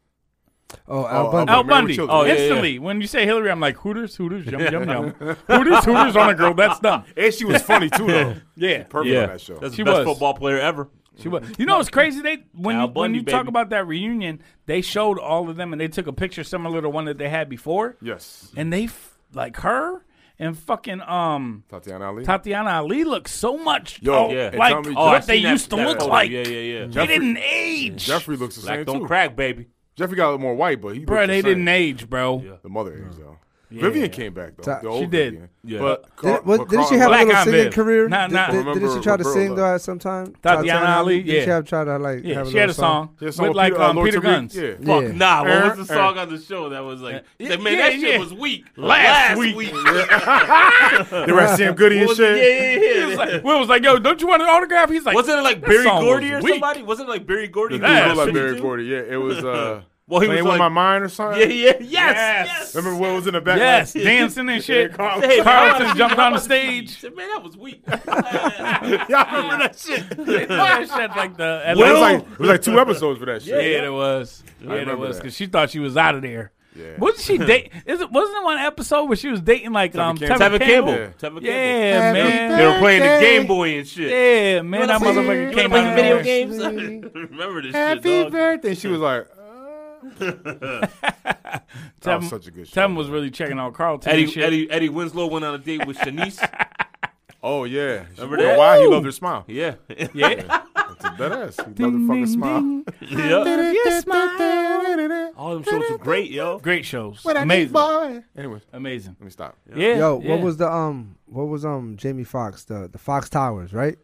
Speaker 4: Oh, Al
Speaker 3: Oh,
Speaker 4: Bundy.
Speaker 1: Al
Speaker 3: Married with
Speaker 1: Bundy.
Speaker 3: Children. Oh,
Speaker 2: yeah, yeah,
Speaker 1: instantly, when you say Hillary, I'm like Hooters, Hooters, yum yum yum. Hooters, Hooters on a girl. That's dumb.
Speaker 3: And she was funny too, though.
Speaker 1: Yeah,
Speaker 3: Perfect
Speaker 2: Yeah.
Speaker 3: on that show.
Speaker 2: That's
Speaker 1: She
Speaker 2: the best
Speaker 1: was.
Speaker 2: football player ever.
Speaker 1: She was. You know what's crazy? They when
Speaker 2: Al
Speaker 1: you, when
Speaker 2: Bundy,
Speaker 1: you talk
Speaker 2: baby.
Speaker 1: about that reunion, they showed all of them and they took a picture similar to one that they had before,
Speaker 3: yes,
Speaker 1: and they f- like her and fucking um
Speaker 3: Tatiana Ali.
Speaker 1: Tatiana Ali looks so much
Speaker 3: Yo,
Speaker 1: oh,
Speaker 3: yeah.
Speaker 1: like
Speaker 3: And tell me-
Speaker 1: what
Speaker 3: Oh, I
Speaker 1: they
Speaker 2: seen that-
Speaker 1: used to
Speaker 2: that
Speaker 1: look
Speaker 2: photo.
Speaker 1: like.
Speaker 2: Yeah, yeah, yeah.
Speaker 1: They didn't age.
Speaker 3: Jeffrey looks the
Speaker 2: Black
Speaker 3: same
Speaker 2: don't
Speaker 3: too.
Speaker 2: crack, baby.
Speaker 3: Jeffrey got a little more white, but he.
Speaker 1: Bro,
Speaker 3: looked
Speaker 1: they
Speaker 3: the same.
Speaker 1: didn't age, bro.
Speaker 3: The mother aged though. Vivian came back though.
Speaker 4: Ta-
Speaker 3: The old
Speaker 1: She did.
Speaker 3: Vivian.
Speaker 2: Yeah.
Speaker 3: But
Speaker 4: Did,
Speaker 3: Car-
Speaker 4: was,
Speaker 3: but
Speaker 4: didn't she
Speaker 3: Carla-
Speaker 4: have
Speaker 1: Black
Speaker 4: a little
Speaker 1: Eyed
Speaker 4: singing
Speaker 1: Bill.
Speaker 4: career?
Speaker 1: Nah,
Speaker 4: Did-
Speaker 1: nah.
Speaker 4: Did, didn't she
Speaker 3: Remember
Speaker 4: try to
Speaker 3: Roberta.
Speaker 4: sing though at some time?
Speaker 1: Tatiana Ali,
Speaker 4: Didn't she
Speaker 1: yeah.
Speaker 4: have try to like?
Speaker 1: Yeah,
Speaker 4: have
Speaker 1: she had
Speaker 4: little
Speaker 1: a song,
Speaker 3: She had a song
Speaker 1: with,
Speaker 3: with
Speaker 1: like
Speaker 3: Peter- uh,
Speaker 1: um,
Speaker 3: Lord
Speaker 1: Peter
Speaker 3: Tariq,
Speaker 1: Guns.
Speaker 3: yeah.
Speaker 2: Fuck
Speaker 4: Yeah.
Speaker 2: nah. What
Speaker 3: Er,
Speaker 2: was the
Speaker 3: er.
Speaker 2: song on the show that was like, that- man,
Speaker 1: Uh-huh. yeah,
Speaker 2: that shit
Speaker 1: yeah.
Speaker 2: was weak.
Speaker 1: Last week.
Speaker 3: They were at Sam Goody and
Speaker 2: Was it-
Speaker 3: shit.
Speaker 2: yeah, yeah, yeah.
Speaker 1: It's like, Will was like, "Yo, don't you want an autograph?" He's like,
Speaker 2: Wasn't it like
Speaker 1: "That
Speaker 2: Barry
Speaker 1: song was
Speaker 2: Gordy or
Speaker 1: weak."
Speaker 2: somebody? Wasn't it like Barry Gordy?
Speaker 3: The dude
Speaker 1: Yes.
Speaker 3: looked like
Speaker 2: Fifty
Speaker 3: Barry
Speaker 2: two?
Speaker 3: Gordy. Yeah, it was. Uh,
Speaker 2: Well, he
Speaker 3: playing
Speaker 2: was
Speaker 3: with
Speaker 2: like,
Speaker 3: my mind or
Speaker 2: yeah,
Speaker 3: something.
Speaker 2: yeah, yes, yes.
Speaker 3: Remember what was in the back?
Speaker 1: Yes, dancing and shit.
Speaker 3: Carlton.
Speaker 2: Hey, man, I
Speaker 1: Carlton
Speaker 2: wanna
Speaker 1: jumped
Speaker 2: see- I
Speaker 1: on the
Speaker 2: wanna see-
Speaker 1: stage.
Speaker 2: Said, Man, that was weak. yeah,
Speaker 3: Y'all remember that shit?
Speaker 1: They did that shit like the at
Speaker 3: It was
Speaker 1: least-
Speaker 3: like it was like two episodes for that shit.
Speaker 1: yeah, there was. Yeah, there
Speaker 3: remember
Speaker 1: was
Speaker 3: that.
Speaker 1: because she thought she was out of there.
Speaker 3: Yeah.
Speaker 1: Wasn't she date? Is it wasn't there one episode where she was dating like um
Speaker 3: Campbell.
Speaker 1: Tevin
Speaker 2: Tevin Campbell.
Speaker 1: Campbell?
Speaker 2: Tevin Campbell.
Speaker 1: Yeah, man.
Speaker 2: They were playing the Game Boy and shit.
Speaker 1: Yeah, man. That motherfucker came out of nowhere.
Speaker 2: games? Remember this
Speaker 3: Happy
Speaker 2: shit, dog.
Speaker 3: birthday. She was like, uh. that was
Speaker 1: Tevin-
Speaker 3: such a good show.
Speaker 1: Tevin was really checking out Carlton. and
Speaker 2: Eddie,
Speaker 1: shit.
Speaker 2: Eddie, Eddie Winslow went on a date with Shanice.
Speaker 3: Oh yeah.
Speaker 2: Remember
Speaker 3: Remember that?
Speaker 2: that?
Speaker 3: Why he loved her smile.
Speaker 2: yeah. Yeah.
Speaker 1: Yeah.
Speaker 3: It's a badass. He loved her fucking smile.
Speaker 2: All them shows were great, yo.
Speaker 1: Great shows. Amazing.
Speaker 3: Anyways,
Speaker 1: Amazing.
Speaker 3: let me stop.
Speaker 1: Yeah.
Speaker 4: Yo,
Speaker 1: yeah.
Speaker 4: what was the um? What was um? Jamie Foxx, the the Fox Towers, right?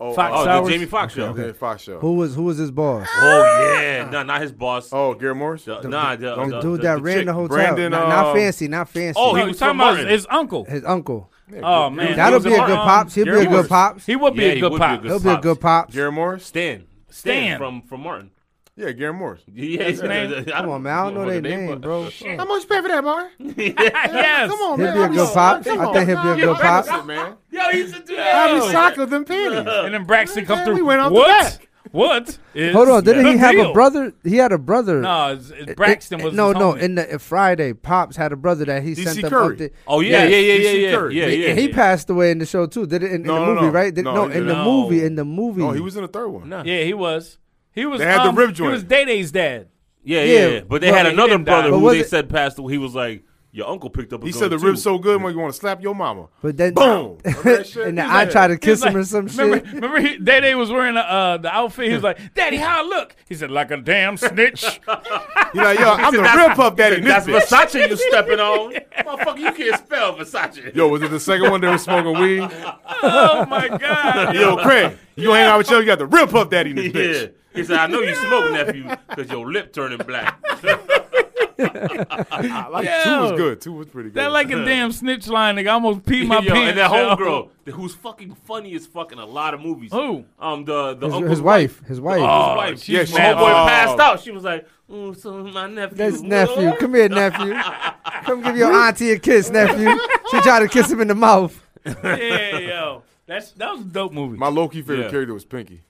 Speaker 3: Oh,
Speaker 1: Fox
Speaker 2: Oh,
Speaker 1: Hours?
Speaker 2: the Jamie Foxx show.
Speaker 3: Yeah, Fox show.
Speaker 4: Who was who was his boss?
Speaker 2: Oh, yeah. No, not his boss.
Speaker 3: Oh, Gary Morris.
Speaker 2: The- nah, the,
Speaker 4: The
Speaker 2: the-
Speaker 4: dude
Speaker 2: the-
Speaker 4: that
Speaker 2: the
Speaker 4: ran
Speaker 2: chick.
Speaker 4: the hotel.
Speaker 3: Brandon,
Speaker 4: not, not
Speaker 3: uh,
Speaker 4: fancy, not fancy.
Speaker 2: Oh,
Speaker 1: No,
Speaker 2: he
Speaker 1: you
Speaker 2: was
Speaker 1: talking
Speaker 2: from
Speaker 1: about
Speaker 2: Martin.
Speaker 1: his uncle.
Speaker 4: his uncle.
Speaker 1: Oh man,
Speaker 4: That'll
Speaker 1: He
Speaker 4: be
Speaker 1: was
Speaker 4: a
Speaker 1: in
Speaker 4: good
Speaker 1: Mar-
Speaker 4: pops. He'll be a
Speaker 1: Gary
Speaker 4: good
Speaker 1: Morris.
Speaker 4: pops.
Speaker 1: He would be
Speaker 2: Yeah,
Speaker 1: a
Speaker 2: he
Speaker 1: good
Speaker 2: would be a
Speaker 1: pop.
Speaker 2: good
Speaker 4: He'll be a
Speaker 2: pops.
Speaker 4: good pops.
Speaker 3: Gary Morris.
Speaker 2: Stan.
Speaker 1: Stan.
Speaker 2: Stan from from Martin.
Speaker 3: Yeah, Gary Morris.
Speaker 2: Yeah, his
Speaker 1: name.
Speaker 4: Come on, man. I don't know their name, bro.
Speaker 3: How much you pay for that, bar?
Speaker 1: yes.
Speaker 4: He'll be a good pop. I think he'll be a good pop.
Speaker 3: man.
Speaker 2: Yo, he used to do that.
Speaker 3: recycled them pennies.
Speaker 1: And then Braxton come
Speaker 3: Man,
Speaker 1: through.
Speaker 3: we went off the
Speaker 1: what? What? Is
Speaker 4: Hold on, didn't
Speaker 1: the
Speaker 4: he have
Speaker 1: deal?
Speaker 4: a brother? He had a brother.
Speaker 1: No, it's, it's Braxton
Speaker 4: It-
Speaker 1: was
Speaker 4: no,
Speaker 1: his
Speaker 4: no.
Speaker 1: homie.
Speaker 4: In the in Friday, pops had a brother that he
Speaker 3: DC
Speaker 4: sent them
Speaker 3: Curry.
Speaker 4: up there.
Speaker 2: Oh yeah,
Speaker 3: Yes,
Speaker 2: yeah, yeah,
Speaker 3: DC
Speaker 2: yeah, yeah,
Speaker 3: Curry.
Speaker 2: yeah,
Speaker 4: And-
Speaker 2: yeah.
Speaker 4: and he
Speaker 2: yeah.
Speaker 4: passed away in the show too. Did it in, in
Speaker 3: No,
Speaker 4: the
Speaker 3: no,
Speaker 4: movie?
Speaker 3: no.
Speaker 4: Right? Did,
Speaker 3: No,
Speaker 4: no,
Speaker 3: he
Speaker 4: in the
Speaker 3: didn't.
Speaker 4: movie. In the movie.
Speaker 3: No, Oh, he was in the third one.
Speaker 2: No.
Speaker 1: yeah, he was. He was.
Speaker 3: They had the
Speaker 1: um,
Speaker 3: rib
Speaker 1: He
Speaker 3: joint.
Speaker 1: was Day Day's dad.
Speaker 2: Yeah, yeah,
Speaker 4: Yeah,
Speaker 2: yeah. But they
Speaker 1: but
Speaker 2: had
Speaker 1: he
Speaker 2: another
Speaker 1: didn't die.
Speaker 2: brother
Speaker 4: But
Speaker 2: who
Speaker 4: was
Speaker 2: they
Speaker 4: it-
Speaker 2: said passed away. He was like, "Your uncle picked up." A
Speaker 3: He
Speaker 2: gun
Speaker 3: said the
Speaker 2: too.
Speaker 3: rib's so good, man, you want to slap your mama.
Speaker 4: But then,
Speaker 3: Boom.
Speaker 4: and then I tried to
Speaker 1: He was
Speaker 4: kiss him
Speaker 1: like-
Speaker 4: or some
Speaker 1: remember,
Speaker 4: shit.
Speaker 1: Remember, he, Day Day was wearing uh, uh, the outfit. He was like, "Daddy, how I look?" He said, "Like a damn snitch."
Speaker 3: You're like, yo, I'm the real puff daddy. in This
Speaker 2: That's
Speaker 3: bitch.
Speaker 2: Versace you stepping on, motherfucker. You can't spell Versace.
Speaker 3: Yo, was it the second one that was smoking weed?
Speaker 1: oh my god!
Speaker 3: Yo, Craig, you hang out with yo, you got the real puff daddy in this
Speaker 2: yeah.
Speaker 3: bitch.
Speaker 2: He said, "I know you smoke, nephew, because your lip turning black."
Speaker 3: I like
Speaker 1: Yo.
Speaker 3: two was good. Two was pretty good.
Speaker 1: That like a damn snitch line. Nigga, I almost peed my
Speaker 2: Yo,
Speaker 1: pants.
Speaker 2: and that
Speaker 1: yo.
Speaker 2: homegirl who's fucking funny as fuck in a lot of movies.
Speaker 1: Who?
Speaker 2: Um, the the
Speaker 4: His,
Speaker 2: uncle's
Speaker 4: his wife. His wife.
Speaker 1: Oh,
Speaker 2: wife.
Speaker 1: she's
Speaker 3: yeah,
Speaker 2: When
Speaker 3: she-
Speaker 1: mad.
Speaker 2: homeboy
Speaker 3: Oh.
Speaker 2: passed out, she was like, "Ooh, so my nephew."
Speaker 4: That's nephew. Come here, nephew. Come give your auntie a kiss, nephew. She tried to kiss him in the mouth.
Speaker 1: Oh, yeah, yo. That's that was a dope movie.
Speaker 3: My low key favorite
Speaker 2: Yeah.
Speaker 3: character was Pinky.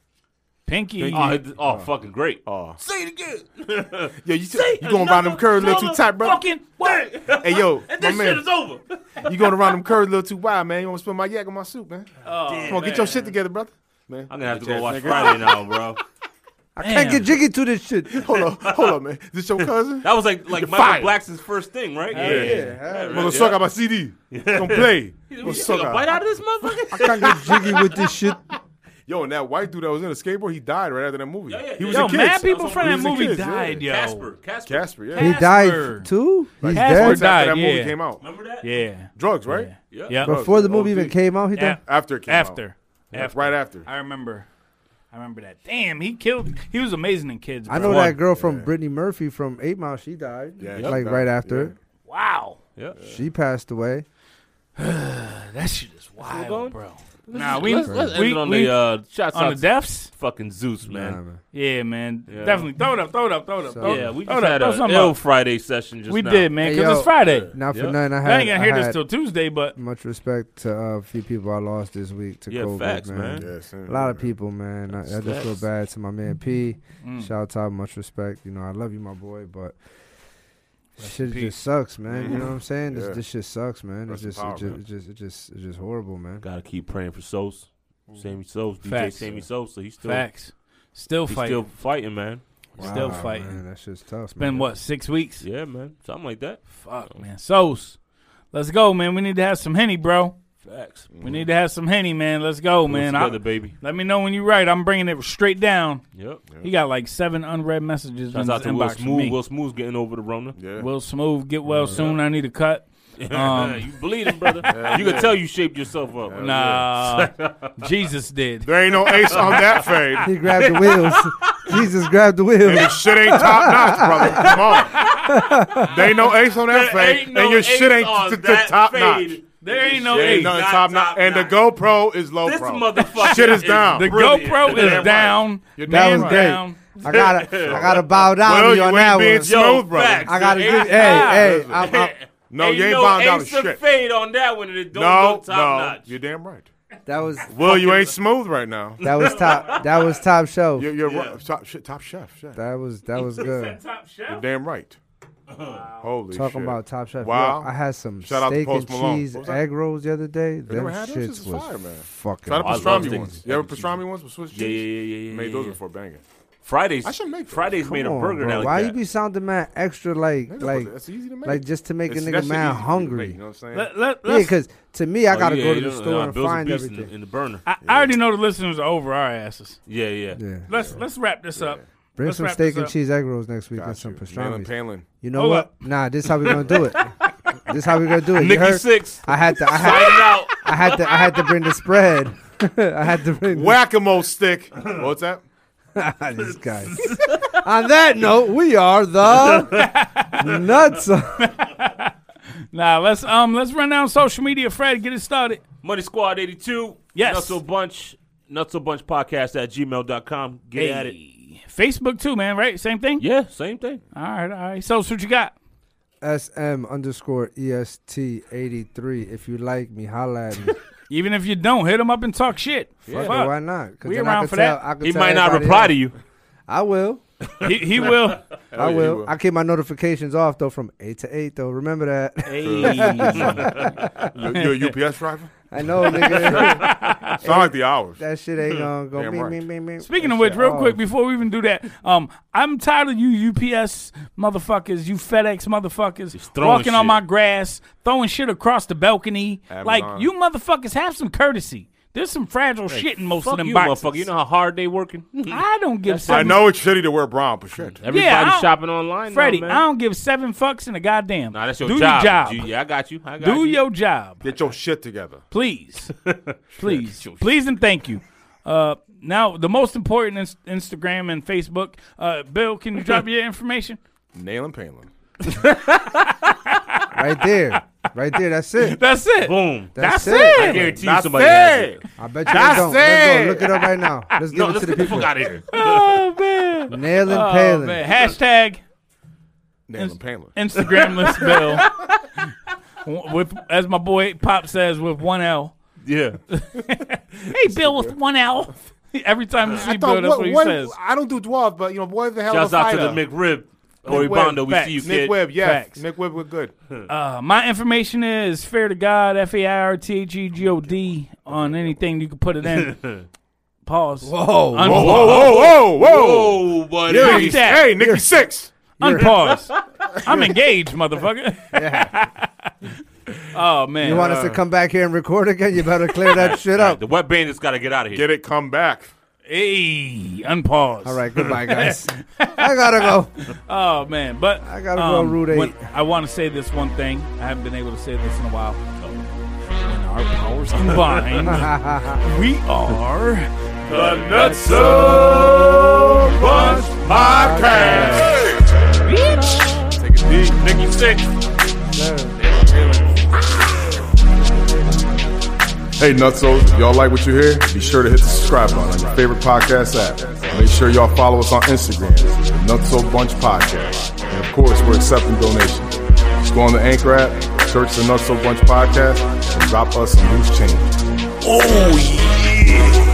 Speaker 1: Pinky.
Speaker 2: Oh, it- oh, fucking great.
Speaker 3: Oh.
Speaker 2: Say it again.
Speaker 3: Yo, you, you going around them curves a little too tight, bro.
Speaker 1: Fucking what?
Speaker 3: Hey, yo,
Speaker 2: And
Speaker 3: my
Speaker 2: this shit
Speaker 3: man,
Speaker 2: is over.
Speaker 3: you going around them curves a little too wide, man. You want to spill my yak on my soup, man.
Speaker 1: Oh,
Speaker 3: Come on, get your shit together, brother. Man.
Speaker 2: I'm gonna have to go watch Friday now, bro.
Speaker 4: I can't get jiggy to this shit.
Speaker 3: Hold up, hold up, man. Is this your cousin?
Speaker 2: That was like like
Speaker 3: You're
Speaker 2: Michael
Speaker 3: fired.
Speaker 2: Blackson's first thing, right? Yeah.
Speaker 3: Mother suck out my CD. Don't play. Mother
Speaker 2: You
Speaker 3: suck
Speaker 2: took a
Speaker 3: out.
Speaker 2: bite out of this motherfucker?
Speaker 4: I can't get jiggy with this shit.
Speaker 3: Yo, and that white dude that was in the skateboard, he died right after that movie.
Speaker 2: Yeah, yeah,
Speaker 3: he
Speaker 2: yeah.
Speaker 3: was
Speaker 1: Yo,
Speaker 3: a kid.
Speaker 1: mad people from that
Speaker 3: He was a
Speaker 1: movie
Speaker 3: kid, yeah.
Speaker 1: died, yo.
Speaker 2: Casper, Casper.
Speaker 3: Casper, yeah.
Speaker 4: He
Speaker 1: Casper.
Speaker 4: died too.
Speaker 1: Casper
Speaker 4: He's dead
Speaker 3: Months
Speaker 1: died.
Speaker 3: after that movie
Speaker 1: yeah.
Speaker 3: came out.
Speaker 2: Remember that?
Speaker 1: Yeah.
Speaker 3: Drugs, right?
Speaker 2: Yeah.
Speaker 1: Yeah.
Speaker 3: Bro,
Speaker 4: before the movie
Speaker 3: OD.
Speaker 4: even came out. He
Speaker 1: Yeah.
Speaker 4: died.
Speaker 3: After it came out.
Speaker 1: After.
Speaker 3: Yeah,
Speaker 1: After.
Speaker 3: Right after.
Speaker 1: I remember. I remember that. Damn, he killed. He was amazing in kids. Bro.
Speaker 4: I know that girl from Brittany Murphy from Eight Mile. She died.
Speaker 3: Yeah, she
Speaker 4: like
Speaker 3: died.
Speaker 4: right after
Speaker 1: Wow,
Speaker 4: she passed away.
Speaker 1: that shit is wild,
Speaker 2: going?
Speaker 1: bro. Nah, we
Speaker 2: Let's, let's end
Speaker 1: we,
Speaker 2: it on
Speaker 1: we-
Speaker 2: the uh, shots
Speaker 1: on the
Speaker 2: out to
Speaker 1: deaths.
Speaker 2: fucking Zeus, man. Oh,
Speaker 4: Nah, man.
Speaker 1: Yeah, man. Definitely throw it up, throw it up, throw it up. throw it
Speaker 2: Yeah,
Speaker 1: up,
Speaker 2: we
Speaker 1: throw
Speaker 2: just
Speaker 1: it up,
Speaker 2: had
Speaker 1: throw
Speaker 2: a
Speaker 1: something
Speaker 2: ill
Speaker 1: up.
Speaker 2: Friday session just
Speaker 1: We
Speaker 2: now.
Speaker 1: did, man,
Speaker 4: Hey,
Speaker 1: because
Speaker 4: yo.
Speaker 1: it's Friday.
Speaker 4: Not for
Speaker 2: Yep.
Speaker 4: nothing. I
Speaker 1: I
Speaker 4: had,
Speaker 1: ain't gonna
Speaker 4: I
Speaker 1: hear
Speaker 4: had
Speaker 1: this till Tuesday, but
Speaker 4: much respect to uh, a few people I lost this week to
Speaker 2: Yeah,
Speaker 4: COVID,
Speaker 2: facts, man.
Speaker 3: Yeah, same.
Speaker 4: A lot of people, man. I, I just feel
Speaker 2: Facts.
Speaker 4: bad to my man P.
Speaker 2: Mm.
Speaker 1: mm,
Speaker 3: Hmm.
Speaker 4: Shout out, much respect. You know, I love you, my boy, but shit just sucks, man. You know what I'm saying?
Speaker 3: Yeah.
Speaker 4: This, this shit sucks, man.
Speaker 3: Rest
Speaker 4: It's
Speaker 3: in
Speaker 4: just,
Speaker 3: power,
Speaker 4: it just,
Speaker 3: man.
Speaker 4: it just, it just, it's just horrible, man.
Speaker 2: Gotta keep praying for Sos. Sammy Sos, DJ
Speaker 1: Facts.
Speaker 2: Sammy Sos. So he's still
Speaker 1: facts. Still
Speaker 2: he's
Speaker 1: fighting.
Speaker 2: still fighting, man.
Speaker 1: Still fighting.
Speaker 4: Man, that shit's tough, man.
Speaker 1: Been what six weeks?
Speaker 2: Yeah, man. Something like that.
Speaker 1: Fuck, man. Sos, let's go, man. We need to have some henny, bro.
Speaker 2: Facts.
Speaker 1: We need to have some henny, man. Let's go,
Speaker 2: Put it
Speaker 1: man. I-
Speaker 2: together, baby.
Speaker 1: let me know when you're right. I'm bringing it straight down.
Speaker 2: Yep.
Speaker 1: He got like seven unread messages
Speaker 2: Shouts
Speaker 1: in his
Speaker 2: out to Will
Speaker 1: inbox.
Speaker 2: Smooth. Will
Speaker 1: Will,
Speaker 2: Smooth's getting over the Rona.
Speaker 3: Yeah.
Speaker 1: Will Smooth, get well soon. I need a cut. Um,
Speaker 2: you bleeding, brother. you can tell you shaped yourself up.
Speaker 1: Nah, Jesus did.
Speaker 3: There ain't no ace on that fade.
Speaker 4: He grabbed the wheels. Jesus grabbed the wheels.
Speaker 3: Your shit ain't top notch, brother. Come on. There ain't no ace on that
Speaker 2: There ain't
Speaker 3: fade.
Speaker 2: no
Speaker 3: and your shit
Speaker 2: ace
Speaker 3: ain't
Speaker 2: on
Speaker 3: t- t-
Speaker 2: that
Speaker 3: top
Speaker 2: fade.
Speaker 3: notch.
Speaker 1: There ain't no
Speaker 3: There ain't
Speaker 1: eight.
Speaker 3: nothing
Speaker 2: not
Speaker 3: top notch.
Speaker 2: top
Speaker 3: And the
Speaker 2: notch.
Speaker 3: GoPro is low
Speaker 2: This
Speaker 3: pro.
Speaker 2: motherfucker
Speaker 3: Shit is down.
Speaker 1: The
Speaker 2: brilliant.
Speaker 1: GoPro
Speaker 2: Damn
Speaker 1: is
Speaker 2: right.
Speaker 1: down.
Speaker 3: Your
Speaker 4: That was
Speaker 3: damn
Speaker 4: great.
Speaker 1: Down.
Speaker 4: I gotta, I gotta bow down
Speaker 3: Well,
Speaker 4: to you
Speaker 3: you
Speaker 4: on
Speaker 3: ain't
Speaker 4: that
Speaker 3: being
Speaker 4: one.
Speaker 3: smart.
Speaker 2: Yo,
Speaker 3: Smooth, brother.
Speaker 2: facts.
Speaker 4: I gotta
Speaker 2: There
Speaker 4: give,
Speaker 2: ain't-
Speaker 4: hey, hey, I'm, I'm,
Speaker 3: No, you ain't
Speaker 2: no
Speaker 3: bound down to
Speaker 2: ace of
Speaker 3: shit.
Speaker 2: fade on that one, and it don't
Speaker 3: No,
Speaker 2: look top
Speaker 3: no.
Speaker 2: notch.
Speaker 3: You're damn right.
Speaker 4: that was,
Speaker 3: Well, you ain't smooth right now.
Speaker 4: that was top, that was top shelf.
Speaker 3: You're, you're right. top, shit, top chef. chef.
Speaker 4: That was, that was good.
Speaker 1: Top
Speaker 3: You're
Speaker 1: shelf.
Speaker 3: damn right. Holy
Speaker 4: Talking
Speaker 3: shit.
Speaker 4: about Top Chef.
Speaker 3: Wow.
Speaker 4: Yo, I had some
Speaker 3: Shout out to
Speaker 4: steak and
Speaker 3: Post Malone.
Speaker 4: cheese
Speaker 3: What was that?
Speaker 4: egg rolls the other day. Them
Speaker 3: never had them? Shit's
Speaker 4: shits was
Speaker 3: fire, man.
Speaker 4: fucking.
Speaker 3: Try the
Speaker 4: awesome.
Speaker 2: I love
Speaker 3: pastrami
Speaker 2: steak
Speaker 3: ones.
Speaker 2: and
Speaker 3: You ever
Speaker 2: cheese.
Speaker 3: pastrami ones with Swiss cheese?
Speaker 2: Yeah, yeah, yeah, yeah, yeah.
Speaker 3: Made
Speaker 2: yeah.
Speaker 3: those before banging.
Speaker 2: Fridays.
Speaker 3: I should make those.
Speaker 2: Fridays made a
Speaker 4: Come on,
Speaker 2: burger
Speaker 4: bro.
Speaker 2: now.
Speaker 4: Why
Speaker 2: like
Speaker 4: you
Speaker 2: that.
Speaker 4: be sounding man extra like
Speaker 3: Nigga,
Speaker 4: like
Speaker 3: that's easy to make.
Speaker 4: like just to make
Speaker 3: It's-
Speaker 4: a
Speaker 3: that
Speaker 4: nigga
Speaker 3: shit
Speaker 4: man
Speaker 3: easy to
Speaker 4: hungry?
Speaker 3: make, You know what I'm saying?
Speaker 1: Let, let,
Speaker 4: yeah,
Speaker 1: let's
Speaker 4: because to me, I
Speaker 2: Oh,
Speaker 4: gotta
Speaker 2: yeah,
Speaker 4: go to
Speaker 2: you
Speaker 4: the
Speaker 2: know,
Speaker 4: store
Speaker 2: nah,
Speaker 4: and
Speaker 2: Bills
Speaker 4: find
Speaker 2: Beast in-
Speaker 4: everything.
Speaker 2: in the burner.
Speaker 1: I, I already know the listeners are over our asses.
Speaker 2: Yeah, yeah.
Speaker 4: yeah,
Speaker 1: Let's let's wrap this up.
Speaker 4: bring
Speaker 1: Let's
Speaker 4: some
Speaker 1: wrap
Speaker 4: steak
Speaker 1: this
Speaker 4: and
Speaker 1: up.
Speaker 4: cheese egg rolls next week and
Speaker 3: Got
Speaker 4: some
Speaker 3: you. Malin
Speaker 4: pastrami.
Speaker 3: Palin.
Speaker 4: You know
Speaker 1: Hold
Speaker 4: what?
Speaker 1: up.
Speaker 4: Nah, this how we gonna do it. This how we gonna do it. You
Speaker 2: Nikki
Speaker 4: heard-
Speaker 2: Six.
Speaker 4: I had to. I
Speaker 2: Find
Speaker 4: had.
Speaker 2: out.
Speaker 4: I had to. I had to bring the spread. I had to bring. the-
Speaker 3: Whack a mole stick. What's that?
Speaker 4: this guy. On that note, we are the nuts.
Speaker 1: Nah, let's um let's run down social media. Fred, get it started.
Speaker 2: Money Squad 82.
Speaker 1: Yes.
Speaker 2: Nutso Bunch. Nutso Bunch Podcast at gmail.com. Get at it.
Speaker 1: Facebook too, man. Right, same thing.
Speaker 2: Yeah, same thing.
Speaker 1: All right, all right. So, what you got?
Speaker 4: E SM underscore EST 83. If you like me, holla at me.
Speaker 1: Even if you don't, hit him up and talk shit.
Speaker 4: Fuck it,
Speaker 1: Fuck.
Speaker 4: why not? 'Cause
Speaker 1: We
Speaker 4: then
Speaker 1: around
Speaker 4: I could
Speaker 1: for
Speaker 4: tell,
Speaker 1: that.
Speaker 4: I could
Speaker 2: He
Speaker 4: tell
Speaker 2: might not
Speaker 4: everybody
Speaker 2: reply
Speaker 4: else.
Speaker 2: to you.
Speaker 4: I will.
Speaker 1: He, he will.
Speaker 4: I
Speaker 3: yeah,
Speaker 4: will.
Speaker 3: you will.
Speaker 4: I keep my notifications off though from eight to eight though. Remember that.
Speaker 3: You, you a UPS driver?
Speaker 4: I know, nigga.
Speaker 3: It's not like the hours.
Speaker 4: that shit ain't gonna go.
Speaker 3: Damn
Speaker 4: me,
Speaker 3: right.
Speaker 4: me, me, me.
Speaker 1: Speaking
Speaker 4: That
Speaker 1: of which,
Speaker 4: shit
Speaker 1: real
Speaker 4: off.
Speaker 1: quick, before we even do that, um, I'm tired of you UPS motherfuckers, you FedEx motherfuckers,
Speaker 2: throwing
Speaker 1: walking on
Speaker 2: shit.
Speaker 1: my grass, throwing shit across the balcony.
Speaker 3: Amazon.
Speaker 1: Like you motherfuckers, have some courtesy. There's some fragile shit in most of
Speaker 2: Fuck
Speaker 1: them
Speaker 2: you,
Speaker 1: boxes.
Speaker 2: motherfucker. You know how hard they working?
Speaker 1: I don't give.
Speaker 3: I
Speaker 1: Seven,
Speaker 3: know it's shitty to wear brown, but shit.
Speaker 2: Everybody
Speaker 1: I don't-
Speaker 2: shopping online
Speaker 1: Freddie.
Speaker 2: now,
Speaker 1: I
Speaker 2: man.
Speaker 1: don't give seven fucks in a goddamn.
Speaker 2: Nah, that's your
Speaker 1: do
Speaker 2: job.
Speaker 1: your job.
Speaker 2: You- yeah, I got you. I got
Speaker 1: do
Speaker 2: you.
Speaker 1: your job.
Speaker 3: Get your shit together.
Speaker 1: please, please, please, and thank you. Uh, now the most important is Instagram and Facebook. Uh, Bill, can you drop your information?
Speaker 3: Nailing Palin.
Speaker 4: right there, right there. That's it.
Speaker 1: That's it.
Speaker 2: boom.
Speaker 4: That's,
Speaker 2: I
Speaker 4: it.
Speaker 2: guarantee you
Speaker 3: That's
Speaker 2: somebody has
Speaker 3: it.
Speaker 2: it.
Speaker 4: I bet you they don't. Let's go. Look it up right now. Let's give
Speaker 2: No,
Speaker 4: it
Speaker 2: let's
Speaker 4: to the
Speaker 2: get the fuck
Speaker 4: people.
Speaker 2: out of here.
Speaker 1: Oh man.
Speaker 4: Nail and
Speaker 1: Oh
Speaker 4: Palin.
Speaker 1: man. Hashtag
Speaker 3: Nailing Palin.
Speaker 1: Instagramless Bill. With as my boy Pop says, with one L.
Speaker 2: Yeah.
Speaker 1: Hey Bill, with one L. Every time you see Bill,
Speaker 3: thought,
Speaker 1: that's what, he says.
Speaker 3: I don't do dwarf, but you know, boy, the hell
Speaker 2: Shouts
Speaker 3: a
Speaker 2: out to the
Speaker 3: fighter.
Speaker 2: McRib.
Speaker 3: Nick
Speaker 2: Oribondo,
Speaker 3: Webb.
Speaker 2: we
Speaker 1: Facts.
Speaker 2: see you,
Speaker 3: Nick
Speaker 2: kid.
Speaker 3: Webb, yes.
Speaker 1: Facts.
Speaker 3: Nick Webb, we're good.
Speaker 1: Uh, my information is fair to God, F A I R T H E G O D on anything you can put it in. Pause.
Speaker 4: Whoa.
Speaker 1: Un-
Speaker 3: Whoa, whoa, whoa, whoa.
Speaker 2: Oh, buddy.
Speaker 3: Yeah,
Speaker 1: Fuck that.
Speaker 3: hey, Nicky Six.
Speaker 1: Unpause. I'm engaged, motherfucker. oh man.
Speaker 4: You want us to come back here and record again? You better clear that shit up.
Speaker 2: The wet bandits got to get out of here.
Speaker 3: Get it, come back.
Speaker 1: hey, unpause.
Speaker 4: All right, goodbye, guys. I gotta go.
Speaker 1: Oh man, but um,
Speaker 4: I gotta go Route
Speaker 1: when-
Speaker 4: eight.
Speaker 1: I want to say this one thing. I haven't been able to say this in a while. When Oh, our powers combined, we are
Speaker 3: The Nutso Bunch Podcast. Take it deep. Nicky Six.
Speaker 9: Hey, Nutsos, if y'all like what you hear? Be sure to hit the subscribe button on your favorite podcast app. And make sure y'all follow us on Instagram, the Nutso Bunch Podcast. And of course, we're accepting donations. Just go on the Anchor app, search the Nutso Bunch Podcast, and drop us some loose change.
Speaker 2: Oh, yeah.